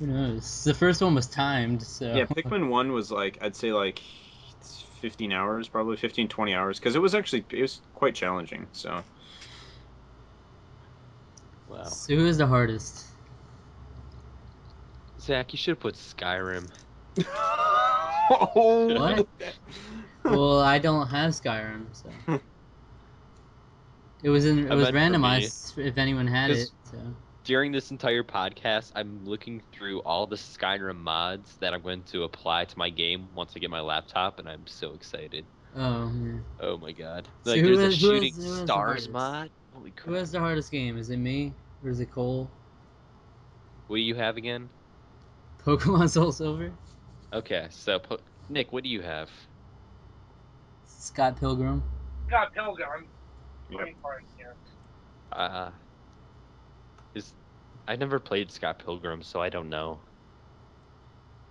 Speaker 3: Who knows? The first one was timed, so
Speaker 2: Yeah, Pikmin One was like I'd say like 15 hours, probably 15 20 hours, because it was actually it was quite challenging. So
Speaker 1: Wow.
Speaker 3: So who is the hardest?
Speaker 1: Zach, you should have put Skyrim.
Speaker 2: oh,
Speaker 3: What? well, I don't have Skyrim, so it was in, it
Speaker 1: I
Speaker 3: was
Speaker 1: meant for me.
Speaker 3: randomized if anyone had it.
Speaker 1: Just-
Speaker 3: So
Speaker 1: During this entire podcast, I'm looking through all the Skyrim mods that I'm going to apply to my game once I get my laptop, and I'm so excited.
Speaker 3: oh, yeah.
Speaker 1: Oh my god.
Speaker 3: So
Speaker 1: Like
Speaker 3: who
Speaker 1: there's
Speaker 3: is-
Speaker 1: a
Speaker 3: who is-
Speaker 1: shooting
Speaker 3: who is the
Speaker 1: stars
Speaker 3: hardest?
Speaker 1: mod. Holy
Speaker 3: who
Speaker 1: crap.
Speaker 3: has the hardest game? Is it me or is it Cole?
Speaker 1: What do you have again?
Speaker 3: Pokemon Soul Silver,
Speaker 1: Okay, so po- Nick, what do you have?
Speaker 3: Scott Pilgrim.
Speaker 5: Scott Pilgrim.
Speaker 2: Yep.
Speaker 5: Green card, yeah.
Speaker 1: Uh is I never played Scott Pilgrim, so I don't know.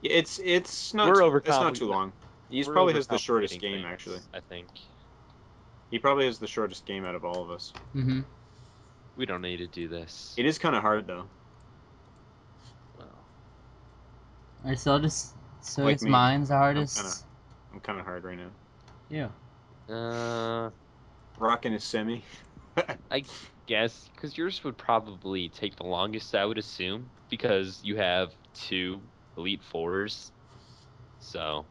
Speaker 2: it's it's not
Speaker 1: We're
Speaker 2: it's not
Speaker 1: overcompli-
Speaker 2: too long. He
Speaker 1: We're
Speaker 2: probably has the
Speaker 1: overcomplicating
Speaker 2: shortest game
Speaker 1: things,
Speaker 2: actually.
Speaker 1: I think.
Speaker 2: He probably has the shortest game out of all of us.
Speaker 3: Mm-hmm.
Speaker 1: We don't need to do this.
Speaker 2: It is kind of hard though.
Speaker 1: Wow.
Speaker 3: All right, so I'll just so
Speaker 2: Like
Speaker 3: it's
Speaker 2: me.
Speaker 3: mine's the
Speaker 2: kinda-
Speaker 3: hardest.
Speaker 2: I'm kind of hard right now.
Speaker 3: Yeah.
Speaker 1: Uh,
Speaker 2: Rocking a semi.
Speaker 1: I guess because yours would probably take the longest, I would assume, because you have two elite fours. So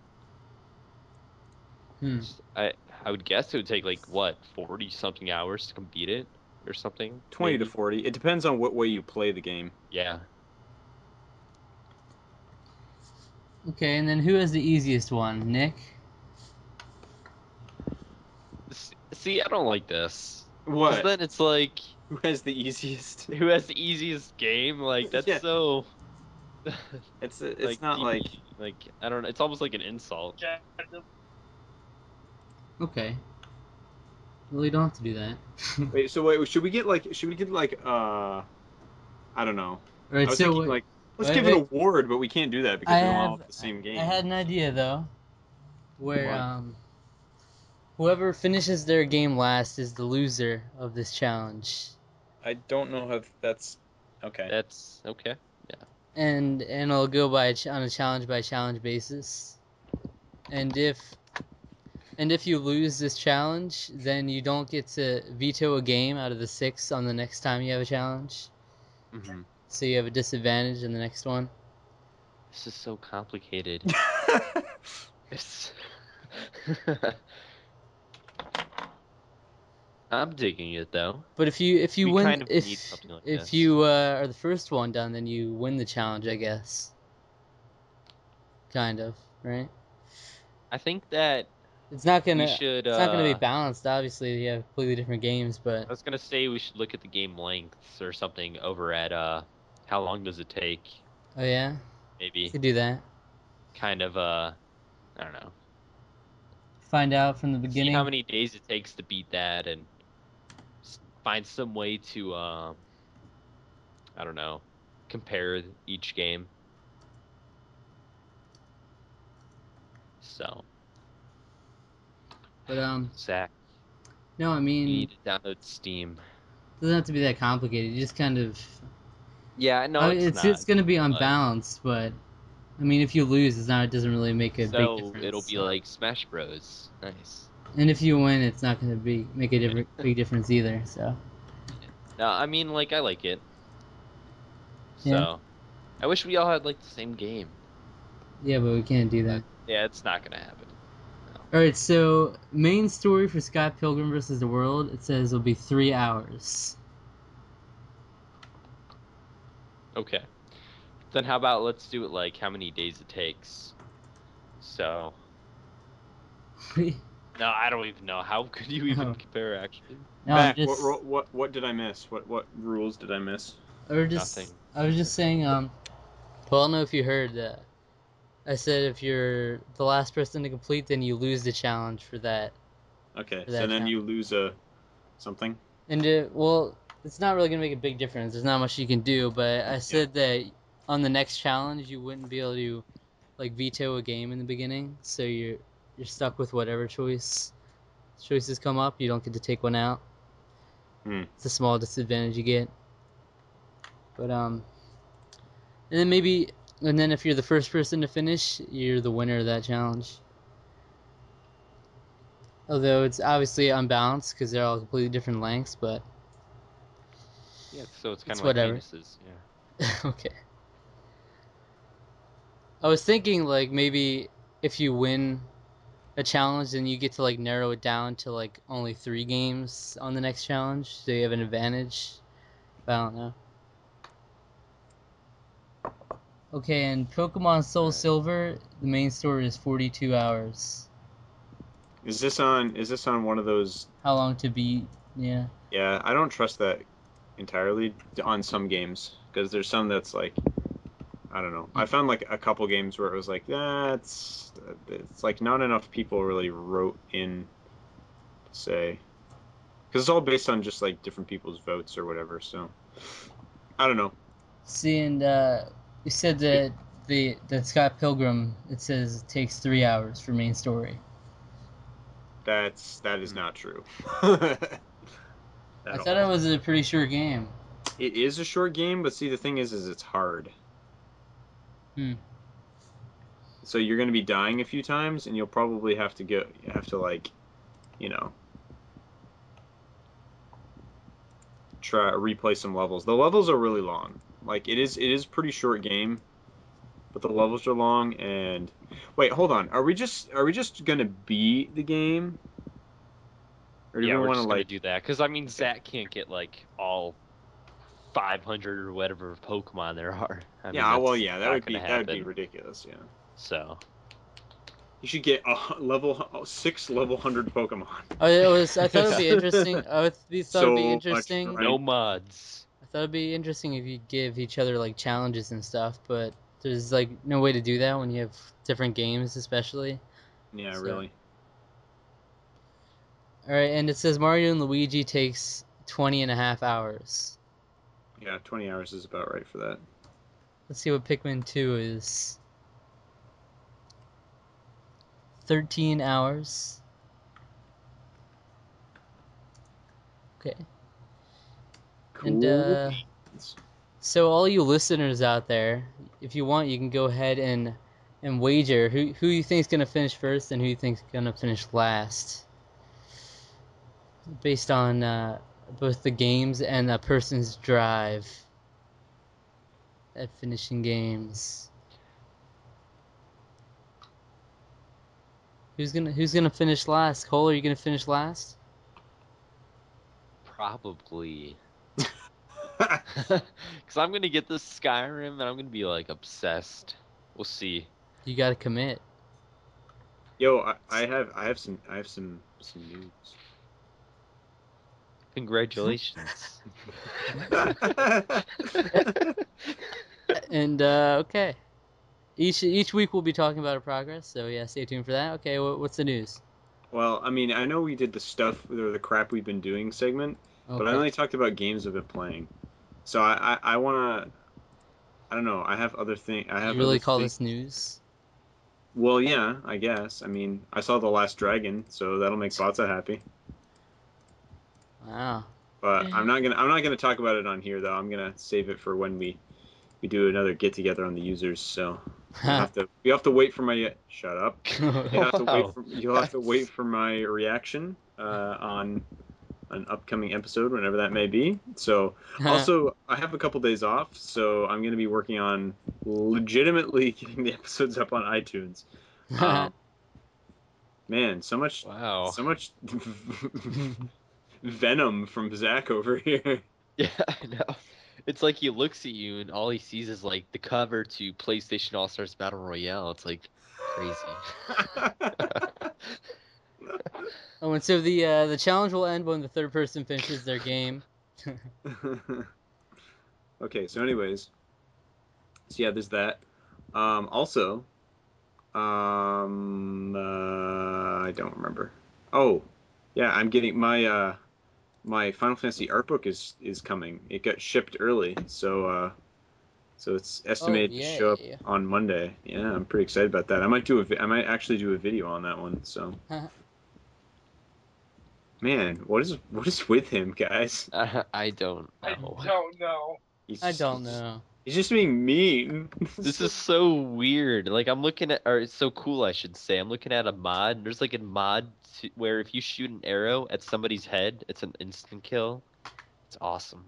Speaker 3: Hmm.
Speaker 1: I I would guess it would take like what forty something hours to complete it or something.
Speaker 2: 20 to
Speaker 1: maybe?
Speaker 2: 40. It depends on what way you play the game.
Speaker 1: Yeah.
Speaker 3: Okay, and then who has the easiest one? Nick.
Speaker 1: S- See, I don't like this. 'Cause
Speaker 2: What?
Speaker 1: Then it's like
Speaker 2: Who has the easiest?
Speaker 1: who has the easiest game? Like that's
Speaker 2: Yeah.
Speaker 1: so.
Speaker 2: It's it's not
Speaker 1: you-
Speaker 2: like
Speaker 1: like I don't know. It's almost like an insult.
Speaker 5: Objective.
Speaker 3: Okay. Well, you don't have to do that.
Speaker 2: Wait, so wait, should we get like should we get like uh I don't know.
Speaker 3: All
Speaker 2: I
Speaker 3: right,
Speaker 2: was
Speaker 3: so
Speaker 2: thinking
Speaker 3: what-
Speaker 2: like let's
Speaker 3: wait,
Speaker 2: give an
Speaker 3: wait.
Speaker 2: award, but we can't do that because
Speaker 3: I
Speaker 2: we don't all
Speaker 3: have-
Speaker 2: have the same game.
Speaker 3: I had an idea though, where
Speaker 2: What?
Speaker 3: um, whoever finishes their game last is the loser of this challenge,
Speaker 2: I don't know if that's okay.
Speaker 1: That's okay.
Speaker 3: and and it'll go by ch- on a challenge by challenge basis, and if and if you lose this challenge, then you don't get to veto a game out of the six on the next time you have a challenge,
Speaker 2: Mm-hmm.
Speaker 1: hmm
Speaker 3: so you have a disadvantage in the next one.
Speaker 1: This is so complicated. It's- I'm digging it though.
Speaker 3: But if you if you
Speaker 1: We
Speaker 3: win
Speaker 1: kind of
Speaker 3: if
Speaker 1: need something like
Speaker 3: if
Speaker 1: this.
Speaker 3: you uh, are the first one done, then you win the challenge, I guess. Kind of, right?
Speaker 1: I think that
Speaker 3: It's not
Speaker 1: we
Speaker 3: gonna
Speaker 1: should.
Speaker 3: it's not gonna be
Speaker 1: uh,
Speaker 3: balanced. Obviously, you have completely different games, but
Speaker 1: I was gonna say we should look at the game lengths or something over at uh, how long does it take?
Speaker 3: oh yeah, you
Speaker 1: Maybe
Speaker 3: could do that.
Speaker 1: kind of uh, I don't know.
Speaker 3: Find out from the
Speaker 1: See
Speaker 3: beginning.
Speaker 1: how many days it takes to beat that, and s- find some way to um, I don't know, compare each game. So
Speaker 3: But um,
Speaker 1: Zach,
Speaker 3: no, I
Speaker 1: you
Speaker 3: mean,
Speaker 1: need to download Steam.
Speaker 3: it doesn't have to be that complicated. You just kind of
Speaker 1: Yeah, no,
Speaker 3: I-
Speaker 1: it's, not.
Speaker 3: it's gonna be unbalanced, but I mean, if you lose, it's not. It doesn't really make a
Speaker 1: so
Speaker 3: big difference.
Speaker 1: it'll be like Smash Bros. Nice.
Speaker 3: And if you win, it's not gonna be make a different, big difference either. So
Speaker 1: No, I mean like I like it. So,
Speaker 3: Yeah.
Speaker 1: I wish we all had like the same game.
Speaker 3: yeah, but we can't do that.
Speaker 1: Yeah, it's not gonna happen.
Speaker 3: All right, so main story for Scott Pilgrim versus the World. It says it'll be three hours.
Speaker 1: Okay. Then how about let's do it like how many days it takes. So
Speaker 3: no,
Speaker 1: no, I don't even know. How could you even
Speaker 3: Oh.
Speaker 1: compare actually?
Speaker 3: I'm
Speaker 2: Mac,
Speaker 3: just,
Speaker 2: what, ro- what what did I miss? What what rules did I miss?
Speaker 3: I was just,
Speaker 1: Nothing.
Speaker 3: I was just saying. Um, well, I don't know if you heard that. I said if you're the last person to complete, then you lose the challenge for that.
Speaker 2: Okay,
Speaker 3: For
Speaker 2: so
Speaker 3: that
Speaker 2: then
Speaker 3: count.
Speaker 2: you lose a something.
Speaker 3: And uh, well, it's not really gonna make a big difference. There's not much you can do. But I said that on the next challenge, you wouldn't be able to like veto a game in the beginning, so you're you're stuck with whatever choice choices come up. You don't get to take one out.
Speaker 2: Hmm.
Speaker 3: It's a small disadvantage you get. But um, and then maybe and then if you're the first person to finish, you're the winner of that challenge. Although it's obviously unbalanced because they're all completely different lengths, but
Speaker 1: Yeah, so it's kind
Speaker 3: It's
Speaker 1: of like
Speaker 3: whatever.
Speaker 1: penises. Yeah.
Speaker 3: okay. I was thinking like maybe if you win a challenge then you get to like narrow it down to like only three games on the next challenge, so you have an advantage. But I don't know. Okay, and Pokemon Soul Silver, the main story is forty two hours.
Speaker 2: Is this on? Is this on one of those?
Speaker 3: How long to beat? Yeah.
Speaker 2: Yeah, I don't trust that entirely on some games because there's some that's like, I don't know. I found like a couple games where it was like that's it's like not enough people really wrote in, to say, because it's all based on just like different people's votes or whatever. So, I don't know.
Speaker 3: See, and uh, you said that the that Scott Pilgrim it says it takes three hours for main story.
Speaker 2: That's that is not true.
Speaker 3: I thought it was a pretty sure game.
Speaker 2: It is a short game, but see the thing is, is it's hard.
Speaker 3: Hmm.
Speaker 2: So you're going to be dying a few times, and you'll probably have to go, have to like, you know, try replay some levels. The levels are really long. Like it is, it is pretty short game, but the levels are long. And wait, hold on, are we just are we just going to beat the game? Or do
Speaker 1: yeah,
Speaker 2: we
Speaker 1: we're
Speaker 2: want
Speaker 1: just
Speaker 2: to
Speaker 1: gonna
Speaker 2: like?
Speaker 1: do that because I mean Zach can't get like all 500 or whatever Pokemon there are. I mean,
Speaker 2: yeah, well,
Speaker 1: that's
Speaker 2: yeah, that
Speaker 1: not
Speaker 2: would be
Speaker 1: gonna
Speaker 2: that would be
Speaker 1: happen.
Speaker 2: ridiculous. Yeah.
Speaker 1: So
Speaker 2: You should get a hu- level hu- six level hundred Pokemon.
Speaker 3: I, Oh, it was, I thought it'd be interesting. Oh, I would be, thought it'd
Speaker 2: So
Speaker 3: be
Speaker 2: much
Speaker 3: interesting.
Speaker 2: variety.
Speaker 1: no
Speaker 2: Right.
Speaker 1: mods.
Speaker 3: I thought it'd be interesting if you give each other like challenges and stuff, but there's like no way to do that when you have different games, especially.
Speaker 2: Yeah,
Speaker 3: So-
Speaker 2: really.
Speaker 3: All right, and it says Mario and Luigi takes 20 and a half hours.
Speaker 2: Yeah, twenty hours is about right for that.
Speaker 3: Let's see what Pikmin 2 is. 13 hours. Okay. And uh,
Speaker 2: beans.
Speaker 3: so all you listeners out there, if you want, you can go ahead and and wager who who you think's gonna finish first and who you think's gonna finish last, based on uh, both the games and a person's drive at finishing games. Who's gonna Who's gonna finish last? Cole, are you gonna finish last?
Speaker 1: probably. Because I'm gonna get this Skyrim and I'm gonna be like obsessed. We'll see.
Speaker 3: You gotta commit.
Speaker 2: Yo, I, I have I have some I have some some news.
Speaker 1: Congratulations.
Speaker 3: And uh, okay, each each week we'll be talking about our progress. So yeah, stay tuned for that. Okay, wha what's the news?
Speaker 2: well, I mean, I know we did the stuff or the crap we've been doing segment, but I
Speaker 3: Okay.
Speaker 2: only talked about games I've been playing. So I I, I wanna. I don't know. I have other thing. I have
Speaker 3: you really
Speaker 2: other
Speaker 3: call
Speaker 2: thi-
Speaker 3: this news?
Speaker 2: Well, yeah, I guess. I mean, I saw the Last Dragon, so that'll make Botsa happy.
Speaker 3: Wow.
Speaker 2: But I'm not gonna I'm not gonna talk about it on here though. I'm gonna save it for when we we do another get together on the users. So you have to you have to wait for my shut up.
Speaker 3: okay.
Speaker 2: You'll have to
Speaker 1: Wow.
Speaker 2: wait for, you'll have to wait for my reaction uh, on an upcoming episode, whenever that may be. So also, I have a couple days off, so I'm going to be working on legitimately getting the episodes up on iTunes. Um, man, so much,
Speaker 1: wow.
Speaker 2: so much venom from Zach over here.
Speaker 1: Yeah, I know. It's like he looks at you and all he sees is like the cover to PlayStation All Stars Battle Royale. It's like crazy.
Speaker 3: oh, and so the uh, the challenge will end when the third person finishes their game.
Speaker 2: okay, so anyways, so yeah, there's that. Um, also, um, uh, I don't remember. Oh, yeah, I'm getting my uh, my Final Fantasy art book is is coming. It got shipped early, so uh, so it's estimated to show up
Speaker 3: Oh, yay.
Speaker 2: on Monday. Yeah, I'm pretty excited about that. I might do a vi- I might actually do a video on that one. So. Man, what is what is with him, guys?
Speaker 1: I don't
Speaker 5: I
Speaker 1: know.
Speaker 5: don't know.
Speaker 2: He's
Speaker 3: I
Speaker 2: just-
Speaker 3: don't know.
Speaker 2: He's just being mean.
Speaker 1: This is so weird. Like I'm looking at, or it's so cool, I should say. I'm looking at a mod. And there's like a mod to, where if you shoot an arrow at somebody's head, it's an instant kill. It's awesome.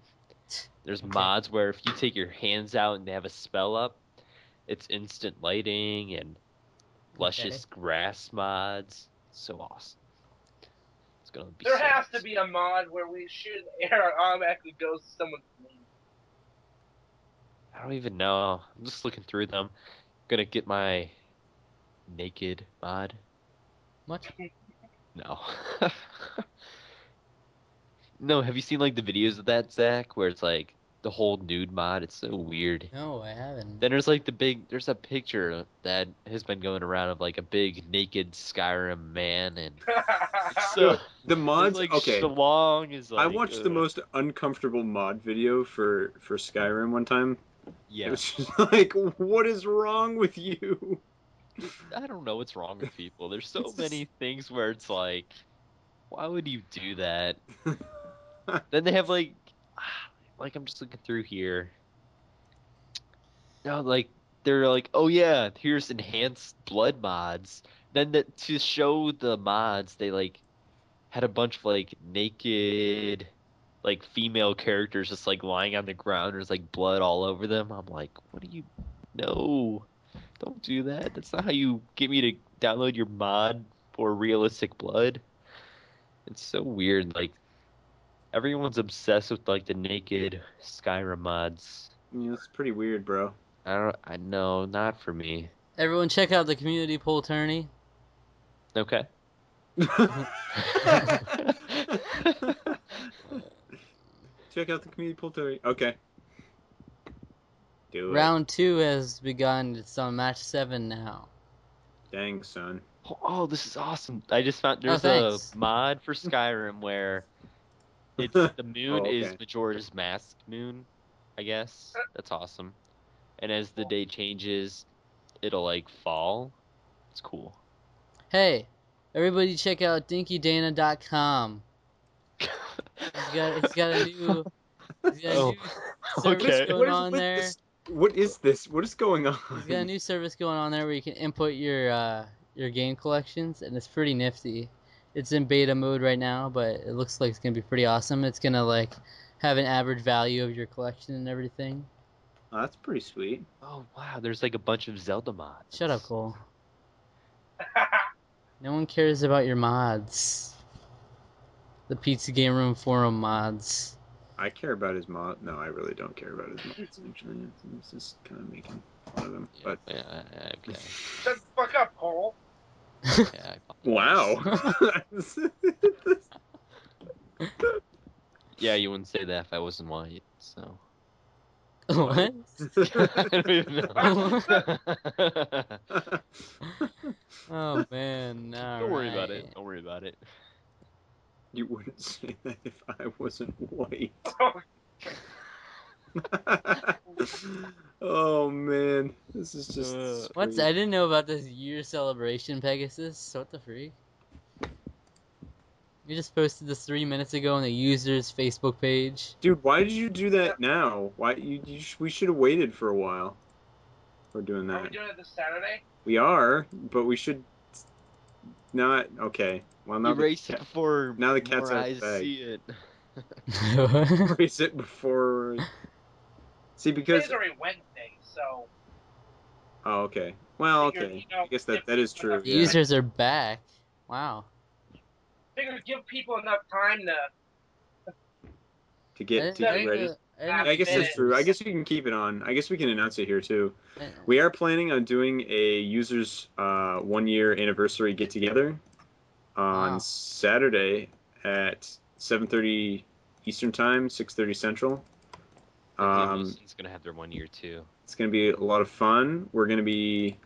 Speaker 1: There's
Speaker 3: Okay.
Speaker 1: mods where if you take your hands out and they have a spell up, it's instant lighting and luscious grass mods. So awesome. It's gonna be.
Speaker 5: There
Speaker 1: so
Speaker 5: has to
Speaker 1: nice.
Speaker 5: be a mod where we shoot an arrow and automatically goes to someone's name.
Speaker 1: I don't even know. I'm just looking through them. gonna get my naked mod.
Speaker 3: What?
Speaker 1: No. no, have you seen like the videos of that, Zach, where it's like the whole nude mod? It's so weird.
Speaker 3: No, I haven't.
Speaker 1: Then there's like the big there's a picture that has been going around of like a big naked Skyrim man and so
Speaker 2: Yo, the mods.
Speaker 1: like
Speaker 2: okay,
Speaker 1: Shalong is like
Speaker 2: I watched the
Speaker 1: uh,
Speaker 2: most uncomfortable mod video for for Skyrim one time. It
Speaker 1: yeah.
Speaker 2: was just like, what is wrong with you?
Speaker 1: I don't know what's wrong with people. There's so
Speaker 2: It's just-
Speaker 1: many things where it's like, why would you do that? then they have like, like I'm just looking through here. No, like they're like, oh yeah, here's enhanced blood mods. Then the, to show the mods, they like had a bunch of like naked, like female characters just like lying on the ground. There's like blood all over them. I'm like, what do you? No, don't do that. That's not how you get me to download your mod for realistic blood. It's so weird. Like everyone's obsessed with like the naked Skyrim mods.
Speaker 2: Yeah, it's pretty weird, bro.
Speaker 1: I don't. I know, not for me.
Speaker 3: Everyone, check out the community poll tourney.
Speaker 1: Okay.
Speaker 2: Check out the community pool today. Okay. Do it.
Speaker 3: Round two has begun. It's on match seven now.
Speaker 2: Dang, son.
Speaker 1: Oh, oh, this is awesome! I just found there's
Speaker 3: Oh, thanks.
Speaker 1: a mod for Skyrim where it's the moon
Speaker 2: Oh, okay.
Speaker 1: is Majora's Mask moon, I guess. That's awesome. And as the day changes, it'll like fall. It's cool.
Speaker 3: Hey, everybody, check out DinkyDana.com. He's got, he's got a new, he's got a
Speaker 1: Oh,
Speaker 3: new service
Speaker 1: okay.
Speaker 3: going
Speaker 2: What is
Speaker 3: on
Speaker 2: with
Speaker 3: there.
Speaker 2: this- What is this? What is going on?
Speaker 3: He's got a new service going on there where you can input your uh, your game collections, and it's pretty nifty. It's in beta mode right now, but it looks like it's gonna be pretty awesome. It's gonna like have an average value of your collection and everything.
Speaker 2: Oh, that's pretty sweet.
Speaker 1: Oh wow! There's like a bunch of Zelda mods.
Speaker 3: Shut up, Cole. No one cares about your mods. the Pizza Game Room forum mods.
Speaker 2: I care about his mod. No, I really don't care about his mods. Actually, it's just kind of making fun of him. But
Speaker 1: Yeah, yeah, okay.
Speaker 5: Shut the fuck up, Paul.
Speaker 1: Yeah, I-
Speaker 2: wow.
Speaker 1: yeah, you wouldn't say that if I wasn't white. So.
Speaker 3: what?
Speaker 1: I don't even know.
Speaker 3: Oh man,
Speaker 1: don't worry about it. Don't worry about it.
Speaker 2: you wouldn't say that if I wasn't white.
Speaker 5: Oh,
Speaker 2: oh man, this is just.
Speaker 1: Uh,
Speaker 3: What's I
Speaker 2: strange.
Speaker 3: didn't know about this year celebration, Pegasus. What the freak? You just posted this three minutes ago on the user's Facebook page.
Speaker 2: Dude, why did you do that now? Why you? you sh- we should have waited for a while. We're doing
Speaker 5: Are we
Speaker 2: that.
Speaker 5: doing it this Saturday?
Speaker 2: We are, but we should not. Okay. Well, now the,
Speaker 1: Erase it before
Speaker 2: now the cat's
Speaker 1: more
Speaker 2: out of
Speaker 1: eyes
Speaker 2: the bag.
Speaker 1: see it.
Speaker 2: erase it before. See, because
Speaker 5: Today's already Wednesday, so
Speaker 2: oh, okay. Well,
Speaker 5: Figure,
Speaker 2: okay.
Speaker 5: you know,
Speaker 2: I guess that
Speaker 5: if-
Speaker 2: that is true.
Speaker 5: if-
Speaker 2: Yeah.
Speaker 3: Users are back. Wow.
Speaker 5: figure give people enough time to.
Speaker 2: To
Speaker 3: I
Speaker 2: get
Speaker 3: didn't
Speaker 2: to get
Speaker 3: know-
Speaker 2: ready.
Speaker 3: I didn't know
Speaker 2: I guess that's
Speaker 5: minutes.
Speaker 2: true. I guess we can keep it on. I guess we can announce it here too.
Speaker 3: I-
Speaker 2: We are planning on doing a users uh, one year anniversary get together on
Speaker 3: Wow.
Speaker 2: Saturday at 7:30 Eastern time, 6:30 Central. Um,
Speaker 1: Wilson's gonna have their one year too.
Speaker 2: It's going to be a lot of fun. We're going to be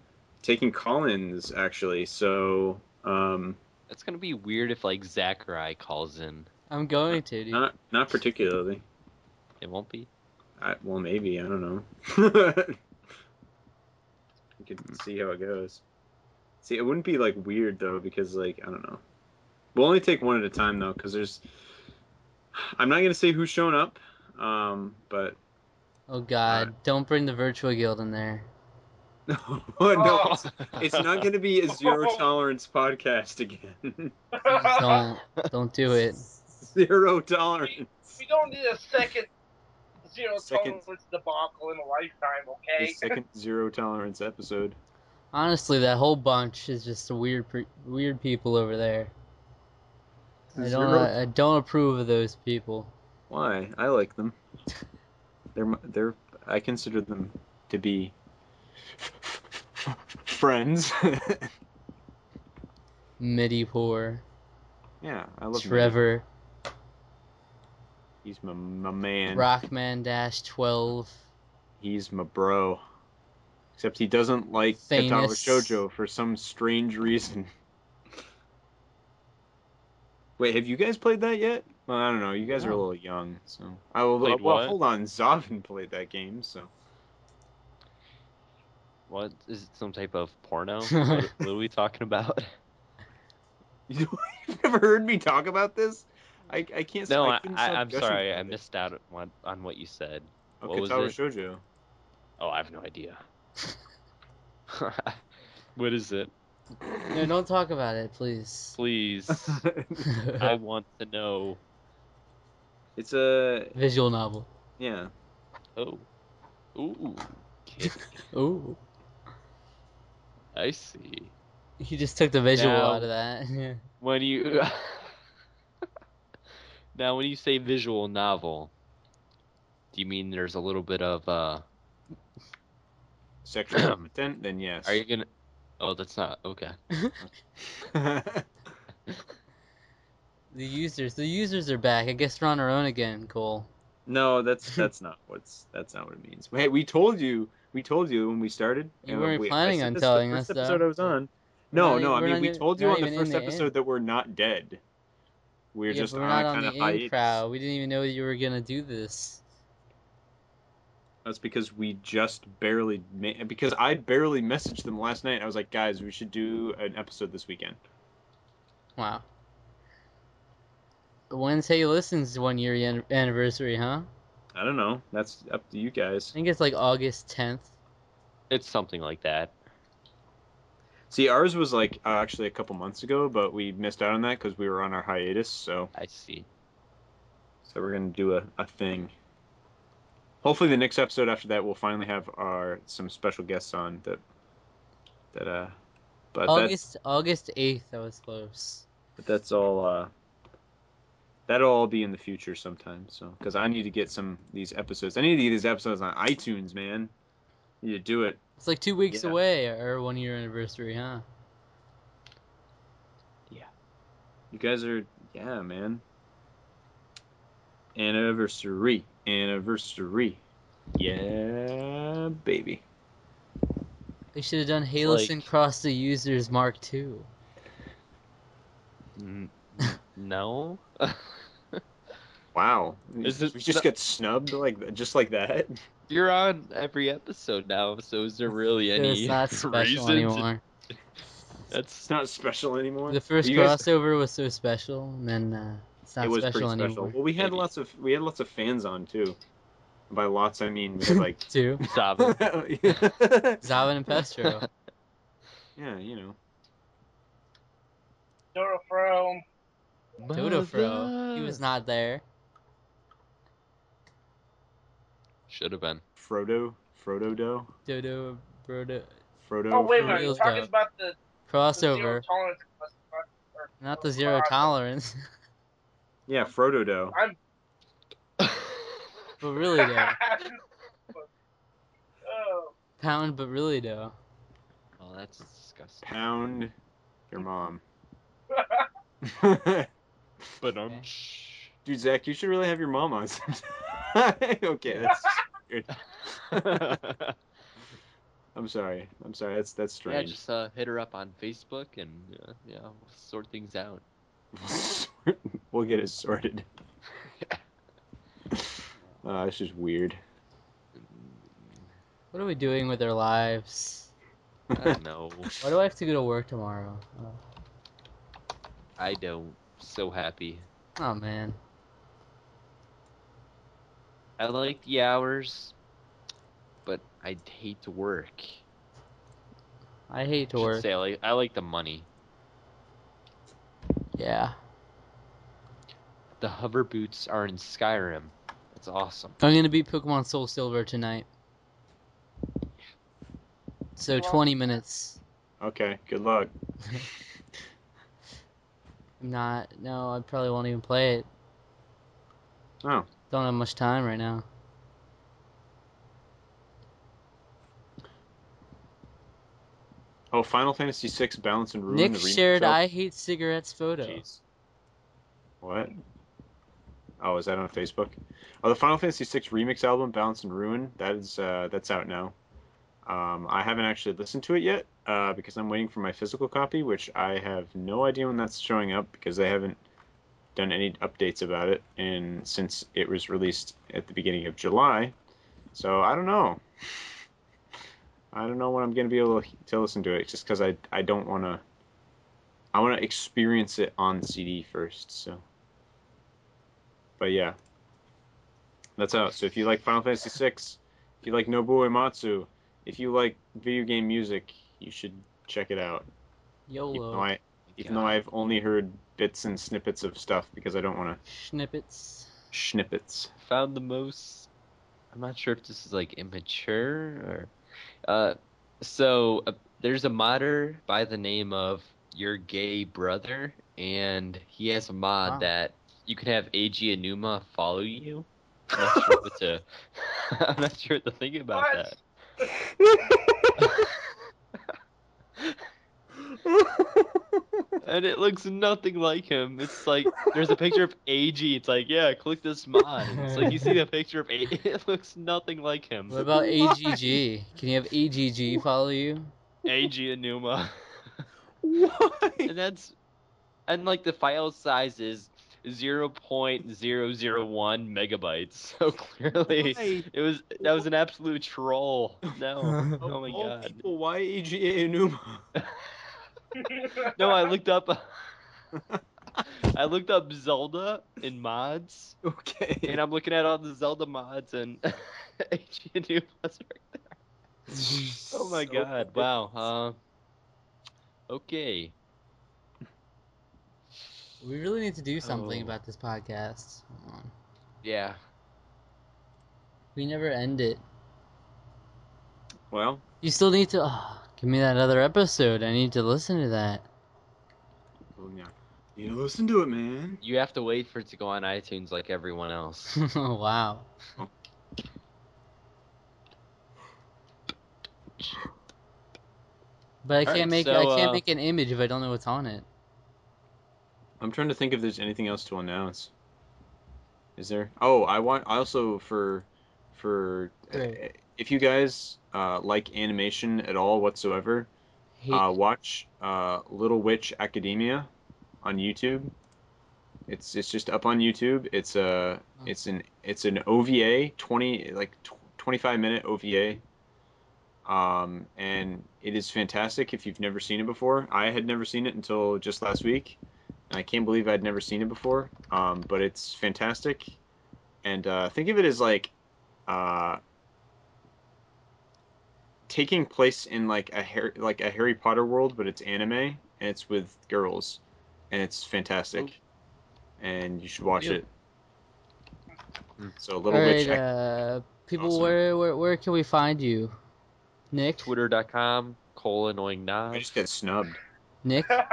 Speaker 2: taking call-ins actually. So um,
Speaker 1: That's gonna be weird if like Zachary calls in.
Speaker 3: I'm going to, dude.
Speaker 2: not not particularly.
Speaker 1: It won't be.
Speaker 2: I, well, maybe I don't know. we could see how it goes. See, it wouldn't be like weird though because like I don't know. We'll only take one at a time though because there's. I'm not going to say who's showing up, um, but
Speaker 3: Oh god, don't bring the virtual guild in there.
Speaker 2: no,
Speaker 5: Oh.
Speaker 2: it's, it's not going to be a zero tolerance podcast again.
Speaker 3: Don't don't do it.
Speaker 2: zero tolerance.
Speaker 5: we don't need a second zero
Speaker 2: Second.
Speaker 5: tolerance debacle in a lifetime,
Speaker 2: The
Speaker 5: okay?
Speaker 2: second zero tolerance episode.
Speaker 3: Honestly, that whole bunch is just a weird pre- weird people over there. I don't
Speaker 2: Zero-
Speaker 3: I don't approve of those people.
Speaker 2: Why? I like them. They're my- they're I consider them to be friends.
Speaker 3: Midi poor.
Speaker 2: yeah, I love him.
Speaker 3: Trevor.
Speaker 2: He's my, my man.
Speaker 3: Rockman Dash 12.
Speaker 2: He's my bro. Except he doesn't like Katawa
Speaker 3: Famous.
Speaker 2: Shoujo for some strange reason. Wait, have you guys played that yet? Well, I don't know. You guys are a
Speaker 1: No.
Speaker 2: little young, so I will.
Speaker 1: Played
Speaker 2: well,
Speaker 1: what?
Speaker 2: hold on. Zavin played that game, so
Speaker 1: What is it? Some type of porno? what, what are we talking about?
Speaker 2: You've never heard me talk about this? I, I can't.
Speaker 1: No, I,
Speaker 2: couldn't stop
Speaker 1: I, I'm
Speaker 2: gushing
Speaker 1: sorry,
Speaker 2: about
Speaker 1: I
Speaker 2: it.
Speaker 1: missed out on, on what you said.
Speaker 2: Oh,
Speaker 1: what was
Speaker 2: Katawa
Speaker 1: it?
Speaker 2: Shoujo.
Speaker 1: Oh, I have no idea. what is it?
Speaker 3: No, don't talk about it, please.
Speaker 1: Please, I want to know.
Speaker 2: it's a
Speaker 3: Visual novel.
Speaker 2: yeah.
Speaker 1: Oh, ooh, okay,
Speaker 3: Ooh.
Speaker 1: I see.
Speaker 3: He just took the visual
Speaker 1: Now-
Speaker 3: out of that. Yeah.
Speaker 1: When you now, when you say visual novel, do you mean there's a little bit of uh?
Speaker 2: Sexual content, then yes.
Speaker 1: Are you gonna? Oh, that's not okay.
Speaker 3: The users. The users are back. I guess we're on our own again, Cole.
Speaker 2: no, that's that's not what's that's not what it means. Hey, we told you we told you when we started.
Speaker 3: You
Speaker 2: and
Speaker 3: weren't
Speaker 2: we- I
Speaker 3: planning
Speaker 2: said
Speaker 3: on
Speaker 2: this the
Speaker 3: telling
Speaker 2: first
Speaker 3: us,
Speaker 2: episode
Speaker 3: though.
Speaker 2: I was on. No,
Speaker 3: not e-
Speaker 2: no. I
Speaker 3: we're
Speaker 2: mean,
Speaker 3: not
Speaker 2: we
Speaker 3: even-
Speaker 2: told you
Speaker 3: not
Speaker 2: on the
Speaker 3: even in
Speaker 2: first
Speaker 3: the
Speaker 2: episode
Speaker 3: in.
Speaker 2: that we're not dead. We're
Speaker 3: yeah,
Speaker 2: just
Speaker 3: but we're
Speaker 2: on
Speaker 3: not
Speaker 2: a
Speaker 3: on
Speaker 2: kind
Speaker 3: the
Speaker 2: of
Speaker 3: in
Speaker 2: hiatus.
Speaker 3: crowd. We didn't even know you were gonna do this.
Speaker 2: That's because we just barely ma- because I barely messaged them last night. I was like, guys, we should do an episode this weekend.
Speaker 3: Wow. When's Hey Listens one year an- anniversary, huh?
Speaker 2: I don't know. That's up to you
Speaker 3: I
Speaker 2: guys.
Speaker 3: think it's like August 10th.
Speaker 1: It's something like that.
Speaker 2: See, ours was like uh, actually a couple months ago, but we missed out on that because we were on our hiatus. So,
Speaker 1: I see.
Speaker 2: so we're gonna do a, a thing. Hopefully, the next episode after that, we'll finally have our some special guests on that. That uh,
Speaker 3: Oh,
Speaker 2: but that's
Speaker 3: August August 8th. That was close.
Speaker 2: but that's all. Uh, that'll all be in the future sometime. So, because I need to get some of these episodes. I need to get these episodes on iTunes, man. You do it.
Speaker 3: It's like two weeks
Speaker 2: Yeah.
Speaker 3: away, our one year anniversary, huh?
Speaker 2: You guys are, yeah, man. Anniversary, anniversary, yeah, baby.
Speaker 3: They should have done Halison
Speaker 1: like-
Speaker 3: Cross the Users Mark II.
Speaker 1: N- no.
Speaker 2: Wow,
Speaker 1: Is this-
Speaker 2: we just get snubbed like just like that?
Speaker 1: You're on every episode now, so is there really
Speaker 3: So
Speaker 1: any
Speaker 3: it's not special
Speaker 1: reason to-
Speaker 3: anymore.
Speaker 1: That's
Speaker 2: It's not special anymore.
Speaker 3: The first
Speaker 2: You guys-
Speaker 3: crossover was so special, and then uh, it's not
Speaker 2: it was
Speaker 3: special
Speaker 2: pretty
Speaker 3: anymore.
Speaker 2: special. Well, we had
Speaker 1: Maybe.
Speaker 2: lots of we had lots of fans on too. By lots, I mean we had like
Speaker 3: Two,
Speaker 1: stop. it.
Speaker 2: yeah,
Speaker 3: Zavin and Pestro.
Speaker 2: you know.
Speaker 5: Dora Fro.
Speaker 3: Dodo Fro. He was
Speaker 1: Mother.
Speaker 3: not there.
Speaker 1: Should have been.
Speaker 2: Frodo, Frodo Do,
Speaker 3: Dodo Brodo
Speaker 2: Frodo.
Speaker 5: Oh wait a
Speaker 2: Frodo.
Speaker 5: minute,
Speaker 3: Real
Speaker 5: you're talking
Speaker 3: dope.
Speaker 5: about the, the zero
Speaker 3: crossover,
Speaker 5: tolerance. uh, restaurant, or-
Speaker 3: not the zero
Speaker 5: or-
Speaker 3: tolerance.
Speaker 2: Yeah, Frodo Do.
Speaker 5: I'm
Speaker 3: but really though,
Speaker 5: oh,
Speaker 3: pound. But really though,
Speaker 1: oh, that's disgusting.
Speaker 2: Pound your mom.
Speaker 1: But um,
Speaker 3: Okay.
Speaker 2: Dude, Zach, you should really have your mom on. sometime. okay, that's. I'm sorry. I'm sorry. That's that's
Speaker 1: yeah,
Speaker 2: strange.
Speaker 1: just uh, hit her up on Facebook and uh, yeah, we'll sort things out.
Speaker 2: we'll get it sorted. Uh, it's just weird.
Speaker 3: what are we doing with our lives?
Speaker 1: I don't know.
Speaker 3: Why do I have to go to work tomorrow? Oh,
Speaker 1: I don't. So happy.
Speaker 3: oh man,
Speaker 1: I like the hours, but I hate to work.
Speaker 3: I hate to
Speaker 1: Should
Speaker 3: work.
Speaker 1: Say, I, like, I like the money.
Speaker 3: Yeah,
Speaker 1: The hover boots are in Skyrim. That's awesome.
Speaker 3: I'm gonna beat Pokemon Soul Silver tonight. So
Speaker 5: Well-
Speaker 3: 20 minutes.
Speaker 2: Okay. Good luck.
Speaker 3: I'm not. No, I probably won't even play it.
Speaker 2: Oh.
Speaker 3: Don't have much time right now.
Speaker 2: Oh, Final Fantasy VI Balance and Ruin.
Speaker 3: Nick
Speaker 2: the remake
Speaker 3: shared
Speaker 2: show?
Speaker 3: I hate cigarettes photo.
Speaker 2: Jeez. What? Oh, is that on Facebook? Oh, the Final Fantasy VI remix album, Balance and Ruin, that is uh, that's out now. Um, I haven't actually listened to it yet uh, because I'm waiting for my physical copy, which I have no idea when that's showing up because they haven't done any updates about it and since it was released at the beginning of July. So I don't know. I don't know when I'm going to be able to listen to it just because I, I don't want to I want to experience it on CD first, so. But yeah. That's out. So if you like Final Fantasy VI, if you like Nobuo Ematsu, if you like video game music, you should check it out. Even though,
Speaker 3: YOLO.
Speaker 2: I, even though I've only heard bits and snippets of stuff because I don't want to
Speaker 3: Snippets.
Speaker 2: snippets.
Speaker 1: found the most i'm not sure if this is like immature or uh so uh, there's a modder by the name of your gay brother and he has a mod
Speaker 3: Wow.
Speaker 1: that you can have Eiji Anuma follow you I'm not sure what to i'm not sure what to think about
Speaker 5: What?
Speaker 1: that and it looks nothing like him. It's like there's a picture of AG. It's like, yeah, click this mod. And It's like you see the picture of AG. It looks nothing like him.
Speaker 3: What about AGG? Can you have AGG follow you?
Speaker 1: AG Enuma.
Speaker 2: Why?
Speaker 1: And that's and like the file size is 0.001 megabytes. So clearly it was that was an absolute troll. No. Oh my god.
Speaker 2: people, why AGA Enuma?
Speaker 1: No, I looked up I looked up Zelda in mods
Speaker 2: Okay.
Speaker 1: and I'm looking at all the Zelda mods and HGNU mods. Oh my god! Wow. Uh, okay.
Speaker 3: We really need to do something
Speaker 1: Oh.
Speaker 3: about this podcast. Hold on.
Speaker 1: Yeah.
Speaker 3: We never end it.
Speaker 2: Well,
Speaker 3: You still need to. ah, give me that other episode. I need to listen to that.
Speaker 2: well, yeah. You listen to it, man.
Speaker 1: You have to wait for it to go on iTunes like everyone else.
Speaker 3: wow. But I can't
Speaker 1: Alright,
Speaker 3: make
Speaker 1: so,
Speaker 3: I can't
Speaker 1: uh,
Speaker 3: make an image if I don't know what's on it.
Speaker 2: I'm trying to think if there's anything else to announce. Is there? Oh, I want. I also for for eh,
Speaker 3: Right.
Speaker 2: if you guys uh, like animation at all whatsoever,
Speaker 3: Hate-
Speaker 1: Ah,
Speaker 2: uh, watch uh, Little Witch Academia on YouTube. It's it's just up on YouTube. It's a
Speaker 3: Oh.
Speaker 2: it's an it's an OVA twenty like tw- twenty five minute OVA. Um, and it is fantastic if you've never seen it before. I had never seen it until just last week, and I can't believe I'd never seen it before. Um, but it's fantastic, and uh, think of it as like uh, taking place in like a Harry, like a Harry Potter world, but it's anime and it's with girls, and it's fantastic, and you should watch
Speaker 1: Yep.
Speaker 2: it. So Little
Speaker 3: Alright,
Speaker 2: Witch, Ac-
Speaker 3: uh, people,
Speaker 2: Awesome.
Speaker 3: where, where where can we find you? Nick,
Speaker 1: Twitter.com, Cole Annoying Knob.
Speaker 2: I just got snubbed.
Speaker 3: Nick,
Speaker 5: well,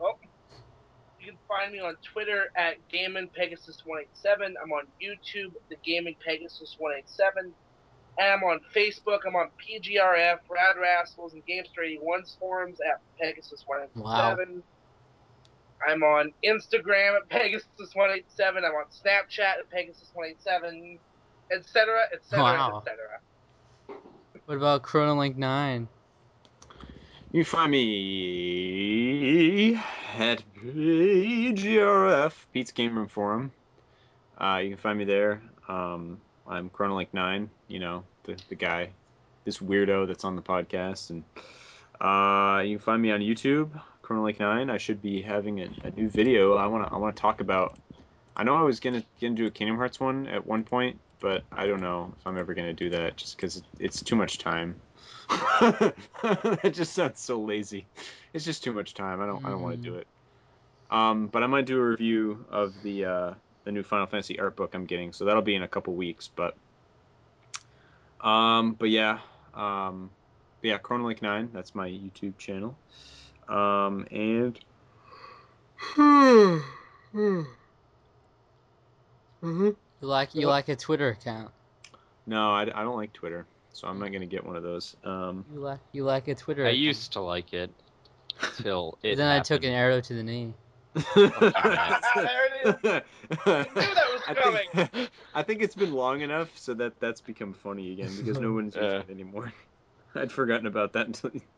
Speaker 5: Oh. you can find me on Twitter at Gammon Pegasus 187. I'm on YouTube, The Gammon Pegasus 187. And I'm on Facebook. I'm on PGRF, Rad Rascals, and Gamester 81's forums at Pegasus 187. I'm on Instagram at Pegasus 187. I'm on Snapchat at Pegasus 187, etc., etc.,
Speaker 3: Wow.
Speaker 5: etc.
Speaker 3: what about Chronolink Nine?
Speaker 2: You find me at PGRF, Pete's Game Room Forum. Uh, you can find me there. Um, I'm Chronolink9, you know, the, the guy, this weirdo that's on the podcast. And uh, you can find me on YouTube, Chronolink9. I should be having a, a new video. I want to I wanna talk about. I know I was going to gonna do a Kingdom Hearts one at one point, but I don't know if I'm ever going to do that just because it's too much time. that just sounds so lazy. It's just too much time. I don't. I don't want
Speaker 3: Mm.
Speaker 2: to do it. Um, but I might do a review of the uh, the new Final Fantasy art book I'm getting. So that'll be in a couple weeks. But um, but yeah, um, but yeah, Chronolink Nine. That's my YouTube channel. Um, and
Speaker 3: You like you like a Twitter account.
Speaker 2: no, I, I don't like Twitter, so I'm not gonna get one of those. Um,
Speaker 3: You like you like a Twitter.
Speaker 1: I
Speaker 3: account.
Speaker 1: used to like it. Till it
Speaker 3: But then I took an
Speaker 1: happened.
Speaker 3: arrow to the knee.
Speaker 5: Ah, there it is. knew that was
Speaker 2: I think, I think it's been long enough so that that's become funny again because no one's using
Speaker 1: Yeah.
Speaker 2: it anymore. I'd forgotten about that until. You...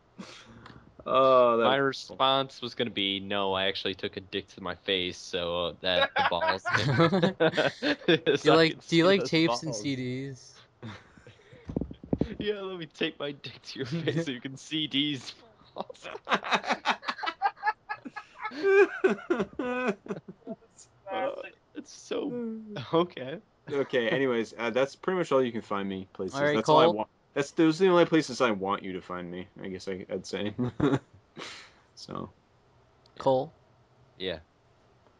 Speaker 2: Oh, that
Speaker 1: My response was going to be no, I actually took a dick to my face, so uh, that the balls.
Speaker 3: Do you like do you like tapes and CDs?
Speaker 1: Yeah, let me tape my dick to your face so you can see these balls.
Speaker 5: Classic.
Speaker 1: It's so okay.
Speaker 2: okay. Anyways, uh, that's pretty much all you can find me places.
Speaker 3: All right,
Speaker 2: that's all I
Speaker 3: Cole.
Speaker 2: want. That's those are the only places I want you to find me. I guess I, I'd say. so
Speaker 3: Cole,
Speaker 1: Yeah.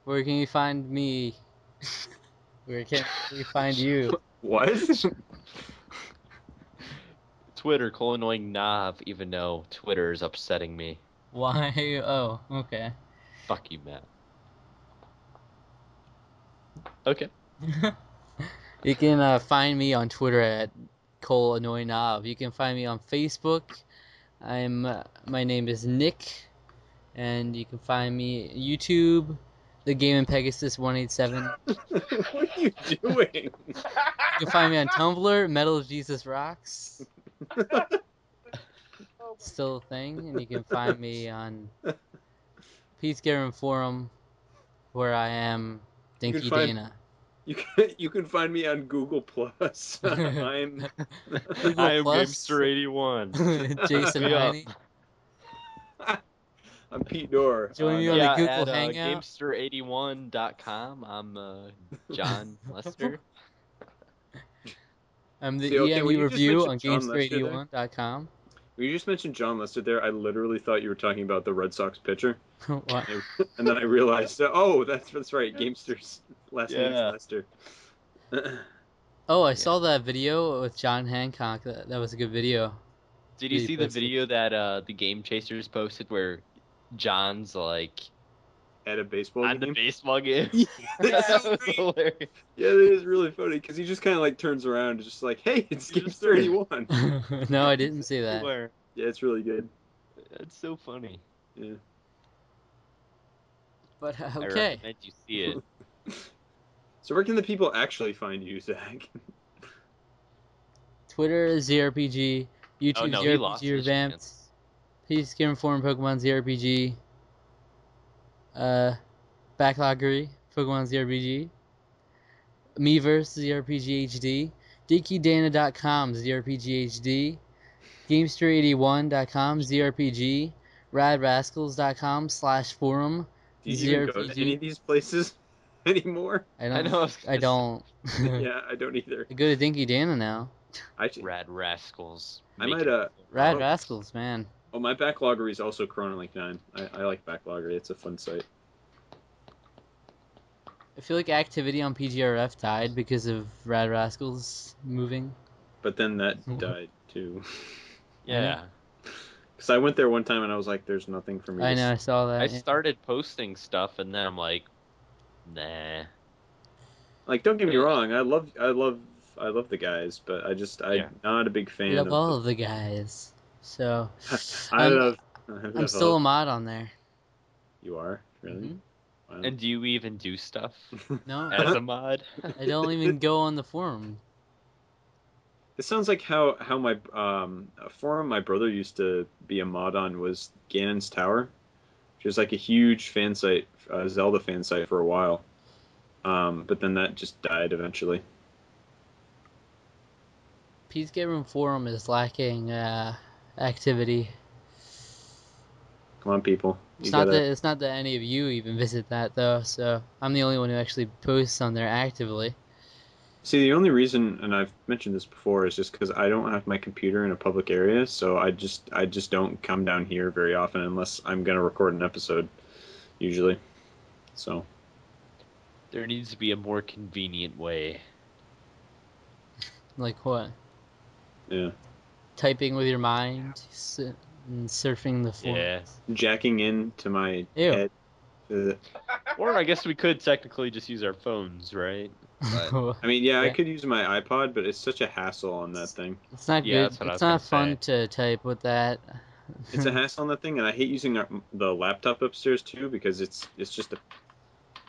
Speaker 3: where can you find me? where can we find you?
Speaker 2: what?
Speaker 1: Twitter, Cole annoying Nav, even though Twitter is upsetting me.
Speaker 3: Why? Oh, okay.
Speaker 1: Fuck you, Matt. Okay.
Speaker 3: you can uh, find me on Twitter at Cole Annoy Knob. You can find me on Facebook. I'm uh, my name is Nick, and you can find me YouTube, The Game in Pegasus 187.
Speaker 2: what are you doing?
Speaker 3: You can find me on Tumblr, Metal Jesus Rocks,
Speaker 5: Oh my
Speaker 3: still a thing, and you can find me on Peace Garum Forum, where I am Dinky
Speaker 2: find-
Speaker 3: Dana.
Speaker 2: You can, you can find me on Google Plus. I'm
Speaker 3: Google
Speaker 1: I am
Speaker 3: Plus.
Speaker 1: Gamester81.
Speaker 3: Jason
Speaker 1: Yeah.
Speaker 3: Heine.
Speaker 2: I'm Pete Dorr.
Speaker 3: Join me
Speaker 2: uh,
Speaker 3: on the
Speaker 1: yeah,
Speaker 3: Google
Speaker 1: at, uh,
Speaker 3: Hangout.
Speaker 1: Gamester81.com. I'm uh, John Lester.
Speaker 3: I'm the
Speaker 2: See, okay,
Speaker 3: EME
Speaker 2: when you just
Speaker 3: review on
Speaker 2: mentioned John Lester there-
Speaker 3: GameStreet81.com.
Speaker 2: When you just mentioned John Lester there, I literally thought you were talking about the Red Sox pitcher,
Speaker 3: What?
Speaker 2: and then I realized, that, oh, that's that's right, Gamester's last name
Speaker 1: Yeah.
Speaker 2: is Lester.
Speaker 3: Oh, I saw that video with John Hancock. That, that was a good video.
Speaker 1: Did you
Speaker 3: Yeah,
Speaker 1: see the
Speaker 3: that's it.
Speaker 1: video that uh, the Game Chasers posted where John's like
Speaker 2: at a baseball
Speaker 1: on the
Speaker 2: game.
Speaker 1: baseball game.
Speaker 2: That's-
Speaker 1: That was hilarious.
Speaker 2: yeah, that is really funny because he just kind of like turns around and just like, hey, it's
Speaker 1: He's
Speaker 2: game
Speaker 1: just-
Speaker 2: 31.
Speaker 3: no, I didn't see that.
Speaker 1: Where-
Speaker 2: yeah, it's really good.
Speaker 1: That's so funny.
Speaker 2: Yeah.
Speaker 3: But uh,
Speaker 1: I
Speaker 3: okay.
Speaker 1: recommend you see it.
Speaker 2: So where can the people actually find you, Zach?
Speaker 3: Twitter is ZRPG. YouTube
Speaker 1: Oh, no, he lost
Speaker 3: ZRPG
Speaker 1: his
Speaker 3: revamped.
Speaker 1: chance.
Speaker 3: Peace, Skin Form Pokemon ZRPG. Uh, Backloggery Pokemon ZRPG. Meverse ZRPG HD. DickyDana.com ZRPG HD. Gamester81.com ZRPG. RadRascals.com slash forum.
Speaker 2: Do you even go to
Speaker 3: ZRPG.
Speaker 2: any of these places anymore?
Speaker 3: I don't.
Speaker 1: I
Speaker 3: I,
Speaker 1: know. I was gonna say
Speaker 3: don't.
Speaker 2: yeah, I don't either.
Speaker 3: I go to Dinky Dana now.
Speaker 2: I should-
Speaker 1: Rad rascals.
Speaker 2: I
Speaker 1: Make
Speaker 2: might,
Speaker 1: it
Speaker 2: uh,
Speaker 3: Rad
Speaker 2: Oh.
Speaker 3: Rascals, man.
Speaker 2: Oh, my backloggery is also Chronolink 9. I, I like backloggery. It's a fun site.
Speaker 3: I feel like activity on PGRF died because of Rad Rascals moving.
Speaker 2: But then that died too.
Speaker 1: Yeah.
Speaker 2: Because I went there one time and I was like, there's nothing for me.
Speaker 3: I
Speaker 2: to
Speaker 3: know, I
Speaker 2: s-
Speaker 3: saw that.
Speaker 1: I started posting stuff and then I'm like, nah.
Speaker 2: Like, don't get me wrong. I love, I love, I love the guys, but I just, I'm
Speaker 1: Yeah.
Speaker 2: not a big fan.
Speaker 3: I love
Speaker 2: of
Speaker 3: all of the guys. So
Speaker 2: I
Speaker 3: I'm-
Speaker 2: love. I
Speaker 3: I'm
Speaker 2: love
Speaker 3: still
Speaker 2: all-
Speaker 3: a mod on there.
Speaker 2: You are really. Wow.
Speaker 1: And do you even do stuff
Speaker 3: No,
Speaker 1: as a mod?
Speaker 3: I don't even go on the forum.
Speaker 2: This sounds like how how my um a forum my brother used to be a mod on was Ganon's Tower, which was like a huge fan site, uh, Zelda fan site for a while, um, but then that just died eventually.
Speaker 3: Pete's Game Room forum is lacking uh, activity.
Speaker 2: Come on, people,
Speaker 3: It's not that it's not that any of you even visit that though. So I'm the only one who actually posts on there actively.
Speaker 2: See, the only reason, and I've mentioned this before, is just because I don't have my computer in a public area, so I just I just don't come down here very often unless I'm gonna record an episode, usually. So
Speaker 1: There needs to be a more convenient way.
Speaker 3: Like what?
Speaker 2: yeah,
Speaker 3: Typing with your mind s- and surfing the forum.
Speaker 1: Yeah.
Speaker 2: jacking in to my
Speaker 3: Ew.
Speaker 2: head. uh,
Speaker 1: Or I guess we could technically just use our phones, right?
Speaker 2: I mean, yeah, I
Speaker 3: Yeah.
Speaker 2: could use my iPod, but it's such a hassle on that thing.
Speaker 3: it's not
Speaker 1: Yeah,
Speaker 3: good.
Speaker 1: that's what I
Speaker 3: It's
Speaker 1: was gonna
Speaker 3: not fun to type with that.
Speaker 2: It's a hassle on that thing, and I hate using our, the laptop upstairs too because it's it's just a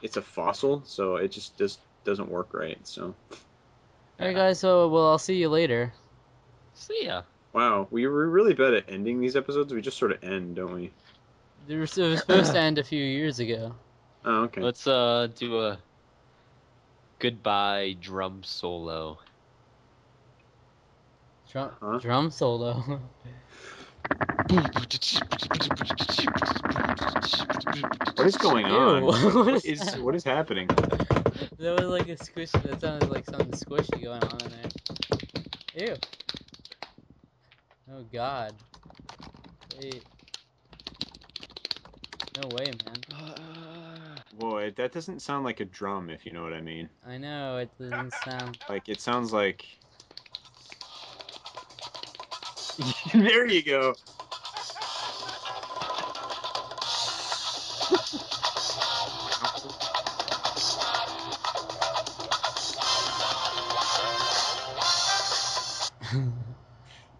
Speaker 2: it's a fossil, so it just just doesn't work right. So
Speaker 3: All right, guys. So, well, I'll see you later.
Speaker 1: See ya.
Speaker 2: wow, we were really bad at ending these episodes. We just sort of end, don't we?
Speaker 3: It was it was supposed to end a few years ago.
Speaker 2: Oh, okay.
Speaker 1: Let's uh do a goodbye drum solo.
Speaker 3: Drum,
Speaker 2: Huh?
Speaker 3: drum solo.
Speaker 2: What is going on?
Speaker 3: Ew, what is
Speaker 2: What is
Speaker 3: that?
Speaker 2: what is happening?
Speaker 3: That was like a squish. That sounded like something squishy going on in there. Ew. Oh God. Wait. No way, man.
Speaker 2: Boy, that doesn't sound like a drum, if you know what I mean.
Speaker 3: I know it doesn't sound.
Speaker 2: Like it sounds like. there you go.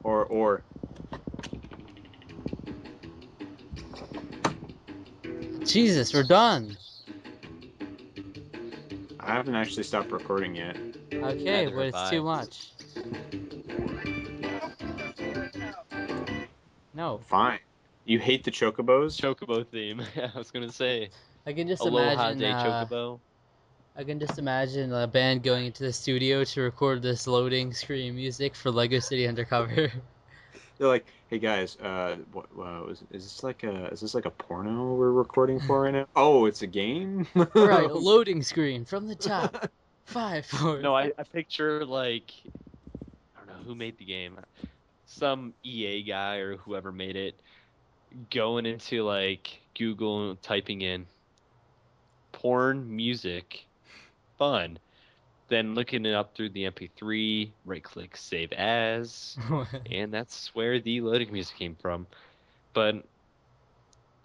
Speaker 2: Or or
Speaker 3: Jesus, we're done.
Speaker 2: I haven't actually stopped recording yet.
Speaker 3: Okay,
Speaker 1: Neither
Speaker 3: but
Speaker 1: have
Speaker 3: it's too
Speaker 1: I.
Speaker 3: much. No,
Speaker 2: Fine. You hate the chocobos?
Speaker 1: Chocobo theme. I was gonna say
Speaker 3: I can just
Speaker 1: Aloha
Speaker 3: imagine.
Speaker 1: Day
Speaker 3: uh,
Speaker 1: Chocobo.
Speaker 3: I can just imagine a band going into the studio to record this loading screen music for Lego City Undercover.
Speaker 2: They're like, hey guys, uh, what, what is, is this like a is this like a porno we're recording for right now? Oh, it's a game.
Speaker 3: All right, a loading screen from the top. Five, four.
Speaker 1: No, I, I picture like I don't know who made the game. Some EA guy or whoever made it going into like Google and typing in porn music fun. Then looking it up through the MP3, right click save as, and that's where the loading music came from. But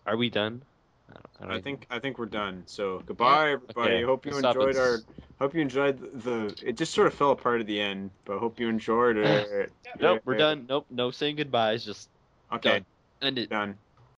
Speaker 1: are we done? I, don't, I, don't
Speaker 2: I
Speaker 1: even-
Speaker 2: think I think we're done. So goodbye, everybody.
Speaker 1: Okay,
Speaker 2: Hope you
Speaker 1: stop it.
Speaker 2: enjoyed our. Hope you enjoyed the. It just sort of fell apart at the end, but hope you enjoyed it.
Speaker 1: Nope, we're done. Nope, no saying goodbyes. Just
Speaker 2: Okay,
Speaker 1: Done. end it.
Speaker 2: done.